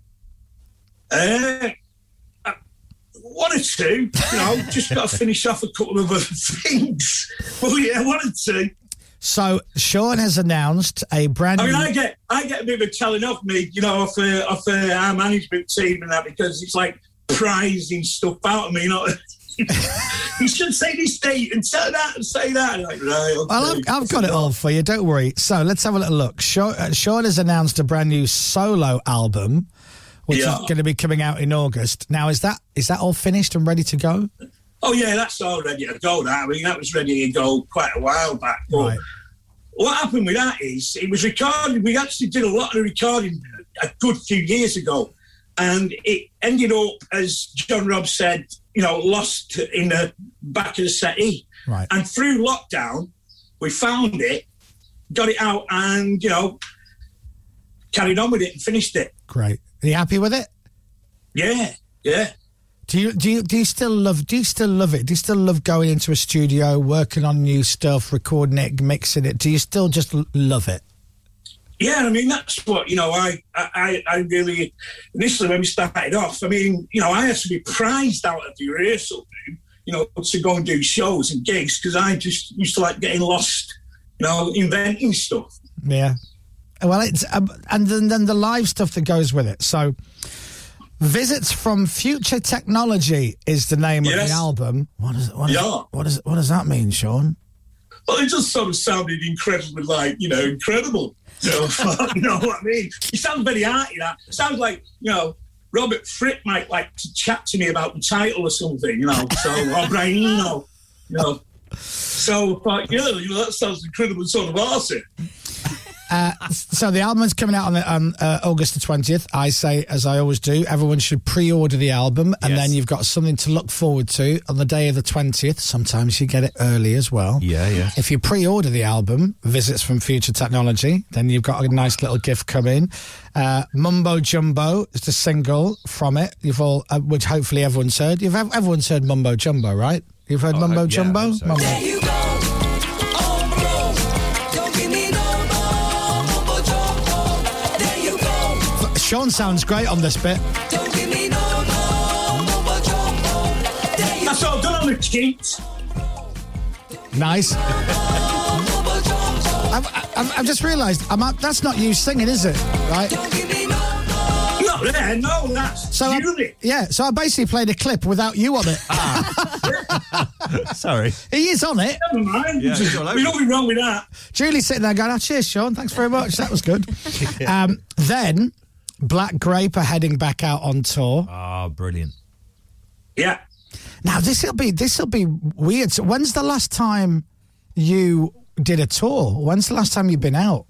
Speaker 22: Uh, uh, one or two, you know, just got to finish off a couple of other things. Well, yeah, one or two.
Speaker 3: So, Sean has announced a brand
Speaker 22: I mean,
Speaker 3: new.
Speaker 22: I get I get a bit of a telling off me, you know, off, uh, off uh, our management team and that because it's like prizing stuff out of me. You know, you should say this date and say that and say that. Like, right, okay.
Speaker 3: Well, I've, I've got it all for you. Don't worry. So let's have a little look. Sean, uh, Sean has announced a brand new solo album, which
Speaker 22: Yeah.
Speaker 3: is going to be coming out in August. Now, is that is that all finished and ready to go?
Speaker 22: Oh yeah, that's all ready to go. That I mean, that was ready to go quite a while back. But what happened with that is it was recorded. We actually did a lot of the recording a good few years ago, and it ended up as John Robb said, you know, lost in the back of the settee.
Speaker 3: Right.
Speaker 22: And through lockdown, we found it, got it out, and you know, carried on with it and finished it.
Speaker 3: Great. Are you happy with it?
Speaker 22: Yeah, yeah.
Speaker 3: Do you do you do you still love do you still love it? Do you still love going into a studio, working on new stuff, recording it, mixing it? Do you still just l- love it?
Speaker 22: Yeah, I mean that's what you know. I I I really initially when we started off, I mean you know I had to be prized out of the rehearsal room, you know, to go and do shows and gigs because I just used to like getting lost, you know, inventing stuff.
Speaker 3: Yeah. Well, it's um, and then, then the live stuff that goes with it. So, visits from future technology is the name of
Speaker 22: Yes.
Speaker 3: the album. What does what,
Speaker 22: Yeah.
Speaker 3: does, what does what does that mean, Sean?
Speaker 22: Well, it just sort of sounded incredibly like you know incredible. You know, you know what I mean? It sounds very arty. That it sounds like you know. Robert Frick might like to chat to me about the title or something, you know. So, or Brian Eno, you know. So, but yeah, you know, that sounds incredibly sort of awesome.
Speaker 3: Uh, so the album is coming out on, the, on uh, August the 20th. I say, as I always do, everyone should pre-order the album, and
Speaker 1: Yes.
Speaker 3: then you've got something to look forward to on the day of the 20th. Sometimes you get it early as well.
Speaker 1: Yeah, yeah.
Speaker 3: If you pre-order the album, visits from Future Technology, then you've got a nice little gift coming. Uh, Mumbo Jumbo is the single from it. You've all, uh, which hopefully everyone's heard. You've ev- everyone's heard Mumbo Jumbo, right? You've heard Mumbo
Speaker 1: yeah, Oh, I
Speaker 3: Jumbo.
Speaker 1: hope so.
Speaker 3: Mumbo. Sean sounds great on this bit.
Speaker 22: That's all done on the cheats.
Speaker 3: Nice. I've, I've, I've just realised I'm up- that's not you singing, is it? Right?
Speaker 22: Not there, no, that's
Speaker 3: So I,
Speaker 22: Julie.
Speaker 3: yeah, so I basically played a clip without you on it.
Speaker 1: Sorry.
Speaker 3: he is on it.
Speaker 22: Never mind.
Speaker 1: Yeah,
Speaker 22: There's
Speaker 1: it's all over.
Speaker 22: nothing wrong with that.
Speaker 3: Julie's sitting there going, oh, cheers, Sean. Thanks very much. That was good. um, then Black Grape are heading back out on tour.
Speaker 1: Ah, brilliant.
Speaker 22: Yeah.
Speaker 3: Now this'll be this'll be weird. So when's the last time you did a tour? When's the last time you've been out?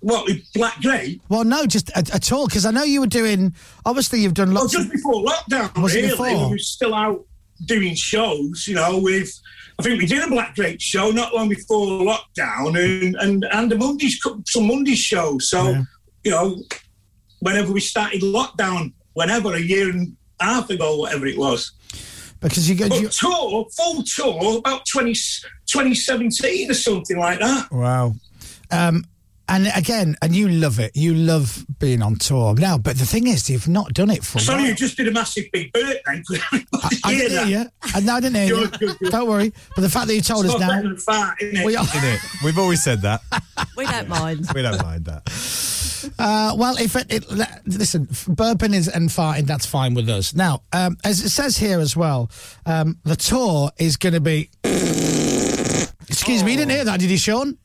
Speaker 22: What with Black Grape?
Speaker 3: Well, no, just a, a tour because I know you were doing. Obviously, you've done
Speaker 22: Well,
Speaker 3: lots.
Speaker 22: just
Speaker 3: of,
Speaker 22: before lockdown,
Speaker 3: Was it
Speaker 22: really,
Speaker 3: before?
Speaker 22: we were still out doing shows. You know, with I think we did a Black Grape show not long before lockdown, and and and the Mondays co- some Monday shows. So you know, whenever we started lockdown, whenever a year and a half ago, whatever it was.
Speaker 3: because you
Speaker 22: But
Speaker 3: get. You,
Speaker 22: tour, full tour, about 20, 2017 or something like that.
Speaker 3: Wow. Um, and again, and you love it. You love being on tour now. But the thing is, you've not done it for. a
Speaker 22: Sorry,
Speaker 3: while.
Speaker 22: you just did a massive big birthday. I,
Speaker 3: I didn't hear you. And no, I didn't hear
Speaker 22: Good, good,
Speaker 3: you. Don't worry. But the fact that you told us
Speaker 22: It's not
Speaker 3: now.
Speaker 22: better than fat, innit?
Speaker 3: We are-
Speaker 1: Innit? We've always said that.
Speaker 4: We don't mind.
Speaker 1: We don't mind that.
Speaker 3: Uh, well, if it, it le- listen, f- burping is and farting, that's fine with us. Now, um, as it says here as well, um, the tour is going to be. Excuse me, you didn't hear that, did you, Sean?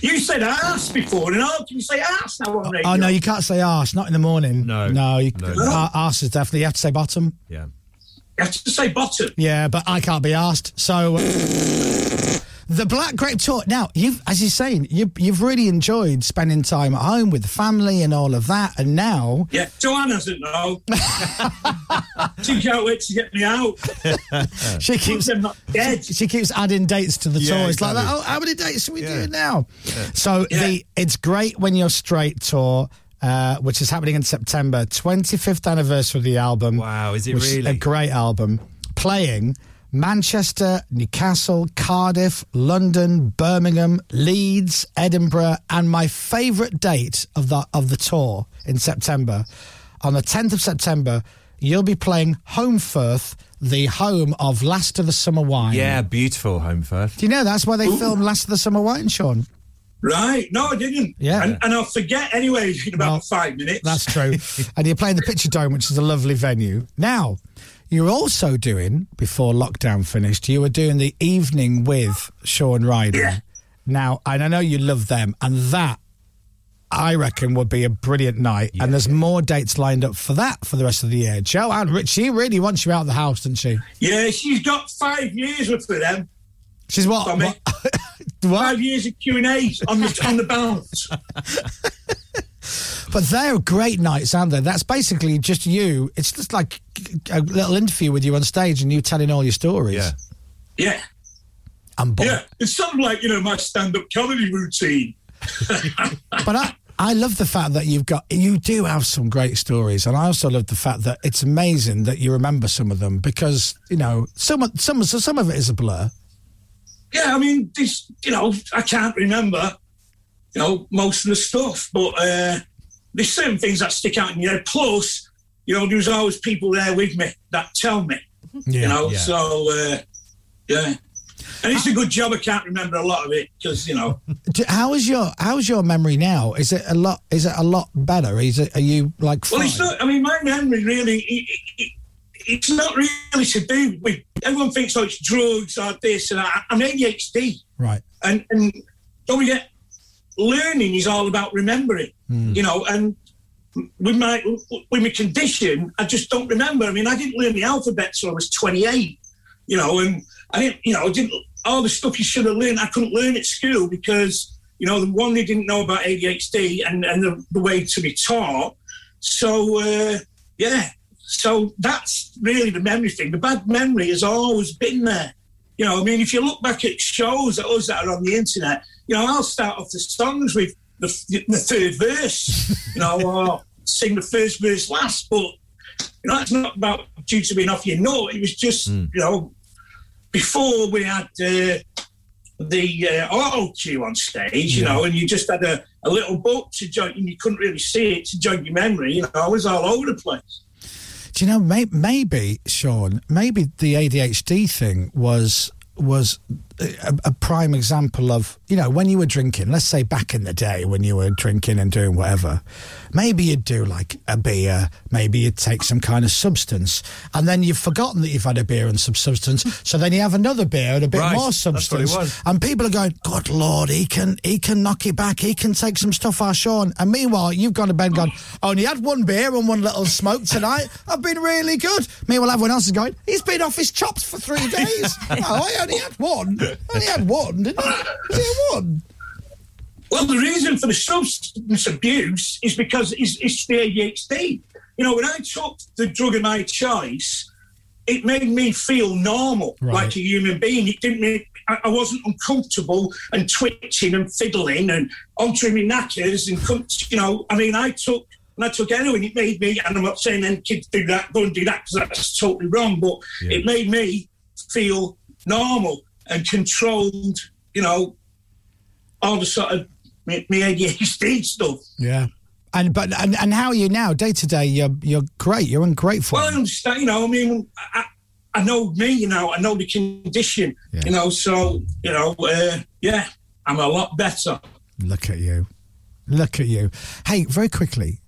Speaker 22: You said ass before, and how can you say ass now on radio?
Speaker 3: Oh no, you can't say arse. Not in the morning. No, no, you,
Speaker 1: No.
Speaker 3: ar- arse is definitely. You have to say bottom.
Speaker 1: Yeah.
Speaker 22: You have to say bottom.
Speaker 3: Yeah, but I can't be asked. So uh, the Black Grape Tour. Now, you've as you're saying, you, you've really enjoyed spending time at home with the family and all of that, and now
Speaker 22: Yeah, Joanne doesn't know. she can't wait to get me out.
Speaker 3: she keeps
Speaker 22: I'm not dead.
Speaker 3: she, she keeps adding dates to the
Speaker 22: Yeah,
Speaker 3: tour. It's like that.
Speaker 22: exactly.
Speaker 3: Oh, how many dates are we
Speaker 22: Yeah.
Speaker 3: doing now? So the it's great when you're straight tour. Uh, which is happening in September, 25th anniversary of the album.
Speaker 1: Wow, is it
Speaker 3: which A
Speaker 1: really?
Speaker 3: great album. Playing Manchester, Newcastle, Cardiff, London, Birmingham, Leeds, Edinburgh, and my favourite date of the of the tour in September. On the 10th of September, you'll be playing Home Firth, the home of Last of the Summer Wine.
Speaker 1: Yeah, beautiful home Firth.
Speaker 3: Do you know that's where they filmed Last of the Summer Wine, Sean?
Speaker 22: Right? No, I didn't.
Speaker 3: Yeah.
Speaker 22: And, and I'll forget anyway in about five minutes.
Speaker 3: That's true. and you're playing the Picture Dome, which is a lovely venue. Now, you're also doing, before lockdown finished, you were doing the evening with Sean Ryder. Now, and I know you love them, and that I reckon would be a brilliant night. and there's more dates lined up for that for the rest of the year. Joanne Richie really wants you out of the house, doesn't she?
Speaker 22: Yeah, she's got five years up for them.
Speaker 3: She's what?
Speaker 22: Tommy. Five years of Q and A's on the on the bounce.
Speaker 3: But they're great nights, aren't they? That's basically just you. It's just like a little interview with you on stage and you telling all your stories. Yeah.
Speaker 22: Yeah.
Speaker 3: And
Speaker 22: yeah, it's something like you know my stand-up comedy routine.
Speaker 3: but I, I love the fact that you've got you do have some great stories, and I also love the fact that it's amazing that you remember some of them because you know some of- some so some of it is a blur.
Speaker 22: yeah, I mean, this, you know, I can't remember, you know, most of the stuff, but uh, there's certain things that stick out in your head. Plus, you know, there's always people there with me that tell me,
Speaker 3: Yeah,
Speaker 22: you know,
Speaker 3: yeah.
Speaker 22: so uh, yeah. And it's a good job I can't remember a lot of it because, you know,
Speaker 3: Do- How is your how is your memory now? Is it a lot? Is it a lot better? Is it are you like?
Speaker 22: well,
Speaker 3: fine?
Speaker 22: it's not, I mean, my memory really, it, it, it, it's not really to do with, everyone thinks, oh, it's drugs or this and that. I'm ADHD.
Speaker 3: right.
Speaker 22: and, and don't forget, learning is all about remembering, you know, and with my with my condition, I just don't remember. I mean, I didn't learn the alphabet till I was 28, you know, and I didn't, you know, I didn't all the stuff you should have learned. I couldn't learn at school because You know, the one they didn't know about ADHD and, and the, the way to be taught. So, uh, yeah, so that's really the memory thing. The bad memory has always been there. You know, I mean, if you look back at shows at us that are on the internet, you know, I'll start off the songs with the, the third verse, you know, or sing the first verse last. But, you know, that's not about due to being off your note. It was just,
Speaker 3: Hmm.
Speaker 22: you know, before we had uh, the uh, auto cue on stage, you know, and you just had a, a little book to jog, and you couldn't really see it to jog your memory. You know, I was all over the place.
Speaker 3: Do you know? May- maybe Sean, maybe the ADHD thing was was a, a prime example of you know when you were drinking. Let's say back in the day when you were drinking and doing whatever, maybe you'd do like a beer, maybe you'd take some kind of substance, and then you've forgotten that you've had a beer and some substance. So then you have another beer and a bit
Speaker 23: Right,
Speaker 3: more
Speaker 23: that's what it
Speaker 3: substance,
Speaker 23: was.
Speaker 3: and people are going, "God Lord, he can he can knock it back. He can take some stuff our Sean." And meanwhile, you've gone to bed, gone, "Only had one beer and one little smoke tonight. I've been really good." Meanwhile, everyone else is going, "He's been off his chops for three days. oh, I only had one. I only had one, didn't I? Was it one?"
Speaker 22: Well, the reason for the substance abuse is because it's, it's the ADHD. You know, when I took the drug of my choice, it made me feel normal,
Speaker 23: Right.
Speaker 22: like a human being. It didn't make I, I wasn't uncomfortable and twitching and fiddling and altering my knackers and come, you know. I mean, I took when I took heroin, it made me. And I'm not saying then kids do that, go and do that because that's totally wrong. But it made me feel normal and controlled. You know, all the sort of me, me ADHD stuff.
Speaker 3: Yeah. And but and, and how are you now? Day to day, you're you're great. You're ungrateful.
Speaker 22: Well, I understand, you know, I mean, I, I I know me, you know, I know the condition, you know, so, you know, uh, yeah, I'm a lot better.
Speaker 3: Look at you. Look at you. Hey, very quickly,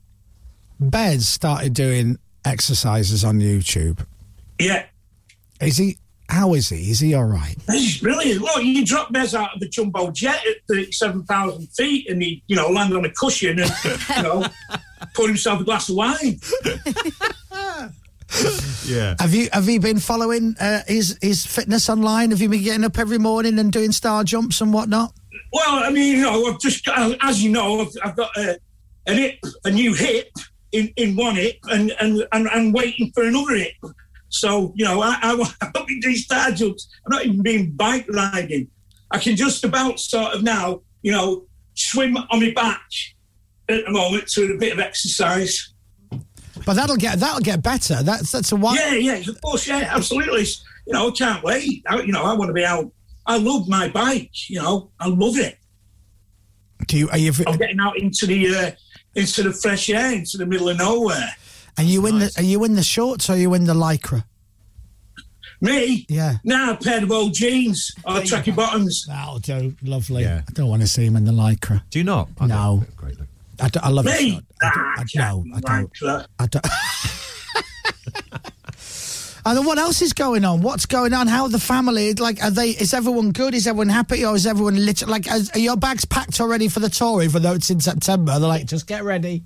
Speaker 3: Bez started doing exercises on YouTube.
Speaker 22: Yeah.
Speaker 3: Is he? How is he? Is he all right?
Speaker 22: This is brilliant. Look, you drop Bez out of the jumbo jet at 37,000 feet and he, you know, landed on a cushion and, you know, poured himself a glass of wine.
Speaker 1: Yeah.
Speaker 3: Have you have you been following uh, his his fitness online? Have you been getting up every morning and doing star jumps and whatnot?
Speaker 22: Well, I mean, you know, I've just, uh, as you know, I've, I've got a, a hip, a new hip in, in one hip, and and and I'm waiting for another hip. So you know, I I won't be doing star jumps. I'm not even being bike riding. I can just about sort of now, you know, swim on my back at the moment to a bit of exercise.
Speaker 3: But that'll get that'll get better. That's that's a while.
Speaker 22: Oh, Yeah, yeah, of course, yeah, absolutely. It's- You know, I can't wait. I, you know, I want to be out. I love my bike. You know, I love it.
Speaker 3: Do you are you
Speaker 22: I'm getting out into the uh, into the fresh air, into the middle of nowhere.
Speaker 3: are you in the are you in the shorts or are you in the lycra?
Speaker 22: Me?
Speaker 3: Yeah.
Speaker 22: Now a pair of old jeans or tracky bottoms.
Speaker 3: That'll do. Lovely. I don't want to see him in the lycra. Do you not? no. I, don't- I love it.
Speaker 22: Me?
Speaker 3: Sean. I don't- I- no, I don't. I don't. And then what else is going on? What's going on? How are the family? Like, are they? Is everyone good? Is everyone happy? Or is everyone lit? Like, is, are your bags packed already for the tour? Even though it's in September, they're like, just get ready.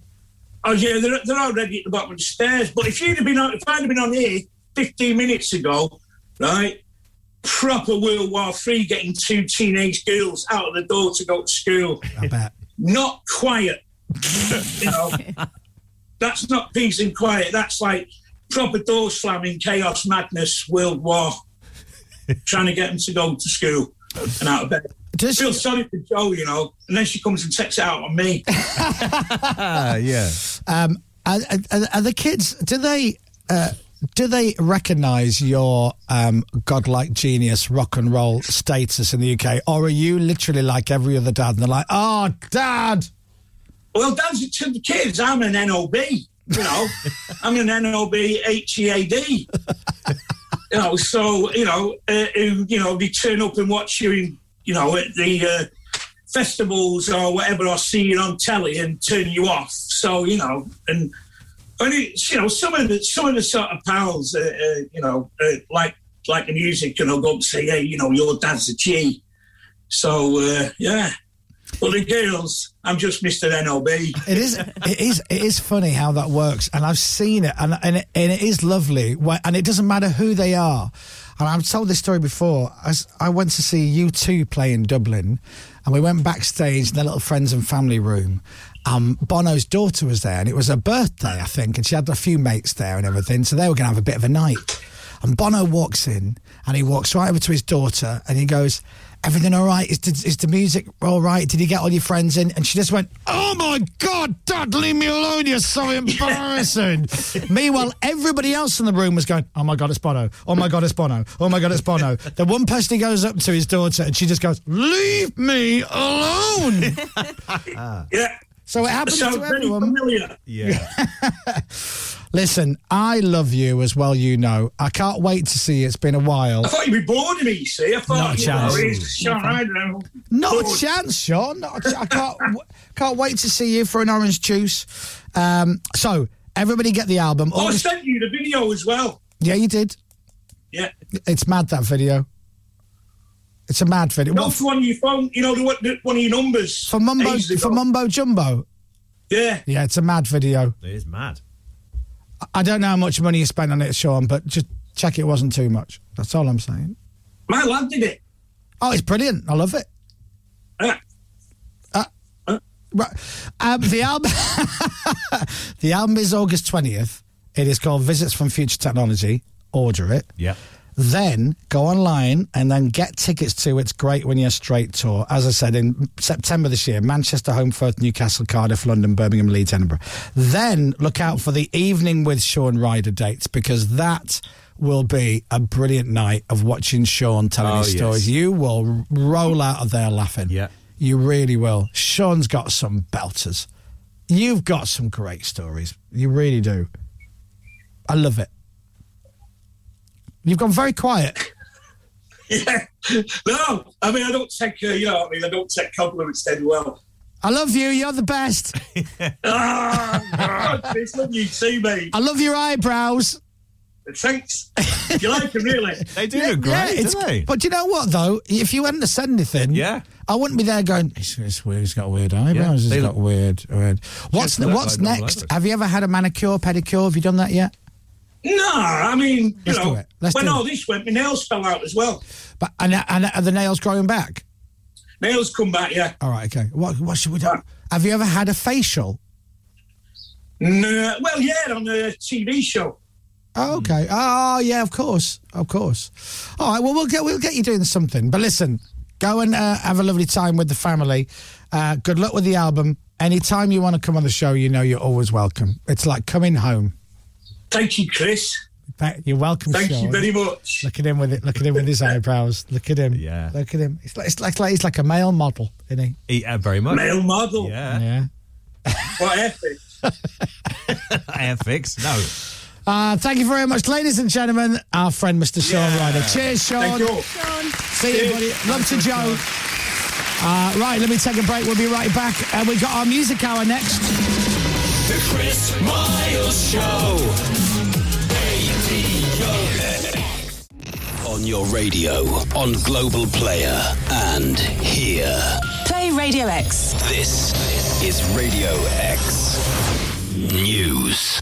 Speaker 22: Oh yeah, they're, they're already at the bottom of the stairs. But if you'd have been on, if I'd have been on here 15 minutes ago, right, proper World War Three, getting two teenage girls out of the door to go to school.
Speaker 3: I bet.
Speaker 22: Not quiet. you know, that's not peace and quiet. That's like proper door slamming, chaos, madness, World War. Trying to get them to go to school and out of bed. Feel sorry for Joe, you know, and then she comes and takes it out on me.
Speaker 1: Ah, yeah.
Speaker 3: Um, are, are, are the kids? Do they? Uh, do they recognise your um, godlike genius rock and roll status in the UK, or are you literally like every other dad? And they're like, "Oh, dad."
Speaker 22: Well, that's it to the kids. I'm an NOB, you know. I'm an NOB HEAD. E You know, so, you know, uh, who, you know, they turn up and watch you, in, you know, at the uh, festivals or whatever, or see you on telly and turn you off. So, you know, and, and it's, you know, some of the, some of the sort of pals, uh, uh, you know, uh, like, like the music, you know, go up and say, hey, you know, your dad's a G. So, uh, yeah. But the girls, I'm just Mr. NOB.
Speaker 3: It is. It is. It is funny how that works, and I've seen it, and and it, and it is lovely. wh- And it doesn't matter who they are. And I've told this story before. As I went to see U2 play in Dublin, and we went backstage in their little friends and family room. Um, Bono's daughter was there, and it was her birthday, I think, and she had a few mates there and everything. So they were going to have a bit of a night. And Bono walks in, and he walks right over to his daughter, and he goes, "Everything all right? Is the, is the music all right? Did you get all your friends in?" And she just went, "Oh my God, Dad, leave me alone! You're so embarrassing." Meanwhile, everybody else in the room was going, "Oh my God, it's Bono! Oh my God, it's Bono! Oh my God, it's Bono!" the one person he goes up to his daughter, and she just goes, "Leave me alone!"
Speaker 22: yeah.
Speaker 3: So it happens
Speaker 22: Sounds
Speaker 3: to
Speaker 22: very
Speaker 3: everyone.
Speaker 22: familiar.
Speaker 1: Yeah.
Speaker 3: Listen, I love you as well. You know, I can't wait to see you. It's been a while.
Speaker 22: I thought you'd be bored of me, you see. I
Speaker 3: Not a
Speaker 22: thought, you know,
Speaker 3: chance.
Speaker 22: he's Sean Ryder.
Speaker 3: Not
Speaker 22: Bored.
Speaker 3: a chance, Sean. Not a ch- I can't, w- can't wait to see you for an orange juice. Um, so everybody get the album.
Speaker 22: Oh, I
Speaker 3: August-
Speaker 22: sent you the video as well.
Speaker 3: yeah, you did.
Speaker 22: Yeah.
Speaker 3: It's mad that video. It's a mad video.
Speaker 22: Not
Speaker 3: What,
Speaker 22: for one of your phone, you know, the, one- the, one of your numbers.
Speaker 3: for mumbo
Speaker 22: Ages ago.
Speaker 3: for mumbo jumbo.
Speaker 22: Yeah.
Speaker 3: Yeah, it's a mad video.
Speaker 1: It is mad.
Speaker 3: I- I don't know how much money you spent on it, Sean, but just check it wasn't too much. That's all I'm saying.
Speaker 22: My lad did it.
Speaker 3: Oh, it's brilliant. I love it. Uh,
Speaker 22: Yeah.
Speaker 3: Right. Um, the album, the album is August twentieth. It is called Visits from Future Technology. Order it.
Speaker 1: Yep.
Speaker 3: Then go online and then get tickets to It's Great When You're Straight tour. As I said, in September this year, Manchester, Home, Firth, Newcastle, Cardiff, London, Birmingham, Leeds, Edinburgh. Then look out for the Evening with Sean Ryder dates because that will be a brilliant night of watching Sean telling
Speaker 1: Oh,
Speaker 3: his
Speaker 1: yes.
Speaker 3: stories. You will roll out of there laughing.
Speaker 1: Yeah.
Speaker 3: You really will. Sean's got some belters. You've got some great stories. You really do. I love it. You've gone very quiet.
Speaker 22: Yeah. No, I mean, I don't take, uh, you know, I mean, I don't take compliments dead well.
Speaker 3: I love you. You're the best.
Speaker 22: Ah, God, it's love you too, mate.
Speaker 3: I love your eyebrows.
Speaker 22: Thanks. You like them, really?
Speaker 1: They do look great, don't they?
Speaker 3: But do you know what though? If you hadn't have said anything,
Speaker 1: Yeah.
Speaker 3: I wouldn't be there going. It's, it's weird. He's got weird eyebrows.
Speaker 1: they
Speaker 3: he's
Speaker 1: look-
Speaker 3: got weird, weird. What's
Speaker 1: look
Speaker 3: what's
Speaker 1: like normal
Speaker 3: next?
Speaker 1: eyebrows.
Speaker 3: Have you ever had a manicure, pedicure? Have you done that yet?
Speaker 22: No, I mean, you
Speaker 3: Let's
Speaker 22: know,
Speaker 3: do it. Let's
Speaker 22: when
Speaker 3: do
Speaker 22: all
Speaker 3: it.
Speaker 22: this went, my nails fell out as well.
Speaker 3: But and and are the nails growing back?
Speaker 22: Nails come back, yeah.
Speaker 3: All right. Okay. What what should we do? Have you ever had a facial?
Speaker 22: No, well, yeah, on a TV show.
Speaker 3: Oh, okay. Oh, yeah, of course, of course. All right. Well, we'll get we'll get you doing something. But listen, go and uh, have a lovely time with the family. Uh, good luck with the album. Anytime you want to come on the show, you know you're always welcome. It's like coming home.
Speaker 22: Thank you, Chris.
Speaker 3: That- You're welcome.
Speaker 22: Thank
Speaker 3: Sean.
Speaker 22: you very much.
Speaker 3: Look at him with it. Look at him with his eyebrows. Look at him.
Speaker 1: Yeah.
Speaker 3: Look at him. It's like, it's like, like he's like a male model, isn't he?
Speaker 1: Eat uh, very much.
Speaker 22: Male model.
Speaker 1: Yeah.
Speaker 3: Yeah.
Speaker 22: What effort.
Speaker 1: Airfix. No.
Speaker 3: Uh, thank you very much, ladies and gentlemen. Our friend, Mr. Sean Ryder. Cheers, Sean.
Speaker 22: Thank you.
Speaker 3: See you, buddy. Love to Joe. Uh, right, let me take a break. We'll be right back. Uh, we got our music hour next.
Speaker 9: The Chris Miles Show. On your radio, on Global Player, and here.
Speaker 17: Play Radio X.
Speaker 9: This is Radio X News.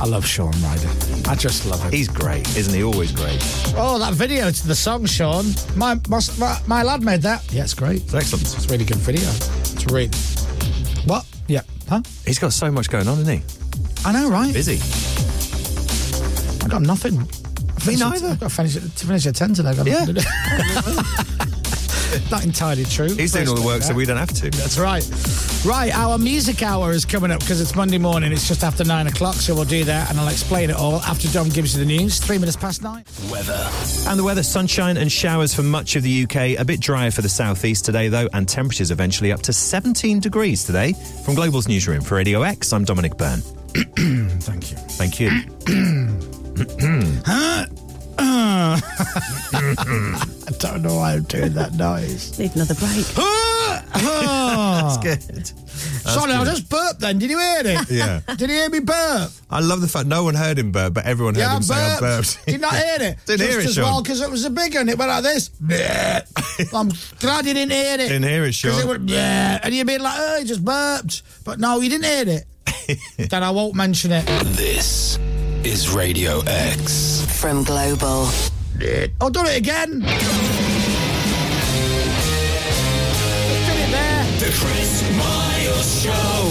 Speaker 3: I love Sean Ryder. I just love him.
Speaker 1: He's great, isn't he? Always great.
Speaker 3: Oh, that video to the song, Sean. My my, my, my lad made that. Yeah, it's great.
Speaker 1: It's excellent.
Speaker 3: It's a really good video. It's really. What? Yeah. Huh?
Speaker 1: He's got so much going on, isn't he?
Speaker 3: I know, right?
Speaker 1: Busy.
Speaker 3: I got nothing. Me
Speaker 1: neither.
Speaker 3: I've got to finish, to finish at 10 today. I've got
Speaker 1: Yeah.
Speaker 3: nothing to do. Not entirely true.
Speaker 1: He's doing all the work, so we don't have to.
Speaker 3: That's right. Right, our music hour is coming up because it's Monday morning. It's just after nine o'clock, so we'll do that and I'll explain it all after Dom gives you the news. Three minutes past nine.
Speaker 9: Weather.
Speaker 1: And the weather, sunshine and showers for much of the UK. A bit drier for the southeast today, though, and temperatures eventually up to 17 degrees today. From Global's newsroom for Radio X, I'm Dominic Byrne.
Speaker 3: Thank you.
Speaker 1: Thank you.
Speaker 3: I don't know why I'm doing that noise.
Speaker 4: Need another break.
Speaker 3: That's
Speaker 1: good.
Speaker 3: Ah. Sorry, I just burped then. Did you hear it?
Speaker 1: Yeah.
Speaker 3: Did you hear me burp?
Speaker 1: I love the fact no one heard him burp, but everyone heard
Speaker 3: yeah, I
Speaker 1: him say I
Speaker 3: burped.
Speaker 1: burped.
Speaker 3: Did you not hear it?
Speaker 1: Didn't
Speaker 3: just
Speaker 1: hear it,
Speaker 3: as
Speaker 1: Sean.
Speaker 3: well because it was a big one. It went like this. I'm glad you didn't hear it.
Speaker 1: Didn't hear it,
Speaker 3: 'Cause
Speaker 1: Sean.
Speaker 3: went, "Bleh," and you'd be like, oh, he just burped. But no, you didn't hear it. then I won't mention it.
Speaker 9: This is Radio X.
Speaker 11: From Global.
Speaker 3: Oh, done it again.
Speaker 7: The Chris Miles Show.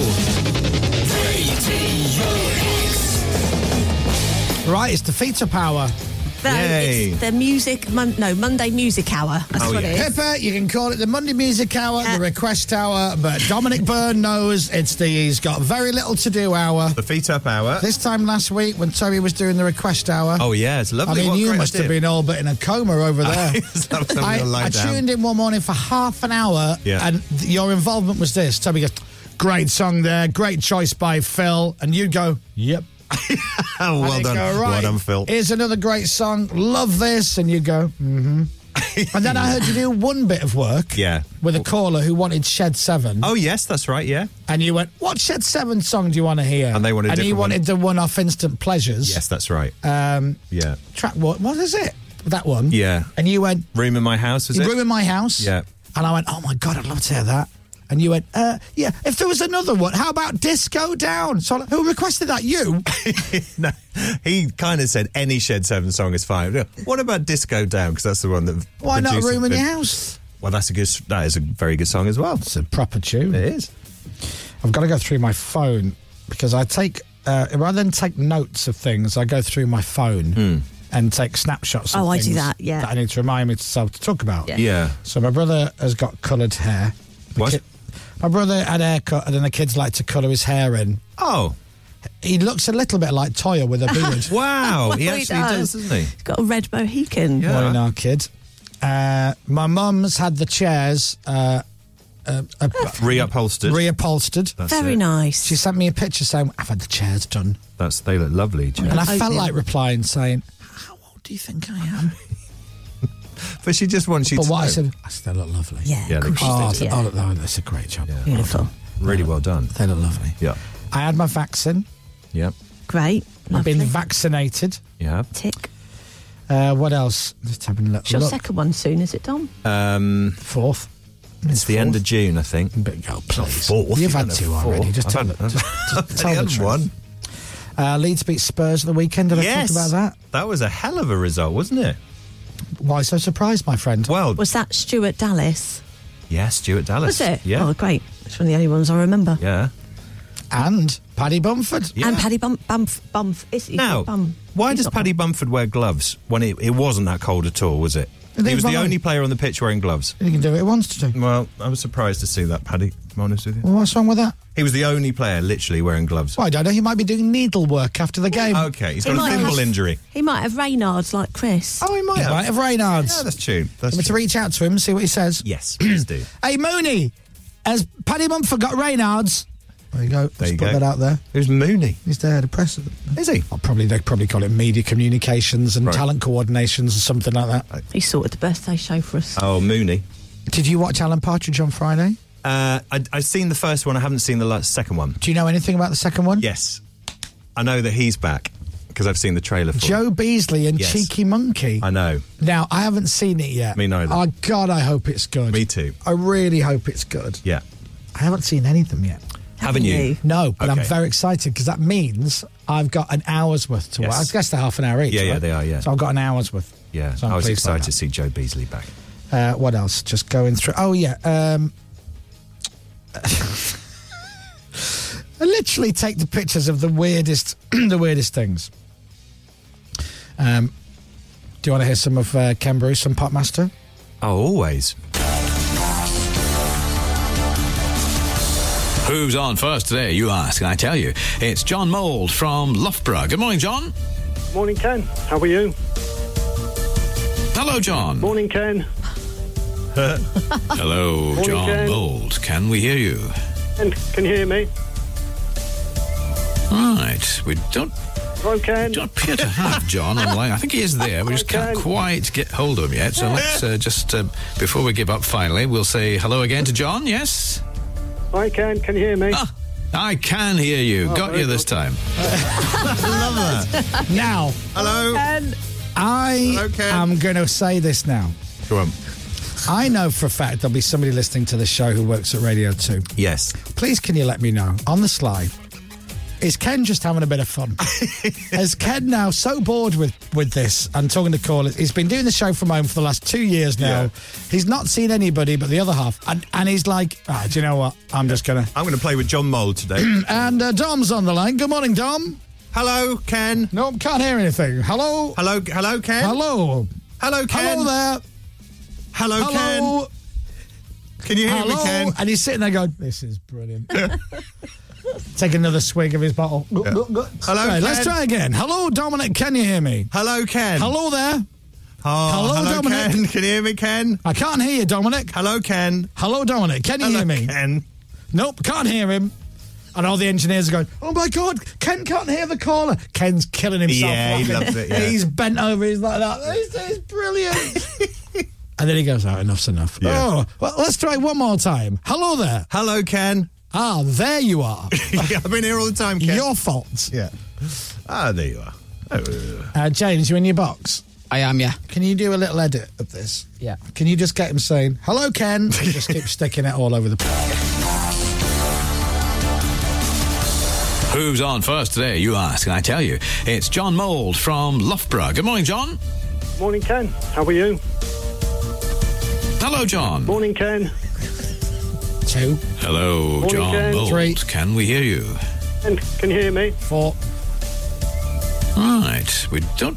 Speaker 7: Radio X.
Speaker 3: Right, it's the feater power.
Speaker 4: No, it's the music, mon- no, Monday music hour. That's
Speaker 1: Oh,
Speaker 4: what it is. Uh,
Speaker 3: Pippa, you can call it the Monday Music Hour, the Request Hour, but Dominic Byrne knows it's the he's got very little to do hour.
Speaker 1: The feet up hour.
Speaker 3: This time last week when Toby was doing the Request Hour.
Speaker 1: Oh, yeah, it's lovely.
Speaker 3: I mean,
Speaker 1: What a
Speaker 3: you
Speaker 1: great
Speaker 3: must have
Speaker 1: idea.
Speaker 3: been all but in a coma over there.
Speaker 1: That was something
Speaker 3: I,
Speaker 1: to lie
Speaker 3: I
Speaker 1: down.
Speaker 3: tuned in one morning for half an hour,
Speaker 1: Yeah.
Speaker 3: and th- your involvement was this. Toby goes, "Great song there, great choice by Phil," and you go, "Yep."
Speaker 1: Oh, well
Speaker 3: And they
Speaker 1: done.
Speaker 3: go,
Speaker 1: Well
Speaker 3: "Right,
Speaker 1: done, Phil.
Speaker 3: Here's another great song. Love this, and you go, "Mm-hmm." and then I heard you do one bit of work
Speaker 1: Yeah.
Speaker 3: with a caller who wanted Shed Seven,
Speaker 1: Oh, yes, that's right, yeah.
Speaker 3: and you went, "What Shed Seven song do you want to hear?"
Speaker 1: And they wanted a
Speaker 3: and he
Speaker 1: different one.
Speaker 3: wanted the one off Instant Pleasures.
Speaker 1: Yes, that's right.
Speaker 3: Um,
Speaker 1: Yeah.
Speaker 3: track what? What is it? That one.
Speaker 1: Yeah.
Speaker 3: And you went,
Speaker 1: Room in my house, was
Speaker 3: you
Speaker 1: it?
Speaker 3: ruined my house.
Speaker 1: Yeah.
Speaker 3: And I went, oh my God, I'd love to hear that. And you went, uh, yeah, if there was another one, how about Disco Down? So I'm like, who requested that? You?
Speaker 1: no, he kind of said any Shed 7 song is fine. Yeah, What about Disco Down? Because that's the one that.
Speaker 3: Why not
Speaker 1: produced
Speaker 3: Room in
Speaker 1: it.
Speaker 3: Your House?
Speaker 1: Well, that's a good. That is a very good song as well. It's
Speaker 3: a proper tune.
Speaker 1: It is.
Speaker 3: I've got to go through my phone because I take, uh, rather than take notes of things, I go through my phone
Speaker 1: Hmm.
Speaker 3: and take snapshots of
Speaker 4: Oh, I do
Speaker 3: things
Speaker 4: that, yeah.
Speaker 3: That I need to remind myself to talk about.
Speaker 4: Yeah. Yeah.
Speaker 3: So my brother has got coloured hair. The
Speaker 1: What?
Speaker 3: ki- my brother had a haircut and then the kids like to colour his hair in.
Speaker 1: Oh.
Speaker 3: He looks a little bit like Toya with a beard.
Speaker 1: wow, he
Speaker 4: Well, he
Speaker 1: actually does.
Speaker 4: does.
Speaker 1: doesn't he?
Speaker 4: Got a red Mohican.
Speaker 3: Morning, our kid. Uh, my mum's had the chairs uh, uh, uh,
Speaker 1: Reupholstered.
Speaker 3: reupholstered.
Speaker 1: That's Very it.
Speaker 4: nice.
Speaker 3: She sent me a picture saying, I've had the chairs done.
Speaker 1: That's they look lovely. Jane.
Speaker 3: And I felt like replying, saying, How old do you think I am?
Speaker 1: but she just wants you
Speaker 3: But
Speaker 1: to.
Speaker 3: what I
Speaker 1: know.
Speaker 3: said, I said, they look lovely.
Speaker 1: Yeah, Yeah, of they- course
Speaker 3: oh,
Speaker 1: they do.
Speaker 3: th- oh, look, no, that's a great job.
Speaker 4: Beautiful.
Speaker 1: Really well done.
Speaker 3: They look lovely.
Speaker 1: Yeah.
Speaker 3: I had my vaccine.
Speaker 1: Yep.
Speaker 4: Great.
Speaker 3: I've been vaccinated.
Speaker 1: Yeah.
Speaker 4: Tick.
Speaker 3: Uh, what else? Just having a
Speaker 4: It's
Speaker 3: little
Speaker 4: your
Speaker 3: look.
Speaker 4: second one soon, is it, Dom?
Speaker 1: Um,
Speaker 3: fourth.
Speaker 1: It's, the end of June, I think.
Speaker 3: But go please.
Speaker 1: Fourth.
Speaker 3: You've had
Speaker 1: a
Speaker 3: two
Speaker 1: fourth.
Speaker 3: already. Just
Speaker 1: I've
Speaker 3: tell
Speaker 1: had-
Speaker 3: the-
Speaker 1: I've
Speaker 3: just tell
Speaker 1: had
Speaker 3: the truth.
Speaker 1: one.
Speaker 3: Uh, Leeds beat Spurs at the weekend. Did I talk
Speaker 1: yes.
Speaker 3: about that?
Speaker 1: That was a hell of a result, wasn't it?
Speaker 3: Why so surprised, my friend?
Speaker 1: Well,
Speaker 4: Was that Stuart Dallas?
Speaker 1: yeah, Stuart Dallas.
Speaker 4: Was it?
Speaker 1: Yeah.
Speaker 4: Oh, great. It's one of the only ones I remember.
Speaker 1: Yeah.
Speaker 3: and Paddy Bumford.
Speaker 4: And Paddy Bump, Bumf, Bumf. Is he
Speaker 1: Now,
Speaker 4: Bum?
Speaker 1: why
Speaker 4: He's
Speaker 1: does
Speaker 4: not
Speaker 1: Paddy Bumford wear gloves when it, it wasn't that cold at all, was it?
Speaker 3: I think
Speaker 1: He was the
Speaker 3: Bummer-
Speaker 1: only player on the pitch wearing gloves.
Speaker 3: He can do what he wants to do.
Speaker 1: Well, I was surprised to see that, Paddy, to be honest with you.
Speaker 3: Well, what's wrong with that?
Speaker 1: He was the only player literally wearing gloves.
Speaker 3: Well, I don't know. He might be doing needlework after the game.
Speaker 1: Okay, he's
Speaker 4: He
Speaker 1: got a
Speaker 4: might
Speaker 1: thimble
Speaker 4: have-
Speaker 1: injury.
Speaker 4: He might have Reynards like Chris.
Speaker 1: Oh, he might
Speaker 3: Yeah,
Speaker 1: have.
Speaker 3: right, of Reynards.
Speaker 1: Yeah, that's true. That's
Speaker 3: Want me to
Speaker 1: true.
Speaker 3: reach out to him, see what he says.
Speaker 1: Yes, please do.
Speaker 3: Hey, Mooney, has Paddy Bumford got Reynards? There you go. Let's
Speaker 1: There you
Speaker 3: put
Speaker 1: go.
Speaker 3: that out there.
Speaker 1: Who's Mooney?
Speaker 3: He's there, the press.
Speaker 1: Is he?
Speaker 3: I'll probably they probably call it media communications and
Speaker 1: Right.
Speaker 3: talent coordinations or something like that.
Speaker 4: He sorted the birthday show for us.
Speaker 1: Oh, Mooney.
Speaker 3: Did you watch Alan Partridge on Friday?
Speaker 1: Uh, I, I've seen the first one. I haven't seen the la- second one.
Speaker 3: Do you know anything about the second one?
Speaker 1: Yes, I know that he's back because I've seen the trailer for. it.
Speaker 3: Joe Beasley and
Speaker 1: Yes.
Speaker 3: Cheeky Monkey.
Speaker 1: I know.
Speaker 3: Now, I haven't seen it yet.
Speaker 1: Me neither.
Speaker 3: Oh, God, I hope it's good.
Speaker 1: Me too.
Speaker 3: I really hope it's good.
Speaker 1: Yeah.
Speaker 3: I haven't seen any of them yet.
Speaker 1: Haven't you?
Speaker 3: No, but I'm
Speaker 1: Okay.
Speaker 3: very excited because that means I've got an hour's worth to
Speaker 1: Yes.
Speaker 3: watch. I guess they're half an hour each.
Speaker 1: Yeah, yeah,
Speaker 3: right?
Speaker 1: they are, yeah.
Speaker 3: So I've got an hour's worth.
Speaker 1: Yeah,
Speaker 3: So I'm
Speaker 1: I was
Speaker 3: pleased by
Speaker 1: excited to
Speaker 3: that.
Speaker 1: see Joe Beasley back.
Speaker 3: Uh, what else? Just going through. Oh, yeah. Um, I literally take the pictures of the weirdest, the weirdest things. Um, do you want to hear some of uh, Ken Bruce and Potmaster?
Speaker 1: Oh, always.
Speaker 8: Who's on first today, you ask? And I tell you, it's John Mould from Loughborough. Good morning, John.
Speaker 24: Morning, Ken. How are you?
Speaker 8: Hello, John.
Speaker 24: Morning, Ken.
Speaker 8: Hello,
Speaker 24: Morning,
Speaker 8: John
Speaker 24: Ken.
Speaker 8: Mould. Can we hear you?
Speaker 24: Ken, can you hear me?
Speaker 8: Right. We don't
Speaker 24: Hello, Ken.
Speaker 8: don't appear to have John online. I think he is there. We just can't quite get hold of him yet. So let's uh, just, uh, before we give up finally, we'll say hello again to John. Yes?
Speaker 24: Hi, Ken. Can you hear me?
Speaker 8: I can hear you.
Speaker 24: Oh,
Speaker 8: Got
Speaker 24: very
Speaker 8: you this time.
Speaker 3: Love that. now, hello. I am going to say this now.
Speaker 1: Go on.
Speaker 3: I know for a fact there'll be somebody listening to this show who works at Radio Two.
Speaker 1: Yes.
Speaker 3: Please, can you let me know on the slide Is Ken just having a bit of fun? Is Ken now so bored with, with this and talking to callers? He's been doing the show from home for the last two years now. He's not seen anybody but the other half. And, and he's like, ah, do you know what? I'm just going to.
Speaker 1: I'm going to play with John Mole today.
Speaker 3: and uh, Dom's on the line. Good morning, Dom.
Speaker 1: Hello, Ken.
Speaker 3: Nope, can't hear anything. Hello.
Speaker 1: Hello, hello, Ken.
Speaker 3: Hello.
Speaker 1: Hello, Ken.
Speaker 3: Hello there.
Speaker 1: Hello,
Speaker 3: Hello.
Speaker 1: Ken. Can you hear
Speaker 3: Hello.
Speaker 1: me, Ken?
Speaker 3: And he's sitting there going, "This is brilliant." Take another swig of his bottle.
Speaker 1: Hello,
Speaker 3: Right, let's
Speaker 1: Ken.
Speaker 3: try again. Hello, Dominic. Can you hear me?
Speaker 1: Hello, Ken.
Speaker 3: Hello there.
Speaker 1: Oh,
Speaker 3: hello,
Speaker 1: hello,
Speaker 3: Dominic.
Speaker 1: Ken. Can you hear me, Ken?
Speaker 3: I can't hear you, Dominic.
Speaker 1: Hello, Ken.
Speaker 3: Hello, Dominic. Can you
Speaker 1: Hello,
Speaker 3: hear me?
Speaker 1: Ken.
Speaker 3: Nope, can't hear him. And all the engineers are going, "Oh my god, Ken can't hear the caller." Ken's killing himself.
Speaker 1: Yeah, he
Speaker 3: laughing.
Speaker 1: loves it, yeah.
Speaker 3: He's bent over. He's like that. This is brilliant. and then he goes, "Oh, enough's enough." Oh, well, let's try one more time. Hello there.
Speaker 1: Hello, Ken.
Speaker 3: Ah, there you are.
Speaker 1: yeah, I've been here all the time, Ken.
Speaker 3: Your fault.
Speaker 1: Yeah. Ah, there you are. Oh,
Speaker 3: Uh, James, you in your box?
Speaker 19: I am, yeah.
Speaker 3: Can you do a little edit of this?
Speaker 19: Yeah.
Speaker 3: Can you just get him saying, hello, Ken? and just keep sticking it all over the place.
Speaker 8: Who's on first today, you ask? And I tell you, it's John Mould from Loughborough. Good morning, John.
Speaker 25: Morning, Ken. How are you?
Speaker 8: Hello, John.
Speaker 25: Morning, Ken.
Speaker 3: Two,
Speaker 8: Hello,
Speaker 25: Morning,
Speaker 8: John
Speaker 25: Ken.
Speaker 8: Mould.
Speaker 25: Three.
Speaker 8: Can we hear you?
Speaker 25: Ken, can you hear me?
Speaker 3: four.
Speaker 8: Right. We don't,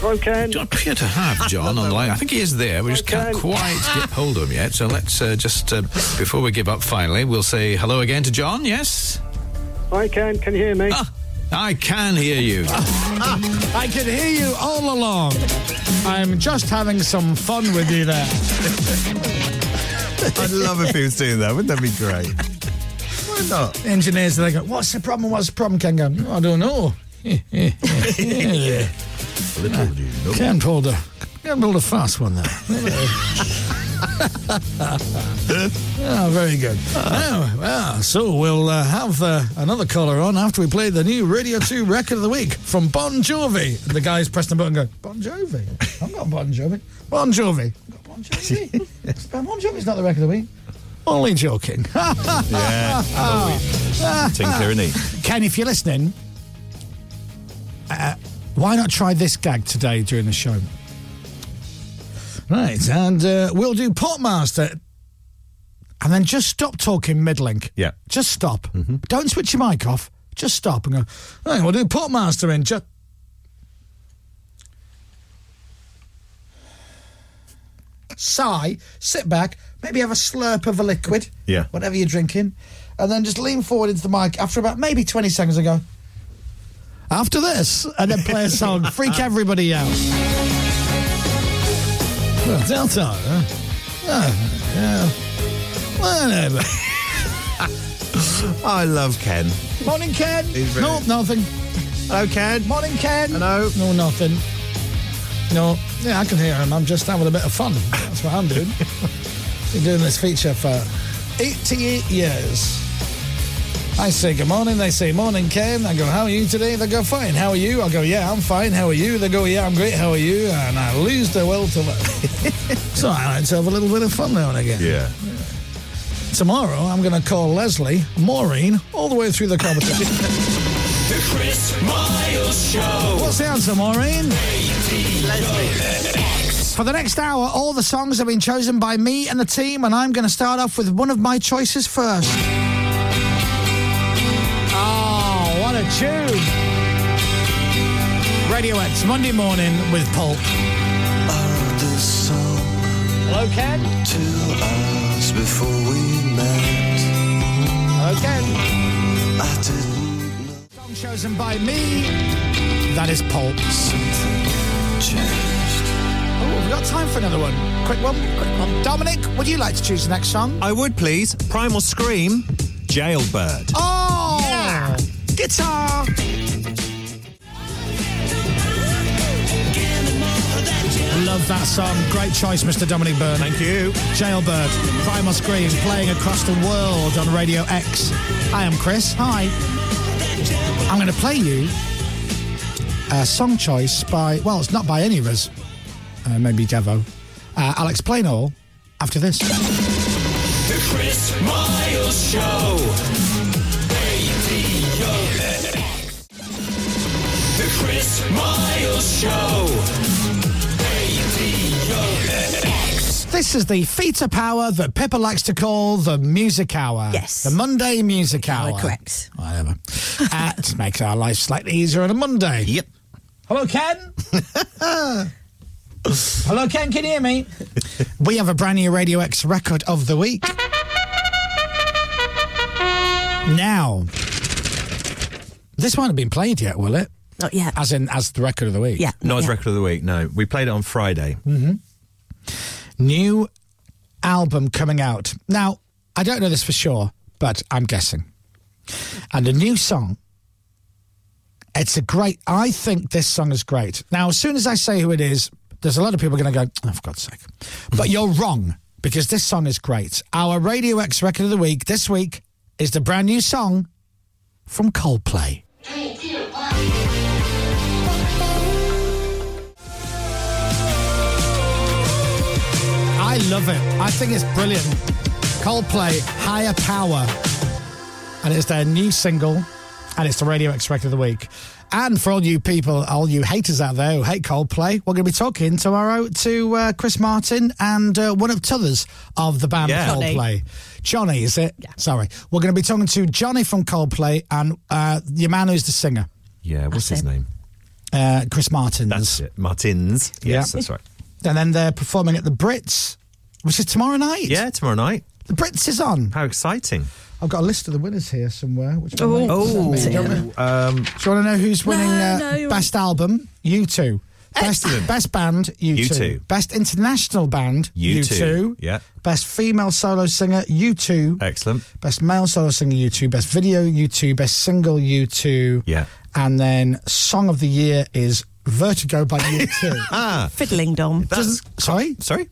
Speaker 25: Hello, Ken.
Speaker 8: don't appear to have John on the line. I think he is there. We just can't
Speaker 25: Ken.
Speaker 8: quite get hold of him yet. So let's uh, just, uh, before we give up finally, we'll say hello again to John. Yes? Ah,
Speaker 25: Hi, Ken. Can you hear me?
Speaker 8: I can hear you.
Speaker 25: Ah.
Speaker 3: I can hear you all along. I'm just having some fun with you there.
Speaker 1: I'd love if he was doing that. Wouldn't that be great? Why not?
Speaker 3: Engineers, they go, what's the problem? What's the problem, Ken? Going, "Oh, I don't know. Ken
Speaker 1: Little do you know.
Speaker 3: pulled a, Ken pulled a fast one there. Oh, very good. oh, well, so we'll uh, have uh, another caller on after we play the new Radio 2 record of the week from Bon Jovi. And the guy's pressing the button going, Bon Jovi? I've got Bon Jovi. Bon Jovi. I've got Bon Jovi. bon Jovi's not the record of the week. Only joking. Ah.
Speaker 1: Yeah. Oh, Tinkler, innit?
Speaker 3: Ken, if you're listening, uh, why not try this gag today during the show? Right, and uh, we'll do Portmaster. And then just stop talking midlink.
Speaker 1: Yeah.
Speaker 3: Just stop. Don't switch your mic off. Just stop and go, right, we'll do Portmaster in just. Sigh, sit back, maybe have a slurp of a liquid,
Speaker 1: Yeah.
Speaker 3: whatever you're drinking, and then just lean forward into the mic after about maybe 20 seconds and go, after this, and then play a song, freak everybody out. Well, Delta, huh? Oh, yeah. Whatever.
Speaker 1: I love Ken.
Speaker 3: Morning, Ken.
Speaker 1: He's
Speaker 3: No,
Speaker 1: brilliant.
Speaker 3: nothing.
Speaker 1: Hello, Ken.
Speaker 3: Morning, Ken.
Speaker 1: Hello.
Speaker 3: No, nothing. No, yeah, I can hear him. I'm just having a bit of fun. That's what I'm doing. Been doing this feature for 88 years. I say good morning. They say morning, Ken. I go, how are you today? They go, fine. How are you? I go, yeah, I'm fine. How are you? They go, yeah, I'm great. How are you? And I lose the will to live. so I like to have a little bit of fun now and again.
Speaker 1: Yeah.
Speaker 3: Tomorrow, I'm going to call Leslie Maureen all the way through the competition.
Speaker 7: The Chris Miles Show.
Speaker 3: What's the answer, Maureen? For the next hour, all the songs have been chosen by me and the team, and I'm going to start off with one of my choices first. Oh, what a tune! Radio X, Monday morning with Pulp. Hello, Ken. Hello, Ken. Song chosen by me. That is Pulp. Oh, have we got time for another one? Quick one, quick one. Dominic, would you like to choose the next song?
Speaker 1: I would please. Primal Scream, Jailbird.
Speaker 3: Oh! Guitar! Love that song. Great choice, Mr. Dominic Byrne.
Speaker 1: Thank you.
Speaker 3: Jailbird, Primal Scream, playing across the world on Radio X. I am Chris. Hi. I'm going to play you a song choice by, well, it's not by any of us, uh, maybe Devo. Uh, I'll explain all after this.
Speaker 7: The Chris Miles Show. Radio X. Show. Radio X.
Speaker 3: This is the Theta Power that Pippa likes to call the Music Hour. Yes. The Monday Music Hour.
Speaker 14: correct.
Speaker 3: Whatever. uh, just makes our life slightly easier on a Monday. Yep. Hello, Ken. Hello, Ken. Can you hear me? we have a brand new Radio X record of the week. Now, this won't have been played yet, will it?
Speaker 4: Not yet.
Speaker 3: As in, as the record of the week. Yeah.
Speaker 1: Not as record of the week. No, we played it on Friday.
Speaker 3: hmm Mm-hmm. New album coming out. Now, I don't know this for sure, but I'm guessing. And a new song. It's a great, I think this song is great. Now, as soon as I say who it is, there's a lot of people going to go, oh, for God's sake. But you're wrong because this song is great. Our Radio X record of the week this week is the brand new song from Coldplay. I love it. I think it's brilliant. Coldplay, Higher Power. And it's their new single, and it's the Radio X Record of the Week. And for all you people, all you haters out there who hate Coldplay, we're going to be talking tomorrow to uh, Chris Martin and uh, one of t'others of the band
Speaker 15: Yeah. Johnny.
Speaker 3: Coldplay. Johnny, is it? Yeah. Sorry. We're going to be talking to Johnny from Coldplay and uh, your man who's the singer,
Speaker 1: Yeah, what's his name?
Speaker 3: uh, Chris Martin.
Speaker 1: That's it. Martins. Yes,
Speaker 3: Yeah.
Speaker 1: that's right.
Speaker 3: And then they're performing at the Brits, which is tomorrow night.
Speaker 1: Yeah, tomorrow night.
Speaker 3: The Brits is on.
Speaker 1: How exciting!
Speaker 3: I've got a list of the winners here somewhere. Which one
Speaker 1: Oh,
Speaker 3: are they? Do you want me-
Speaker 1: um,
Speaker 3: do you want to know who's winning uh, best album? You two. Best, best band, you,
Speaker 1: You
Speaker 3: two.
Speaker 1: two.
Speaker 3: Best international band,
Speaker 1: you,
Speaker 3: you
Speaker 1: two.
Speaker 3: two.
Speaker 1: Yeah,
Speaker 3: Best female solo singer, you two.
Speaker 1: excellent.
Speaker 3: Best male solo singer, you two. Best video, you two. Best single, you two.
Speaker 1: Yeah.
Speaker 3: And then song of the year is Vertigo by you two.
Speaker 1: ah,
Speaker 4: fiddling dom.
Speaker 3: sorry,
Speaker 1: sorry.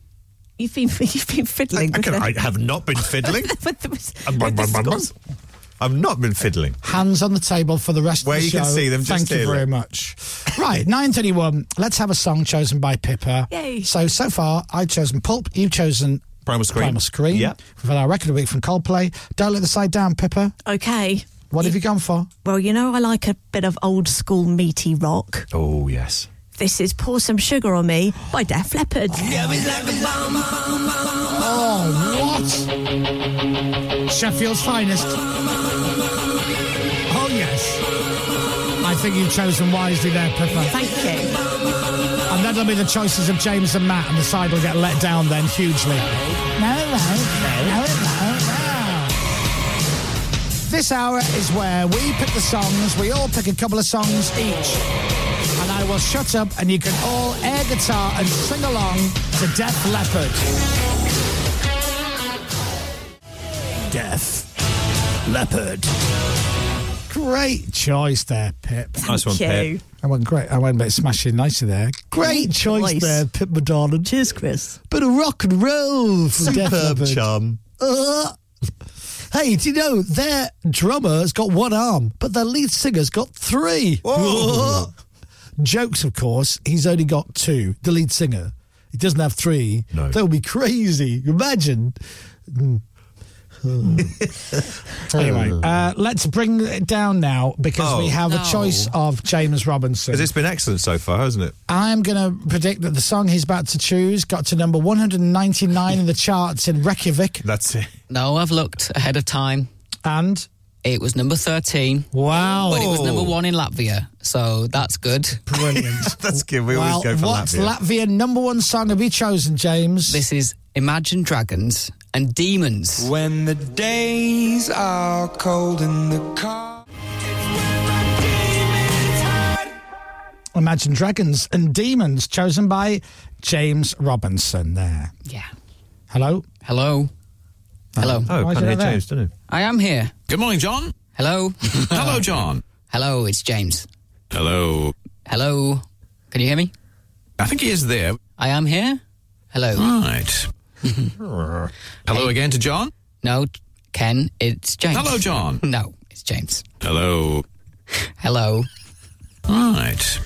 Speaker 4: You've been you've been fiddling.
Speaker 1: I,
Speaker 4: with
Speaker 1: can,
Speaker 4: the-
Speaker 1: I have not been fiddling.
Speaker 4: with the- with
Speaker 1: Um, bum,
Speaker 4: the
Speaker 1: bum, bum, bum.
Speaker 4: scores.
Speaker 1: I've not been fiddling.
Speaker 3: Hands on the table for the rest
Speaker 1: Where
Speaker 3: of the
Speaker 1: you
Speaker 3: show.
Speaker 1: can see them, just
Speaker 3: Thank you
Speaker 1: here,
Speaker 3: very
Speaker 1: look.
Speaker 3: much. Right, nine thirty-one. Let's have a song chosen by Pippa.
Speaker 1: Yay.
Speaker 3: So so far, I've chosen Pulp. You've chosen
Speaker 1: Primal Scream.
Speaker 3: Primal Scream.
Speaker 1: Yeah.
Speaker 3: We've had our record of the week from Coldplay. Don't let the side down, Pippa.
Speaker 4: Okay.
Speaker 3: What have you gone for?
Speaker 4: Well, you know I like a bit of old school meaty rock.
Speaker 1: Oh yes.
Speaker 4: This is Pour Some Sugar on Me by Def Leppard.
Speaker 3: Oh, what? Sheffield's finest. Oh, yes. I think you've chosen wisely there, Pippa.
Speaker 4: Thank you.
Speaker 3: And that'll be the choices of James and Matt, and the side will get let down then hugely. No, it won't. No, it won't. This hour is where we pick the songs. We all pick a couple of songs each. And I will shut up and you can all air guitar and sing along to Death Leopard. Death Leopard. Great choice there, Pip.
Speaker 1: Nice one, Pip.
Speaker 3: I went great. I went a bit smashing nicely there. Great choice, there, Pip McDonald.
Speaker 4: Cheers, Chris.
Speaker 3: Bit of rock and roll from Def
Speaker 1: Superb
Speaker 3: Leppard.
Speaker 1: chum.
Speaker 3: Uh, hey, do you know their drummer's got one arm, but their lead singer's got three?
Speaker 1: Whoa.
Speaker 3: Jokes, of course. He's only got two. The lead singer, he doesn't have three.
Speaker 1: No.
Speaker 3: that would be crazy. Imagine. Mm. Hmm. anyway, uh, let's bring it down now because
Speaker 1: Oh.
Speaker 3: we have
Speaker 1: No.
Speaker 3: a choice of James Robinson.
Speaker 1: Because it's been excellent so far, hasn't it?
Speaker 3: I'm going to predict that the song he's about to choose got to number 199 in the charts in Reykjavik.
Speaker 1: That's it.
Speaker 26: No, I've looked ahead of time.
Speaker 3: And?
Speaker 26: It was number 13.
Speaker 3: Wow.
Speaker 26: But it was number
Speaker 3: Oh.
Speaker 26: one in Latvia, so that's good.
Speaker 3: Brilliant.
Speaker 1: that's good. We
Speaker 3: well, what's Latvia number one song have you chosen, James?
Speaker 26: This is Imagine Dragons and Demons. When the days are cold and the car.
Speaker 3: Imagine Dragons and Demons, chosen by James Robinson there.
Speaker 26: Yeah.
Speaker 3: Hello?
Speaker 26: Hello? Hello.
Speaker 3: Oh, Why is can't it hear there? James,
Speaker 1: don't
Speaker 26: I am here. Good morning, John. Hello. Hello, John. Hello, it's James. Hello. Hello. Can you hear me? I think he is there. I am here. Hello. Right. Hello again to John? No, Ken, it's James.
Speaker 8: Hello, John.
Speaker 26: No, it's James.
Speaker 8: Hello.
Speaker 26: Hello.
Speaker 8: Right.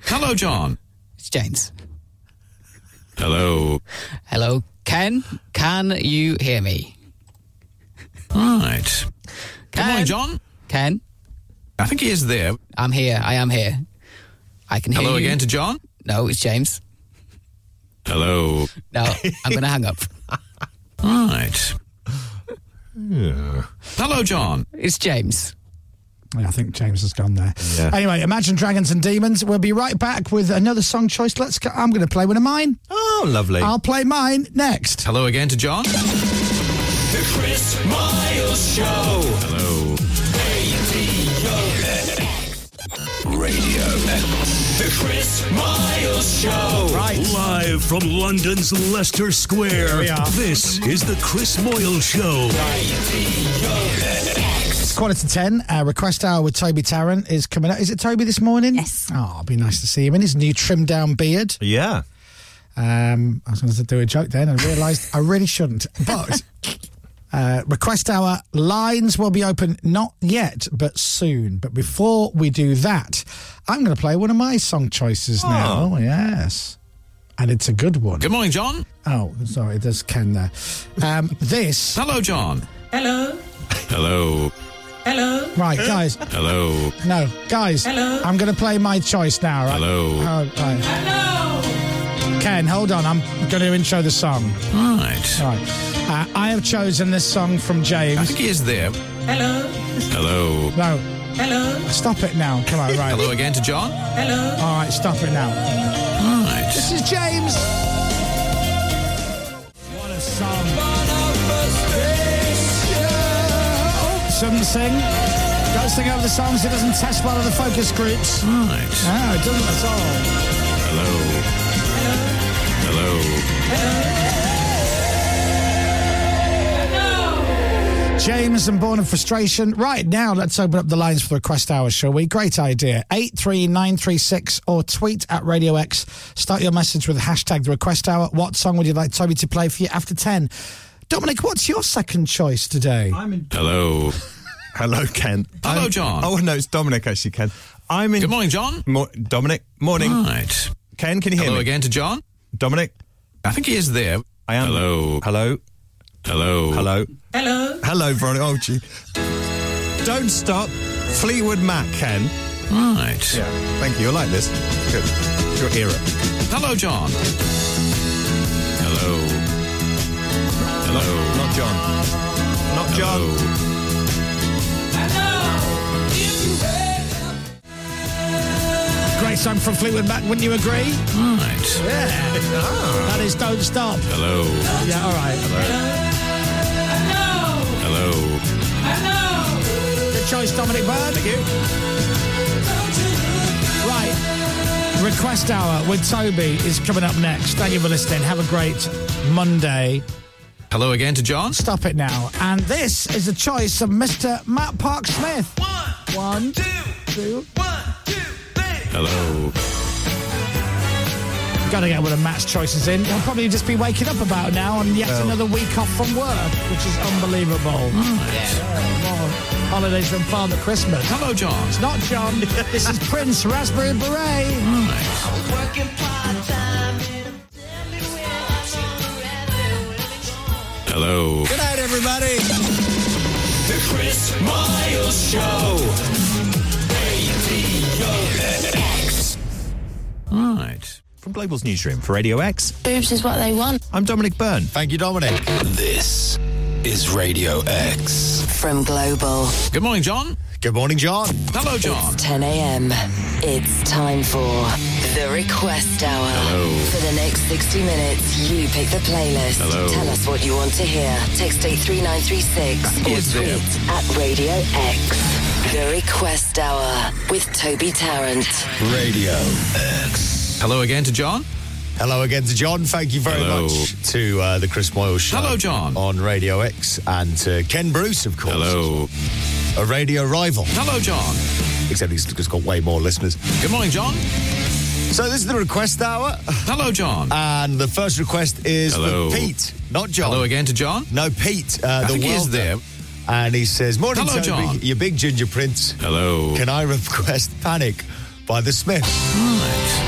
Speaker 26: Hello, John. It's James. Hello. Hello, Ken. Can you hear me? Right. Ken, Come on, John. Ken. I think he is there. I'm here. I am here. I can hear
Speaker 8: Hello
Speaker 26: you.
Speaker 8: again to John?
Speaker 26: No, it's James.
Speaker 8: Hello.
Speaker 26: No, I'm going to hang up.
Speaker 8: Right. Hello, John.
Speaker 26: It's James.
Speaker 3: Yeah, I think James has gone there.
Speaker 8: Yeah.
Speaker 3: Anyway, Imagine Dragons and Demons. We'll be right back with another song choice. Let's go. I'm going to play one of mine.
Speaker 8: Oh, lovely.
Speaker 3: I'll play mine next.
Speaker 8: Hello again to John?
Speaker 7: The Chris Miles Show.
Speaker 8: Hello.
Speaker 7: Radio X. The Chris Miles Show.
Speaker 2: Live from London's Leicester Square.
Speaker 7: we are.
Speaker 2: This is the Chris Moyle Show.
Speaker 3: It's quarter to ten. Uh, request hour with Toby Tarrant is coming up. Is it Toby this morning? Yes. Oh, it'd be nice to see him in his new trimmed down beard.
Speaker 1: Yeah.
Speaker 3: Um, I was going to do a joke then. I realised I really shouldn't. But uh, request hour lines will be open not yet, but soon. But before we do that, I'm going to play one of my song choices now. Oh, yes. And it's a good one.
Speaker 8: Good morning, John.
Speaker 3: Oh, sorry, there's Ken there. Um, this.
Speaker 8: Hello, John.
Speaker 3: Hello.
Speaker 8: Hello.
Speaker 3: Hello. Right, guys.
Speaker 8: Hello.
Speaker 3: No, guys.
Speaker 8: Hello?
Speaker 3: I'm going to play my choice now. Right?
Speaker 8: Hello.
Speaker 3: Oh, right. Ken, hold on. I'm going to intro the song.
Speaker 8: Right.
Speaker 3: Right. Uh, I have chosen this song from James.
Speaker 8: I think he is there.
Speaker 3: Hello.
Speaker 8: Hello.
Speaker 3: No. Hello. Stop it now. Come on, right.
Speaker 8: Hello again to John?
Speaker 3: Hello. All right, stop it now.
Speaker 8: Right.
Speaker 3: This is James. What a song. Some sing. Don't sing over the songs. It doesn't test well with the focus groups.
Speaker 8: Right.
Speaker 3: No, it doesn't at all.
Speaker 8: Hello. Hello.
Speaker 3: James and Born of Frustration. Right now, let's open up the lines for the request hour, shall we? Great idea. 83936 or tweet at Radio X. Start your message with hashtag the request hour. What song would you like Toby to play for you after 10? Dominic, what's your second choice today? I'm in.
Speaker 1: Hello. Hello, Ken.
Speaker 8: Hello,
Speaker 1: I'm-
Speaker 8: John.
Speaker 1: Oh, no, it's Dominic, actually, Ken. I'm in. Good
Speaker 8: morning, John.
Speaker 1: Mo- Dominic, morning.
Speaker 8: Right.
Speaker 1: Ken, can you hear
Speaker 8: Hello
Speaker 1: me?
Speaker 8: again to John?
Speaker 1: Dominic?
Speaker 8: I think he is there.
Speaker 1: I am. Hello. Hello.
Speaker 8: Hello.
Speaker 1: Hello.
Speaker 16: Hello.
Speaker 1: Hello, Veronica. Oh, gee. Don't stop. Fleetwood Mac, Ken.
Speaker 8: Right.
Speaker 1: Yeah. Thank you. You'll like this. Good. Your era.
Speaker 8: Hello, John. Hello. Hello.
Speaker 1: Not John. Not John.
Speaker 3: Great song from Fleetwood Mac, wouldn't you agree?
Speaker 8: Right.
Speaker 3: Yeah. That is Don't Stop.
Speaker 8: Hello.
Speaker 3: Yeah, all right.
Speaker 8: Hello.
Speaker 3: Good choice, Dominic Byrne. Thank you. Right. Request Hour with Toby is coming up next. Thank you for listening. Have a great Monday.
Speaker 8: Hello again to John?
Speaker 3: Stop it now. And this is the choice of Mr. Matt Park Smith. One, two, two.
Speaker 8: Hello.
Speaker 3: Gotta get one of Matt's choices in. He'll probably just be waking up about now and yet
Speaker 1: Well.
Speaker 3: another week off from work, which is unbelievable. Yeah, more holidays from Father Christmas.
Speaker 8: Hello, John.
Speaker 3: It's not John. this is Prince Raspberry Beret.
Speaker 8: Hello.
Speaker 7: Good night, everybody. The Chris Miles Show. Radio X.
Speaker 8: Right.
Speaker 1: From Global's newsroom for Radio X.
Speaker 17: Boobs is what they want.
Speaker 1: I'm Dominic Byrne.
Speaker 8: Thank you, Dominic.
Speaker 9: This is Radio X.
Speaker 11: From Global.
Speaker 8: Good morning, John.
Speaker 9: Good morning, John.
Speaker 8: Hello, John.
Speaker 11: It's 10 a.m. It's time for the request hour.
Speaker 9: Hello.
Speaker 11: For the next 60 minutes, you pick the playlist.
Speaker 9: Hello.
Speaker 11: Tell us what you want to hear. Text 83936 or
Speaker 9: Yes,
Speaker 11: tweet at Radio X. The request hour with Toby Tarrant.
Speaker 9: Radio
Speaker 8: X. Hello again to John.
Speaker 12: Hello again to John. Thank you very
Speaker 8: Hello.
Speaker 12: much to uh, the Chris Moyle Show.
Speaker 8: Hello, John.
Speaker 12: On Radio X and to Ken Bruce, of course. Hello. A radio rival.
Speaker 8: Hello, John.
Speaker 12: Except he's just got way more listeners.
Speaker 8: Good morning, John.
Speaker 12: So this is the request hour.
Speaker 8: Hello, John.
Speaker 12: And the first request is
Speaker 8: Hello.
Speaker 12: for Pete, not John.
Speaker 8: Hello again to John.
Speaker 12: No, Pete. Uh,
Speaker 8: I
Speaker 12: the
Speaker 8: think he is
Speaker 12: welder.
Speaker 8: there.
Speaker 12: And he says, "Morning,
Speaker 8: Hello,
Speaker 12: Toby.
Speaker 8: John."
Speaker 12: Your big ginger prince.
Speaker 8: Hello.
Speaker 12: Can I request Panic by the Smiths?
Speaker 8: Right.